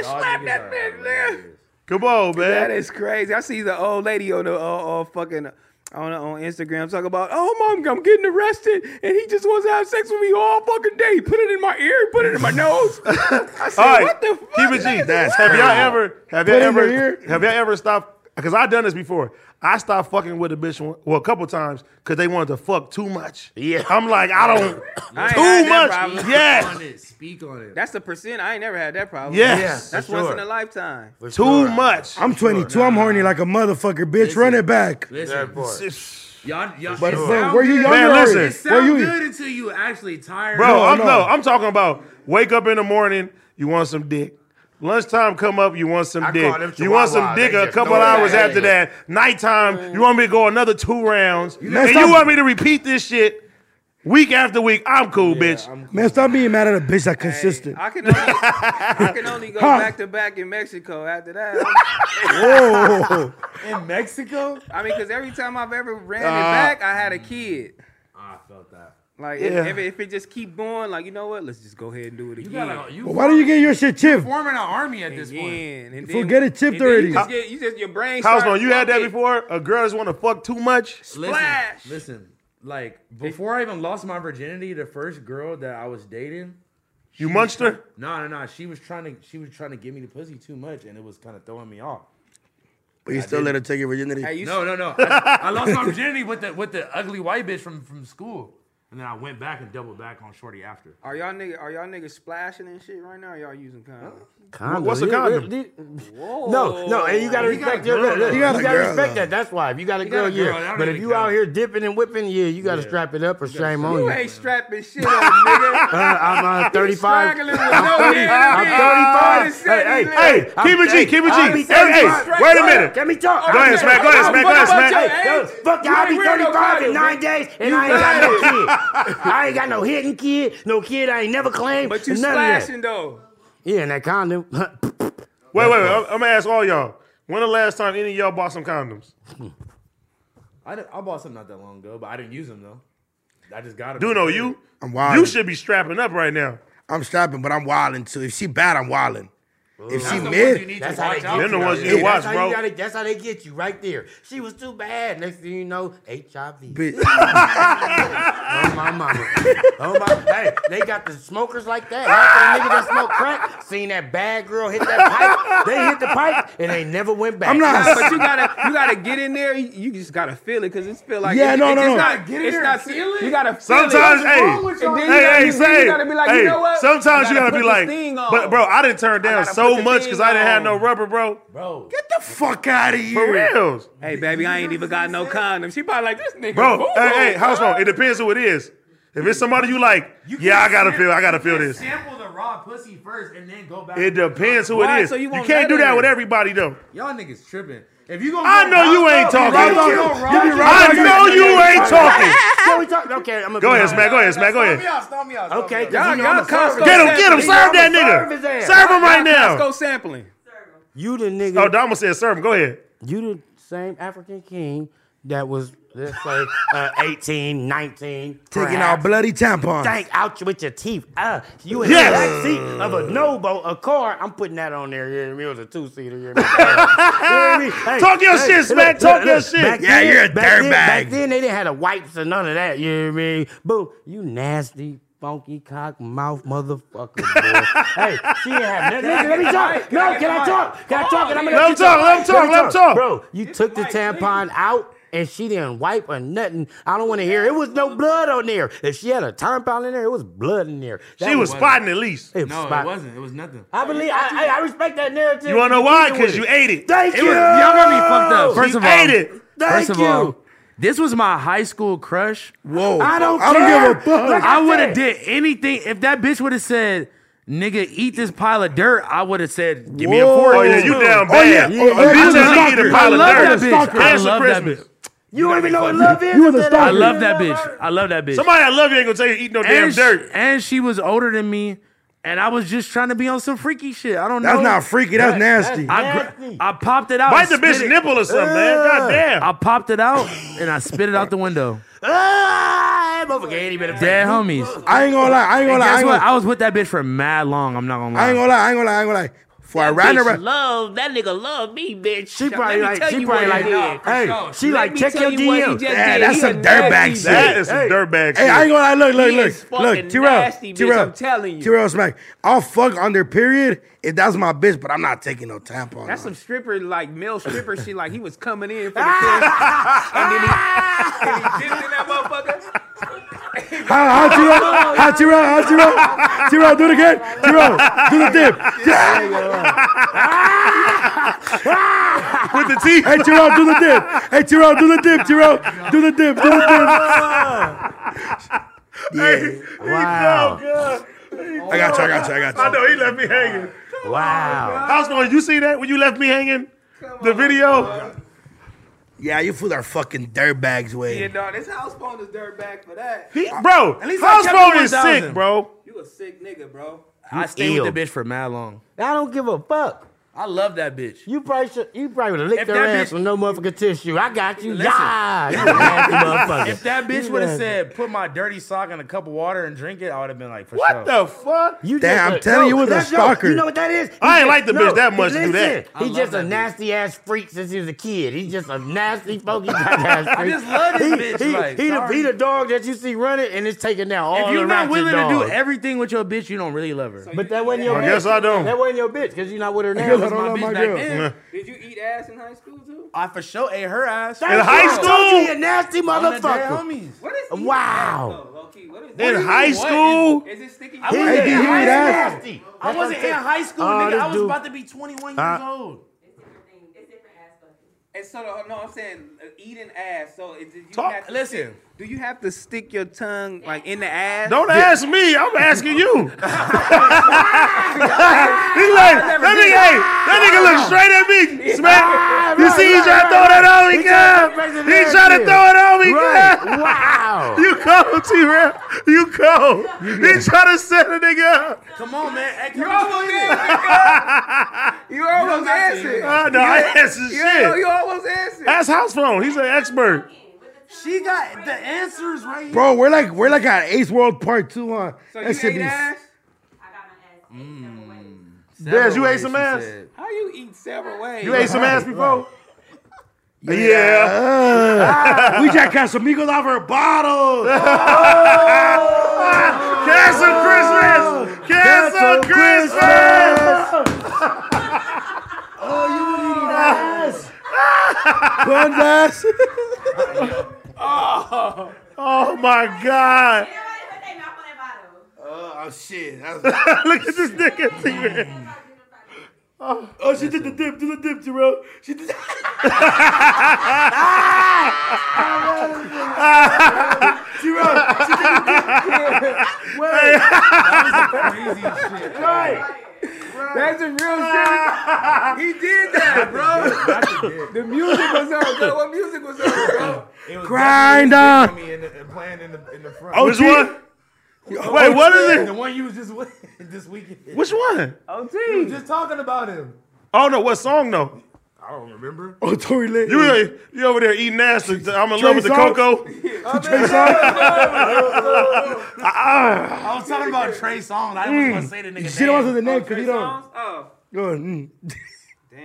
slapped Ah, that bitch, man. Come on, That man. is crazy. I see the old lady on the uh, uh, fucking on on Instagram talk about, oh mom, I'm getting arrested, and he just wants to have sex with me all fucking day. Put it in my ear, put it in my nose. I said, All right, what the fuck? keep it G. Niggas Have is y'all wild. ever? Have y'all Put it in ever? your ear. Have y'all ever stopped? Because I've done this before. I stopped fucking with a bitch one, well a couple times because they wanted to fuck too much. Yeah. I'm like, I don't I ain't had too that much. problem. Yes, on it, speak on it. That's the percent. I ain't never had that problem. yes, That's for once sure. in a lifetime. For too sure. much. I'm 22. I'm horny like a motherfucker, bitch. Run it back. That Listen, part. y'all, y'all, But it but sound were you good. younger? Man, or- listen. It Were sound you? good until you actually tired. Bro, I'm no. no. I'm talking about wake up in the morning, you want some dick. Lunchtime come up, you want some I call them dick. You want some chihuahuas. dick They a just couple know hours that. Mm. after that. Nighttime, you want me to go another two rounds. Man, and stop- you want me to repeat this shit week after week. I'm cool, bitch. Man, stop being mad at a bitch that consistent. I can only, I can only go Huh. back to back in Mexico after that. Whoa. in Mexico. I mean, because every time I've ever ran it back, I had a kid. I felt that. Like Yeah. if, if, it, if it just keep going, like you know what? Let's just go ahead and do it You again. gotta you Why do you get your shit chipped? forming an army at this point. Again, and Forget it tipped and then already. You just, get, you just your brain. House starts on, you had that fucking- before? A girl just want to fuck too much? Splash. Listen, listen, like before I even lost my virginity, the first girl that I was dating, You munched her? no, no, no, she was trying to she was trying to give me the pussy too much, and it was kind of throwing me off. But you still let her take your virginity. Hey, you No, no, no. I, I lost my virginity with the with the ugly white bitch from from school, and then I went back and doubled back on shorty after. Are y'all nigga? Are y'all niggas splashing and shit right now? or y'all using condom? Condom. What's a You- condom? you- No, no, and you gotta You got respect a your look, girl, look, though. you You got gotta, a girl, respect though. that. That's why. If you got a got girl, a girl, that yeah. don't But if even you count. out here dipping and whipping, yeah, you gotta strap it up or shame on You you. ain't strapping shit up, nigga. *laughs* Uh, I'm uh, 35. Straggling with no hand. I'm 35. Hey, hey, Hey, keep it G, keep it I'll G. be Hey, hey, 35. wait a minute. Let me talk. Go ahead, Smack, go ahead, Smack, go ahead, Smack. Hey, yo, fuck y'all, I'll be You ain't weirdo, 35 in bro. nine days, and I ain't got no kid. I ain't got no hidden kid, no kid I ain't never claimed. But you none of that. splashing though. Yeah, and that condom. Wait, wait, wait. I'm, I'm going to ask all y'all. When the last time any of y'all bought some condoms? I, did, I bought some not that long ago, but I didn't use them though. I just got them. Do know you? I'm wild. You should be strapping up right now. I'm strapping, but I'm wilding too. If she bad, I'm wilding. If she That's the ones you mid, need That's to how they get watch you. out Them the for. ones Yeah, you watch, that's how bro. You gotta, that's how they get you right there. She was too bad. Next thing you know, HIV. bitch, Oh my mama. Oh my. Hey, they got the smokers like that. After the nigga that smoke crack, seen that bad girl hit that pipe. They hit the pipe and they never went back. I'm not- Nah, but you gotta you gotta get in there. You, you just gotta feel it because it feel like Yeah, it- no, it no, just no. Not, Get in it's there not and feel it? You gotta feel Sometimes, it. hey, y'all? hey, And then you gotta- hey, you say, gotta be like, you hey, know what? sometimes you I gotta gotta be put like, this thing on. but bro, I didn't turn down gotta put so the much thing because I didn't have no on. rubber, bro. bro. get the fuck out of For here. reals, Hey, baby, I ain't even got no condom. She probably like this nigga. bro. boo-boo, Hey, hey, bro. house phone. It depends who it is. If it's somebody you like, yeah, I can't gotta sam- feel, I gotta you feel can't this. Sample the raw pussy first and then go back. It depends who Why? it is. So you you won't can't let do that her. with everybody though. Y'all niggas tripping. If you gonna, I go know you rock ain't up, talking. rock You be- up, you rock be I up. know you ain't talking. Can we talk? Okay, I'm Go gonna be ahead, honest. Smack. Go ahead, Smack. Go Stop me ahead. out, stop me out. Okay, stop 'cause me out. Y'all- you know y'all I'm a Costco service- Get him, get him, sampling. serve that Serve nigga. his ass. Serve him right now. Costco sampling. You the nigga. Oh, Dama said serve him. Go ahead. you the same African king that was let's say uh, 18, 19, Taking out perhaps. bloody tampons. Dang, out you with your teeth. Uh, you in Yes. the back seat of a Novo, a car. I'm putting that on there. Yeah, it was a two seater. You hear me? *laughs* You hear me? Hey, Talk your shit, Smack. Talk your shit. Back Yeah, then- you're a back then- dirtbag. Back then, they didn't have the wipes or none of that. You hear me? Boom. You nasty. Funky cock mouth motherfucker. *laughs* boy. hey, she didn't have nothing. Nigga, Let me talk. No, can I talk? Can I talk? And I'm gonna Let him you talk, let him talk, me let him talk. Bro, you took the tampon out and she didn't wipe or nothing. I don't want to hear. It was no blood on there. If she had a tampon in there, it was blood in there. That She was spotting at least. it was No, spot- it wasn't. It was nothing. I believe I, I, I respect that narrative. You wanna know why? Because you ate it. Thank It you. was- Y'all got me fucked up. You First of all, ate it. Thank first of you. all, this was my high school crush. Whoa. I don't. I don't care. give a fuck. Like I would have said, did anything if that bitch would have said, "Nigga, eat this pile of dirt." I would have said, "Give me a fork." Oh yeah, you down Oh, yeah. bad. Yeah, A yeah, you bitch was a that eat a stalker. pile I love of that dirt. bitch. I Cancel love that Christmas. bitch. You don't even know what love is. You was a until that- I stalker. love that bitch. I love that bitch. Somebody I love you ain't gonna tell you to eat no damn and, she, dirt. and she was older than me, and I was just trying to be on some freaky shit. I don't That's know. not freaky. That's nasty. I, gr- nasty. I popped it out. Bite the and spit bitch it. nipple or something, man. God damn. I popped it out and I spit it out the window. Ah, motherfucker, ain't even a- Dead homies. I ain't gonna lie. I ain't gonna And lie. I guess ain't what? I gonna- was with that bitch for mad long. I'm not gonna lie. I ain't gonna lie. I ain't gonna lie. I ain't gonna lie. Before I ran Bitch around. love that nigga love me, bitch. She probably Let me like. tell She you what probably he like. did. Hey, she Let like. me Check tell your you what he DM. just Yeah, did. that's He some a dirtbag nasty shit. That is some Hey. dirtbag Hey, I ain't shit. gonna lie. Look, look, He look, is look, fucking look. Terrell, nasty, bitch, Terrell, I'm telling you. Terrell Smack. I'll fuck on their period if that's my bitch, but I'm not taking no tampon. That's some on. stripper, like male stripper shit. Like he was coming in for the kiss, and then he, and he dipped in that motherfucker. How, how Terrell? How Terrell? How Terrell? Terrell, do it again. Terrell, do the dip. With the teeth. *laughs* Hey Terrell, do the dip. Hey Terrell, do the dip. Terrell, do the dip. Do the Wow. dip. I got you. I got you. I got you. I know he left me hanging. Wow. House phone, you see that when you left me hanging? The video? Yeah, you fools are fucking dirtbags, Yeah, way. dog. This house phone is dirtbag for that. He, bro, least I house kept phone it is 1000. sick, bro. You a sick nigga, bro. I stayed Ew. with the bitch for mad long. I don't give a fuck. I love that bitch. You probably should. You probably would have licked If their that ass bitch- with no motherfucking tissue. I got you. Listen. Yeah, you nasty motherfucker. *laughs* If that bitch You would have nasty. said, "Put my dirty sock in a cup of water and drink it," I would have been like, "For sure." What the fuck? you Damn, just I'm telling you, it was a that's- yo, stalker. You know what that is? I ain't He just- like the bitch that much to do that. listen, He's just a nasty ass freak since he was a kid. He's just a nasty, funky ass freak. just love this bitch, He, like, he, the, sorry. he the dog that you see running and it's taking down all If the you're not ratchet willing to dogs. do everything with your bitch, you don't really love her. But that wasn't your I bitch. guess I don't. That wasn't your bitch because you're not with her I now. don't That's my love bitch my back girl. then. Did you eat ass in high school too? I for sure ate her ass. Thank high you. I told school? you, you a nasty motherfucker. homies. What is eating Wow. ass, though, low-key? What is In what is- high what school? Is it sticky? I wasn't Hey, in did you high eat ass? school. I wasn't in high school, Oh, nigga. this I was dude- about to be 21 years Uh, old. It's different thing. It's different ass buckets. And so uh, no, I'm saying uh, eating ass. So is it, you Talk- have to listen. stick- do you have to stick your tongue like in the ass? Don't ask me. I'm asking you. *laughs* He's like, that nigga, hey, that nigga looked straight at me. Smack. You right, see, he right, trying to right, throw that on me, He tried to flex God. his He ass trying to here. throw it on me, Right. God. Wow. *laughs* You cold, T-Rail. You cold. He trying to set a nigga up. Come on, man. Hey, come You on. almost answered. You almost not saying answered. Oh, no, I answer You, know, shit. you almost answered. Ask House Phone. He's an expert. What She got the answers right here. Bro, we're like we're like on Ace World Part Two, huh? So you ate ass? I got my ass ate several Mm. ways. Dez, you ate some ass? How you eat several ways? You ate some ass before? Yeah. we just got some Migos off her bottle. Oh. Cancel Christmas! Cancel Christmas! Buns ass. Oh my God. *laughs* Everybody put their mouth on that bottle. Oh shit! That's Look at this nigga. T, man. Oh, she did the dip, did the dip, Jerome. She did. Jerome, she did the dip. Wait, Crazy shit. right. That's some real Ah. shit. he did that, bro. the music was on, bro. What music was on, bro? It was Grind definitely me in the, playing in the in the front. Which one? Oh, Wait, what is the it? one you was just with this weekend. Which one? We were OT. just talking about him. Oh no, what song though? I don't remember. Oh, Tory Lane. You really- you over there eating ass? and I'm in love with the Songz? cocoa. I was talking about Trey Songz. I was gonna say the nigga. Shit on to the name because Trey you Songz? don't. Oh, Go on, mm. damn.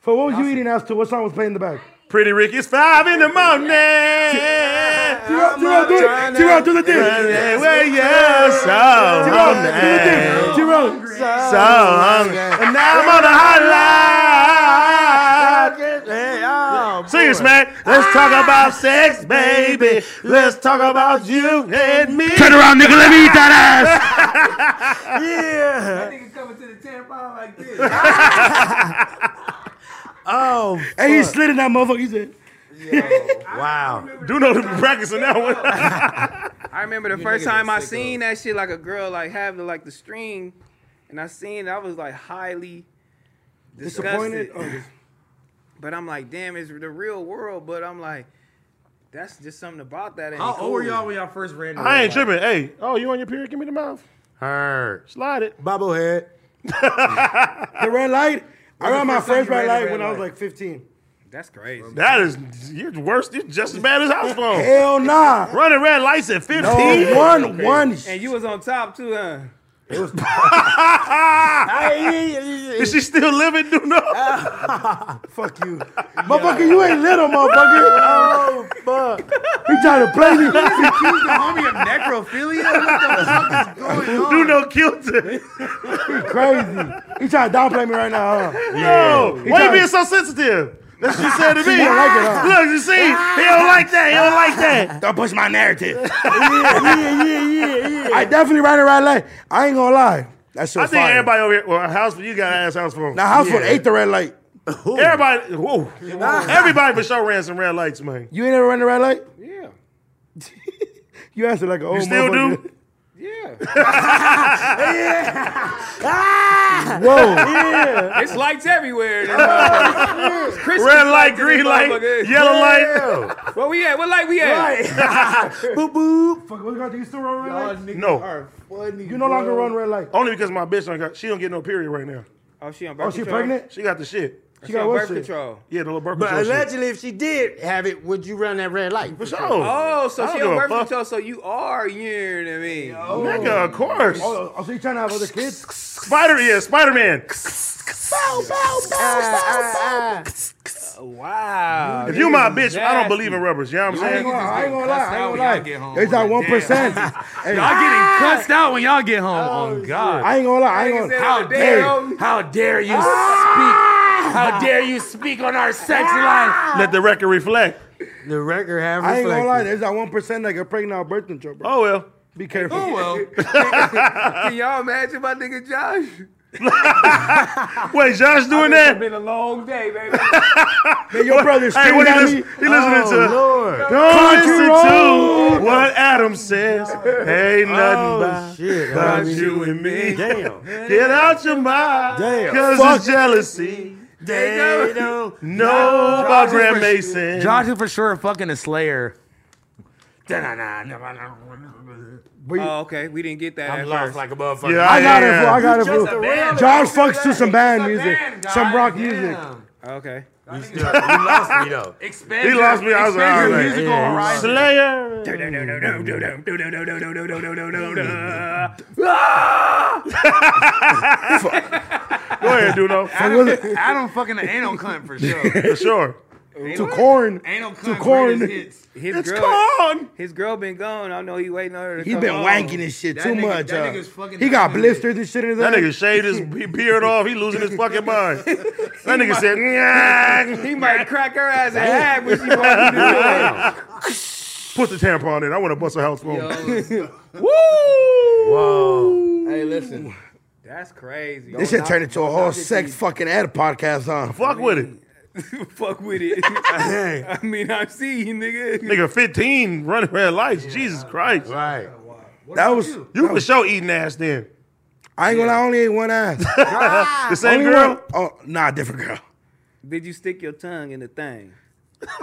For what was you eating ass to? What song was playing in the back? Pretty Rick, it's five in the morning. Well, Tiro, Tiro, do it. Tiro, do the dip. yeah, so Tiro, hungry, do the dip. Tiro. so hungry, and now I'm on the hotline. Sing it, smack. Let's talk about sex, baby. Let's talk about you and me. Turn around, nigga. Let me eat that ass. yeah. That nigga coming to the tampon like this. Oh, And he slid in that motherfucker. He said, wow. Do know the practice on that one. *laughs* I remember the first time I seen that shit, like a girl like having like the string, and I seen it, I was like highly disappointed. disappointed. Oh, this- But I'm like, damn, it's the real world. But I'm like, that's just something about that. ain't How cool. old were y'all when y'all first ran? I ain't tripping. Hey, oh, you on your period? Give me the mouth. Her. Slide it. Bobblehead. *laughs* The red light. I ran my first time first you ran red the light red when I was light? like 15. That's crazy. That is you're worse. You're just as bad as *laughs* house phone. Hell nah. Running red lights at 15. *laughs* Oh, one, one. And you was on top too, huh? *laughs* Is she still living? Do no. Fuck you. Motherfucker, you ain't little, motherfucker. *laughs* oh, fuck. He trying to play me. the homie of necrophilia. What the fuck is going on? Do no killed her. Crazy. He trying to downplay me right now, huh? No. Why you tried- being so sensitive? That's what you *laughs* said to me. don't like it, huh? Look, you see, he don't like that. He don't like *laughs* that. Don't push my narrative. *laughs* yeah, yeah, yeah, yeah, yeah. I definitely ran the right light. I ain't gonna lie. That shit I was think fire. everybody over here. Well, house you got ass house phone. Now, house phone ate the red light. Everybody, whoa. Everybody for sure ran some red lights, man. You ain't ever run the red light? Yeah, You answer like an old You still motherfucker. do? yeah. *laughs* Whoa. it's lights *laughs* everywhere. in this motherfucker. It's Christmas Red light, lights in this green light, motherfucker. yellow *laughs* light. What we at? What light we at? boop boop. Fuck, what do you still run red Oh, *laughs* light? No, You no longer run red light. only because my bitch don't got. She don't get no period right now. Oh, she on birth Oh, she control. pregnant? She got the shit. She She got on what birth shit? control. Yeah, the little birth But control shit. allegedly, if she did have it, would you run that red light? For sure. Oh, so I she don't on give a birth fuck. control. So you are, you know what I mean? Nigga, of course. Oh, oh, so you trying to have other kids? Spider, yeah, Spider Man. Wow. If you my bitch, I don't believe in rubbers. You know what I'm I saying? ain't gonna, I ain't gonna lie. That's I how ain't we gonna lie. all get home. It's like one percent. Y'all Ah. getting cussed out when y'all get home. Oh, God. I ain't gonna lie. I ain't Nigga gonna. said How on the day dare, of- how dare Ah. you speak? How dare you speak on our sex Ah. life? Let the record reflect. The record have I ain't gonna lie. reflected. There's that one percent that get pregnant on birth control, bro. Oh well. Be careful. well. *laughs* Can y'all imagine my nigga Josh? Wait, Josh doing It's that? been a long day, *laughs* baby. *laughs* Man, your brother Hey, screaming what he at listen? me. Oh, He listening to? Lord. Don't listen Road. to what Adam says. Ain't nothing Oh, about shit. about homie. you and me. Damn. Get out your mind, Damn. cause it's jealousy. They don't. No, about Graham is- Mason. Josh is for sure fucking a slayer. oh, okay. We didn't get that. I'm at lost first. like a motherfucker. Yeah, I got it, am. fool. I got it, just a fool. man. Josh fucks to some band It's a music, band, some guys. rock Damn. music. *laughs* okay. I You, think still, you lost me *laughs* though. Expand. He your- lost me. I was like, expand all your right. musical yeah, you Slayer. horizon. Go ahead, Duno. Adam, *laughs* Adam fucking the anal cunt for sure. For sure. To corn. Anal cunt corn. greatest hits. His It's girl, corn. his girl been gone. I know he waiting on her. To He come been home. wanking his shit That too nigga- much. that uh, niggas fucking he got hungry. blisters and shit in his That eye. nigga shaved his he beard off. He losing his fucking mind. That nigga said, "Nyah." He might crack her ass in half when she *laughs* walking through the put the tampon in. I want to bust a house phone. *laughs* door. Woo! Whoa. Hey, listen. That's crazy. Oh, This shit turned into a whole sex fucking ad podcast, huh? Fuck with it. Fuck with *laughs* it. *laughs* I mean, I see you, nigga. Nigga, 15 running red lights. Jesus Christ. Right. That was. You for sure eating ass then. I ain't gonna. lie, I only ate one ass. The same Ah. Only girl? one- Oh, nah, different girl. Did you stick your tongue in the thing?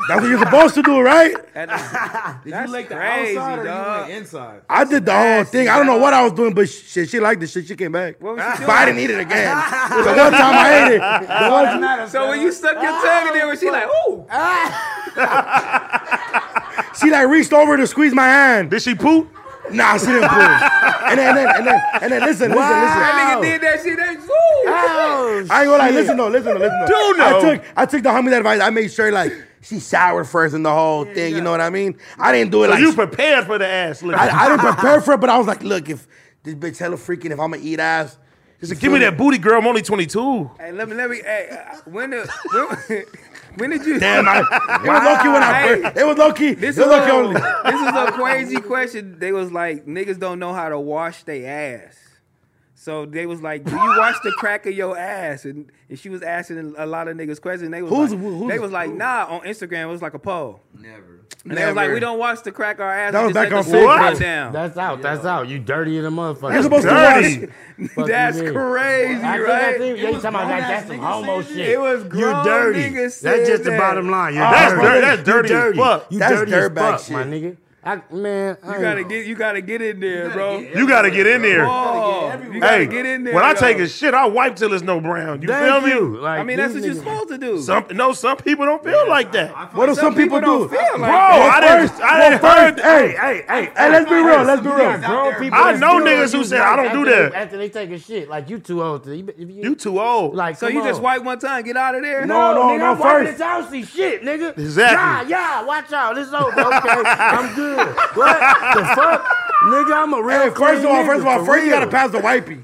That's what you're supposed to do, right? That- *laughs* That's, Did you like the crazy, outside or you dog. went inside? I did the whole thing. I don't know what I was doing, but shit, she liked this shit. She came back. What was she But I doing? didn't eat it again. the one time I ate it. The one time, So when you stuck your tongue in there, was she like, "Ooh"? she like reached over to squeeze my hand. Did she poop? Nah, she didn't pull. And then, and then, and then, and then listen, listen, That listen. nigga did that shit. That ooh. I ain't gonna lie, listen though, listen though, listen though. Do know. I took I took the homie's advice. I made sure like she showered first and the whole thing. You know what I mean? I didn't do it So like Oh, you prepared for the ass licking. I, I didn't prepare for it, but I was like, look, if this bitch hella freaking, if I'ma eat ass, Just give me that booty, girl. I'm only 22. Hey, let me, let me. Hey, uh, when the when, *laughs* when did you? *laughs* Damn, I, it was low key when I Hey. first. It was low key. This it is, was low *laughs* key only. a, *laughs* this is a crazy question. They was like, niggas don't know how to wash their ass. So they was like, do you wash the crack of your ass? And, and she was asking a lot of niggas questions. They was Who's- like, who's- they was like, nah, on Instagram, it was like a poll. Never. And they was like, Never. we don't wash the crack of our ass. That we was just let back the on food Facebook. go down. That's out. That's out. You dirty in the motherfucker. You're supposed to Dirty. wash. Fuck *laughs* you That's mean. crazy, I think, I right? think, yeah, you talking about like that's some homo shit. It was grown you dirty. niggas said that's just the that. bottom line. You're That's Oh, dirty. dirty- that's You dirty as fuck. You That's dirty as dirtbag fuck, my shit. nigga. I, man, I You ain't- gotta get, you gotta get in there, bro. You got to get in there. Oh, you gotta hey, get in there. when I take though. a shit, I wipe till it's no brown. You Thank feel me? you. Like, I mean, that's these what you're niggas- supposed to do. Some no, some people don't feel like that. What do some people do? don't feel Bro, like Oh, I didn't. first- I didn't well, heard. first- hey, Hey, Hey, hey, Hey, let's be real. Let's be You real. got grown people I that know still niggas who use said, that I don't do after they- that. after they take a shit. Like you too old to. You, if you, you too old. Like So come you just on. wipe one time, get out of there. No, no, nigga, no, I'm wiping first. this housey shit, nigga. Exactly. Yeah, yeah, watch out. This over. Okay, I'm good. What the fuck? Nigga, I'm a real Hey, first of all, clean first of all, nigga, first you for gotta real. pass the wipey.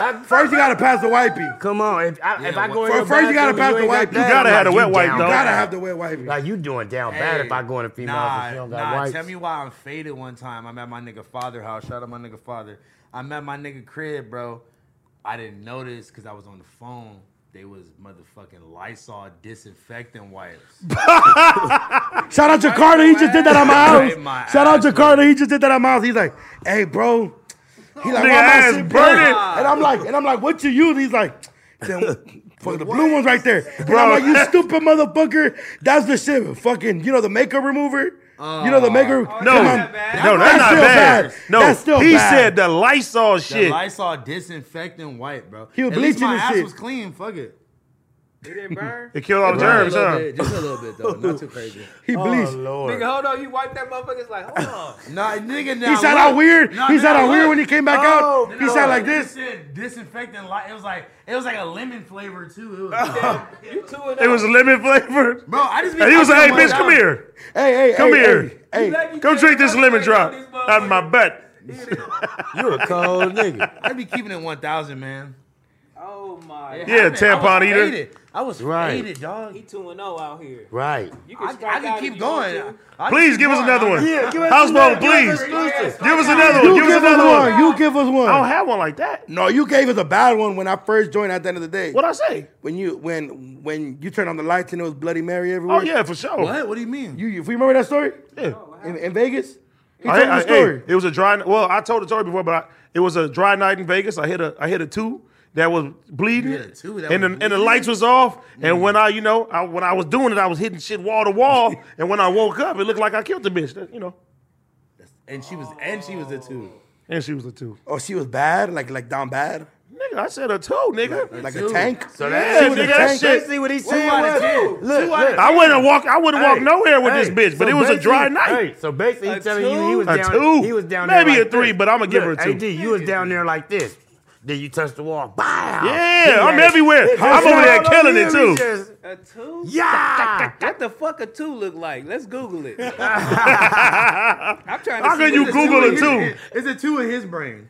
I- First you gotta pass the wipey. Come on, if I, if I go in First- your first you gotta bathroom, pass the ain't got wipe. You that, gotta I'm have like, the you wet wipe, down though. bad. Gotta have the wet wipey. Like you doing down bad if I go in a female Nah, if you don't got nah. wipes. Tell me why I'm faded one time. I'm at my nigga father house. Shout out my nigga father. I'm at my nigga crib, bro. I didn't notice because I was on the phone. They was motherfucking Lysol disinfectant wipes. *laughs* Shout out Jakarta, he just did that at Wipe my my house. Shout out ass, Jakarta, he just did that at my house. He's like, hey, bro. He like, why Nigga, my ass burning. shit burning? And I'm like, and I'm like, what you use? He's like, "Them- fuck the blue ones right there. Bro, I'm Bro. like, you stupid motherfucker. That's the shit. Fucking, you know the makeup remover. You know the makeup. oh, No, Come no, on. that's, bad. not That's still bad. bad. No, That's still he bad. said the Lysol The shit. Lysol disinfectant wipe, bro. He was At least bleaching my the ass shit. was clean. Fuck it. It didn't burn. *laughs* It killed all the Just a germs, little huh? bit, just a little bit though, not too crazy. *laughs* Oh, He Oh, bleached. Nigga, hold on. You wipe that motherfucker. It's like, hold *laughs* on. Nah, nigga. Now He sounded look. out weird. Nah, he then sounded I out weird look. when he came back Oh, out. Then He I sounded like looked. It this. said Disinfectant. Li- it was like it was like a lemon flavor too. It was- You two and It was lemon flavored. bro, I just. Be And he was I like, hey, be on my bitch, come couch. here. Hey, hey, Come hey, here. Hey, hey. out. Come drink this lemon drop out of my butt. You a cold nigga. I be keeping it one thousand, man. Oh my. Yeah, I was tampon eater. faded. I was Right. faded, dog. He two and zero out here. Right. You I, can I strike out can if keep you want going. to. I can Please keep give us going. another I- one. Yeah, give us Housebone, another- give please. us another- Give us another one. You Give us another one. You give us one. I don't have one like that. No, you gave us a bad one when I first joined. At the end of the day, What I say? when you when when you turned on the lights and it was Bloody Mary everywhere. Oh yeah, for sure. What? What do you mean? You, you if you remember that story Yeah. in, in Vegas, he I- I- told me the Oh, hey, story. it was a dry. Well, I told the story before, but I, it was a dry night in Vegas. I hit a I hit a two that was bleeding, You hit a two that and was the, and the bleeding? Mm. lights was off. And when I, you know, I, when I was doing it, I was hitting shit wall to *laughs* wall. and when I woke up, it looked like I killed the bitch. That- you know, And she was, and she was a two. and she was a two. oh, she was bad, like like down bad. Nigga, nigga. I said a toe, nigga. Like a tank. So Yeah, that's nigga, that shit. basically what he's Two saying. out of was- ten. Look, Two out of look. I wouldn't walk. I wouldn't walk Hey, nowhere with this hey, bitch. But so it was a dry basically- night. hey, so basically, he's A telling you he was A down. two? He was down Maybe there a like three, this. but I'ma give her Look, a two. AD, you was down there like this. Then you touched the wall. Wow. Yeah, I'm everywhere. I'm over there killing it, too. A two? Yeah. What the fuck a two look like? Let's *laughs* Google it. I'm trying to How see can what you the Google two a is. two? It's a two in his brain.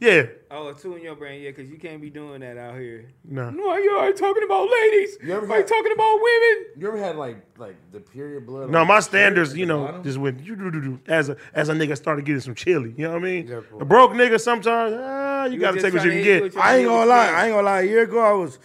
Yeah, Oh, a two in your brain, yeah, because you can't be doing that out here. no. No, you are talking about ladies. You You ever are got- talking about women. You ever had like like the period blood? No, on my your shirt standards, at you the know, bottom? just went you do do do as a as a nigga started getting some chili. You know what I mean? a broke nigga sometimes, ah, you, gotta just take what you can trying to hit get. you with your I ain't gonna heels. lie. I ain't gonna lie. A year ago, I was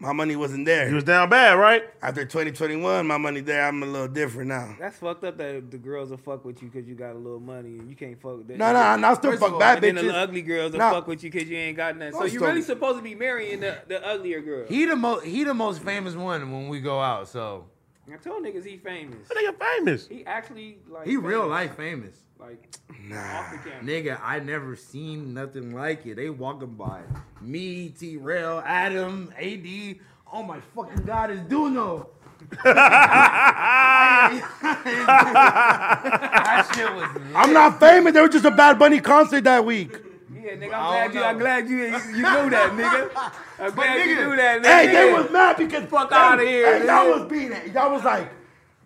my money wasn't you there. was down bad, right? After 2021, my money there. I'm a little different now. That's fucked up that the girls will fuck with you because you got a little money and you can't fuck with that. No, no, and I still First of fuck all, bad And then the bitches. ugly girls will Nah. fuck with you because you ain't got nothing. So Don't you're stop really me. supposed to be marrying the, the uglier girl. He the most he the most famous one when we go out. So I told niggas he famous. That nigga famous. He actually like he real famous, life famous. like off the camera. Nigga, I never seen nothing like it. They walking by me, T. Rail, Adam, AD. Oh my fucking god, it's Duno. that shit was I'm not famous. There was just a Bad Bunny concert that week. Yeah, nigga, I'm I glad don't you. I'm know. glad you. You you knew that, nigga. I'm glad you nigga, knew that. Nigga. Hey, they was mad because Fuck they- outta here, Hey, y'all nigga. was beating it. Y'all was like,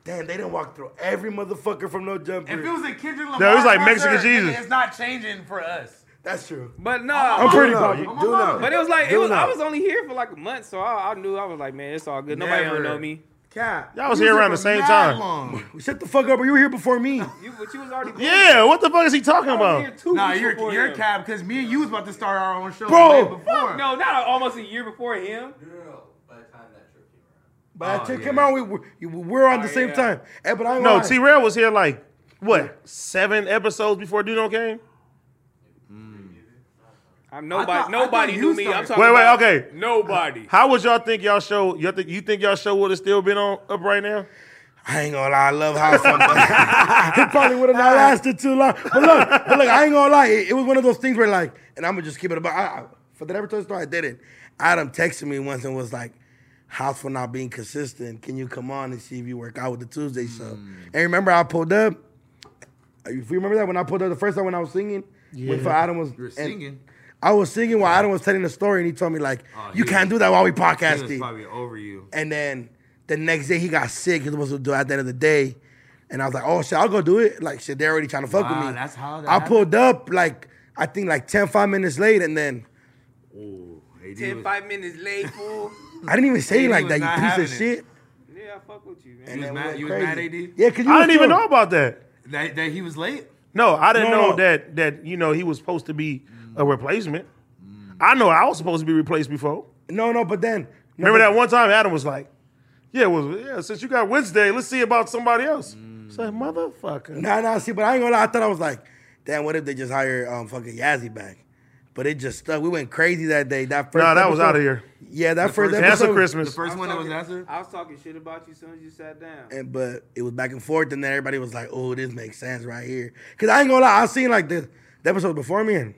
damn, they didn't walk through every motherfucker from no If it jumper. was a Kendrick Lamar, was like concert, Mexican nigga, Jesus. It's not changing for us. That's true. but no, I'm pretty No, proud. you of do not. But it was like it Do was. I not. was only here for like a month, so I, I knew I was like, man, it's all good. Nobody Never. don't know me. Cap. Y'all was you here around there the for same mad time. Long. you. *laughs* Shut the fuck up, or you were here before me. You, but you was already. born. Yeah, what the fuck is he talking I was here about? two Nah, weeks *laughs* you're before you're him. cap because me and you was about to start our own show Bro, way before. No, not almost a year before him. But I Oh, took yeah. him out. We were, we were on the Oh, same yeah. time. Hey, but I ain't No, gonna T lie. Rail was here like what seven episodes before Duno came. I'm nobody. I thought- I thought nobody you knew me. started. I'm talking. Wait, wait, about okay. Nobody. How would y'all think y'all show? Y'all think you think y'all show would have still been on up right now? I ain't gonna lie. I love how *laughs* something. it probably would have *laughs* not lasted too long. But look, but look, I ain't gonna lie. It, it was one of those things where like, and I'm gonna just keep it about. I, I, for the every story, I did it. Adam texted me once and was like, "House for not being consistent. Can you come on and see if you work out with the Tuesday show?" Hmm. And remember, I pulled up. If you remember that when I pulled up the first time when I was singing, when for Adam was You were and- singing. I was singing while Adam was telling the story, and he told me like, Oh, "You he can't do that while we He was podcasting." probably over you. And then the next day he got sick. He was supposed to do it at the end of the day. And I was like, oh shit, I'll go do it. Like shit, they're already trying to fuck Wow, with me. Ah, that's how that I pulled up like I think like 10, 5 minutes late, and then Ooh, AD *laughs* Ten was- five minutes late, fool. I didn't even say He it like was that, not you piece having of it. shit. yeah, I fuck with you, man. You was And we mad- went you was mad, crazy. AD? Yeah, cause you I was didn't even still- know about that. that, that he was late. No, I didn't No, know no. that that you know he was supposed to be a replacement. I know I was supposed to be replaced before. No, no, but then no, Remember but- that one time Adam was like, "Yeah, it was yeah." Since you got Wednesday, let's see about somebody else. It's like motherfucker. Nah, nah, see, but I ain't gonna lie. I thought I was like, damn, what if they just hire um fucking Yazzie back? But it just stuck. We went crazy that day. That first Nah, that was episode- outta here. Yeah, that first, Cancel episode. Christmas. The first I one that was talking- after. I was talking shit about you as soon as you sat down. and but it was back and forth, and then everybody was like, "Oh, this makes sense right here." Cause I ain't gonna lie, I seen like the, the episode before me, and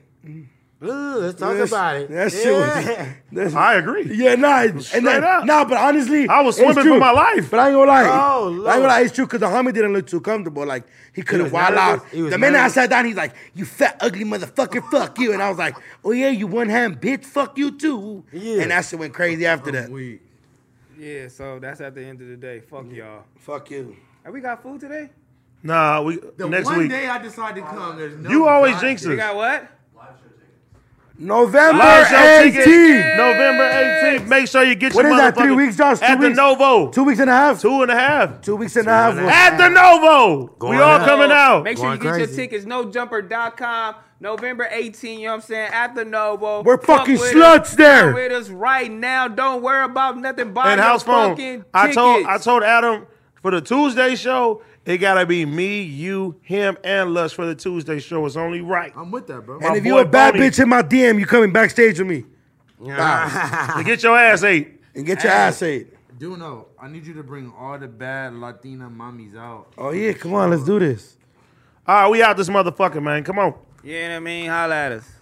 Ooh, let's talk this- about it. That shit yeah. *laughs* was. That's, I agree. yeah, nah, it- Straight and then, up. nah, but honestly, I was it's swimming for true. my life. But I ain't gonna lie, I Oh, ain't Lord. gonna lie, it's true because the homie didn't look too comfortable. Like he couldn't was wild nervous. out. He was The minute I nervous. sat down, he's like, "You fat ugly motherfucker, fuck you," and I was like, "Oh yeah, you one hand bitch, fuck you too." Yeah. And that shit went crazy after that. We Yeah, so that's at the end of the day. Fuck y'all. Fuck you. And we got food today? Nah, we the next one week. day I decided to come. There's no You always God- jinx We us. got what? November Live show tickets, 18th. November 18th. Make sure you get What your is that? motherfucking- Three weeks, Josh? Two at weeks? the Novo. Two weeks and a half. Two and a half. Two weeks and a half. and a At the Novo. we Going all out. coming out. Make sure you Going get your crazy. tickets. Nojumper.com, November 18, you know what I'm saying? At the Novo. We're Fuck fucking with sluts us. there. Fuck with us right now. Don't worry about nothing. Buy and your house phone. fucking I told I tickets. told Adam for the Tuesday show, it gotta be me, you, him, and Lust for the Tuesday show. It's only right. I'm with that, bro. and my if you boy a bad Boney. bitch in my DM, you coming backstage with me To *laughs* get your ass ate. and get your ass ate. Do know. I need you to bring all the bad Latina mommies out. Oh yeah, come on, let's do this. All right, we out this motherfucker, man. Come on. You know what I mean? Holla at us.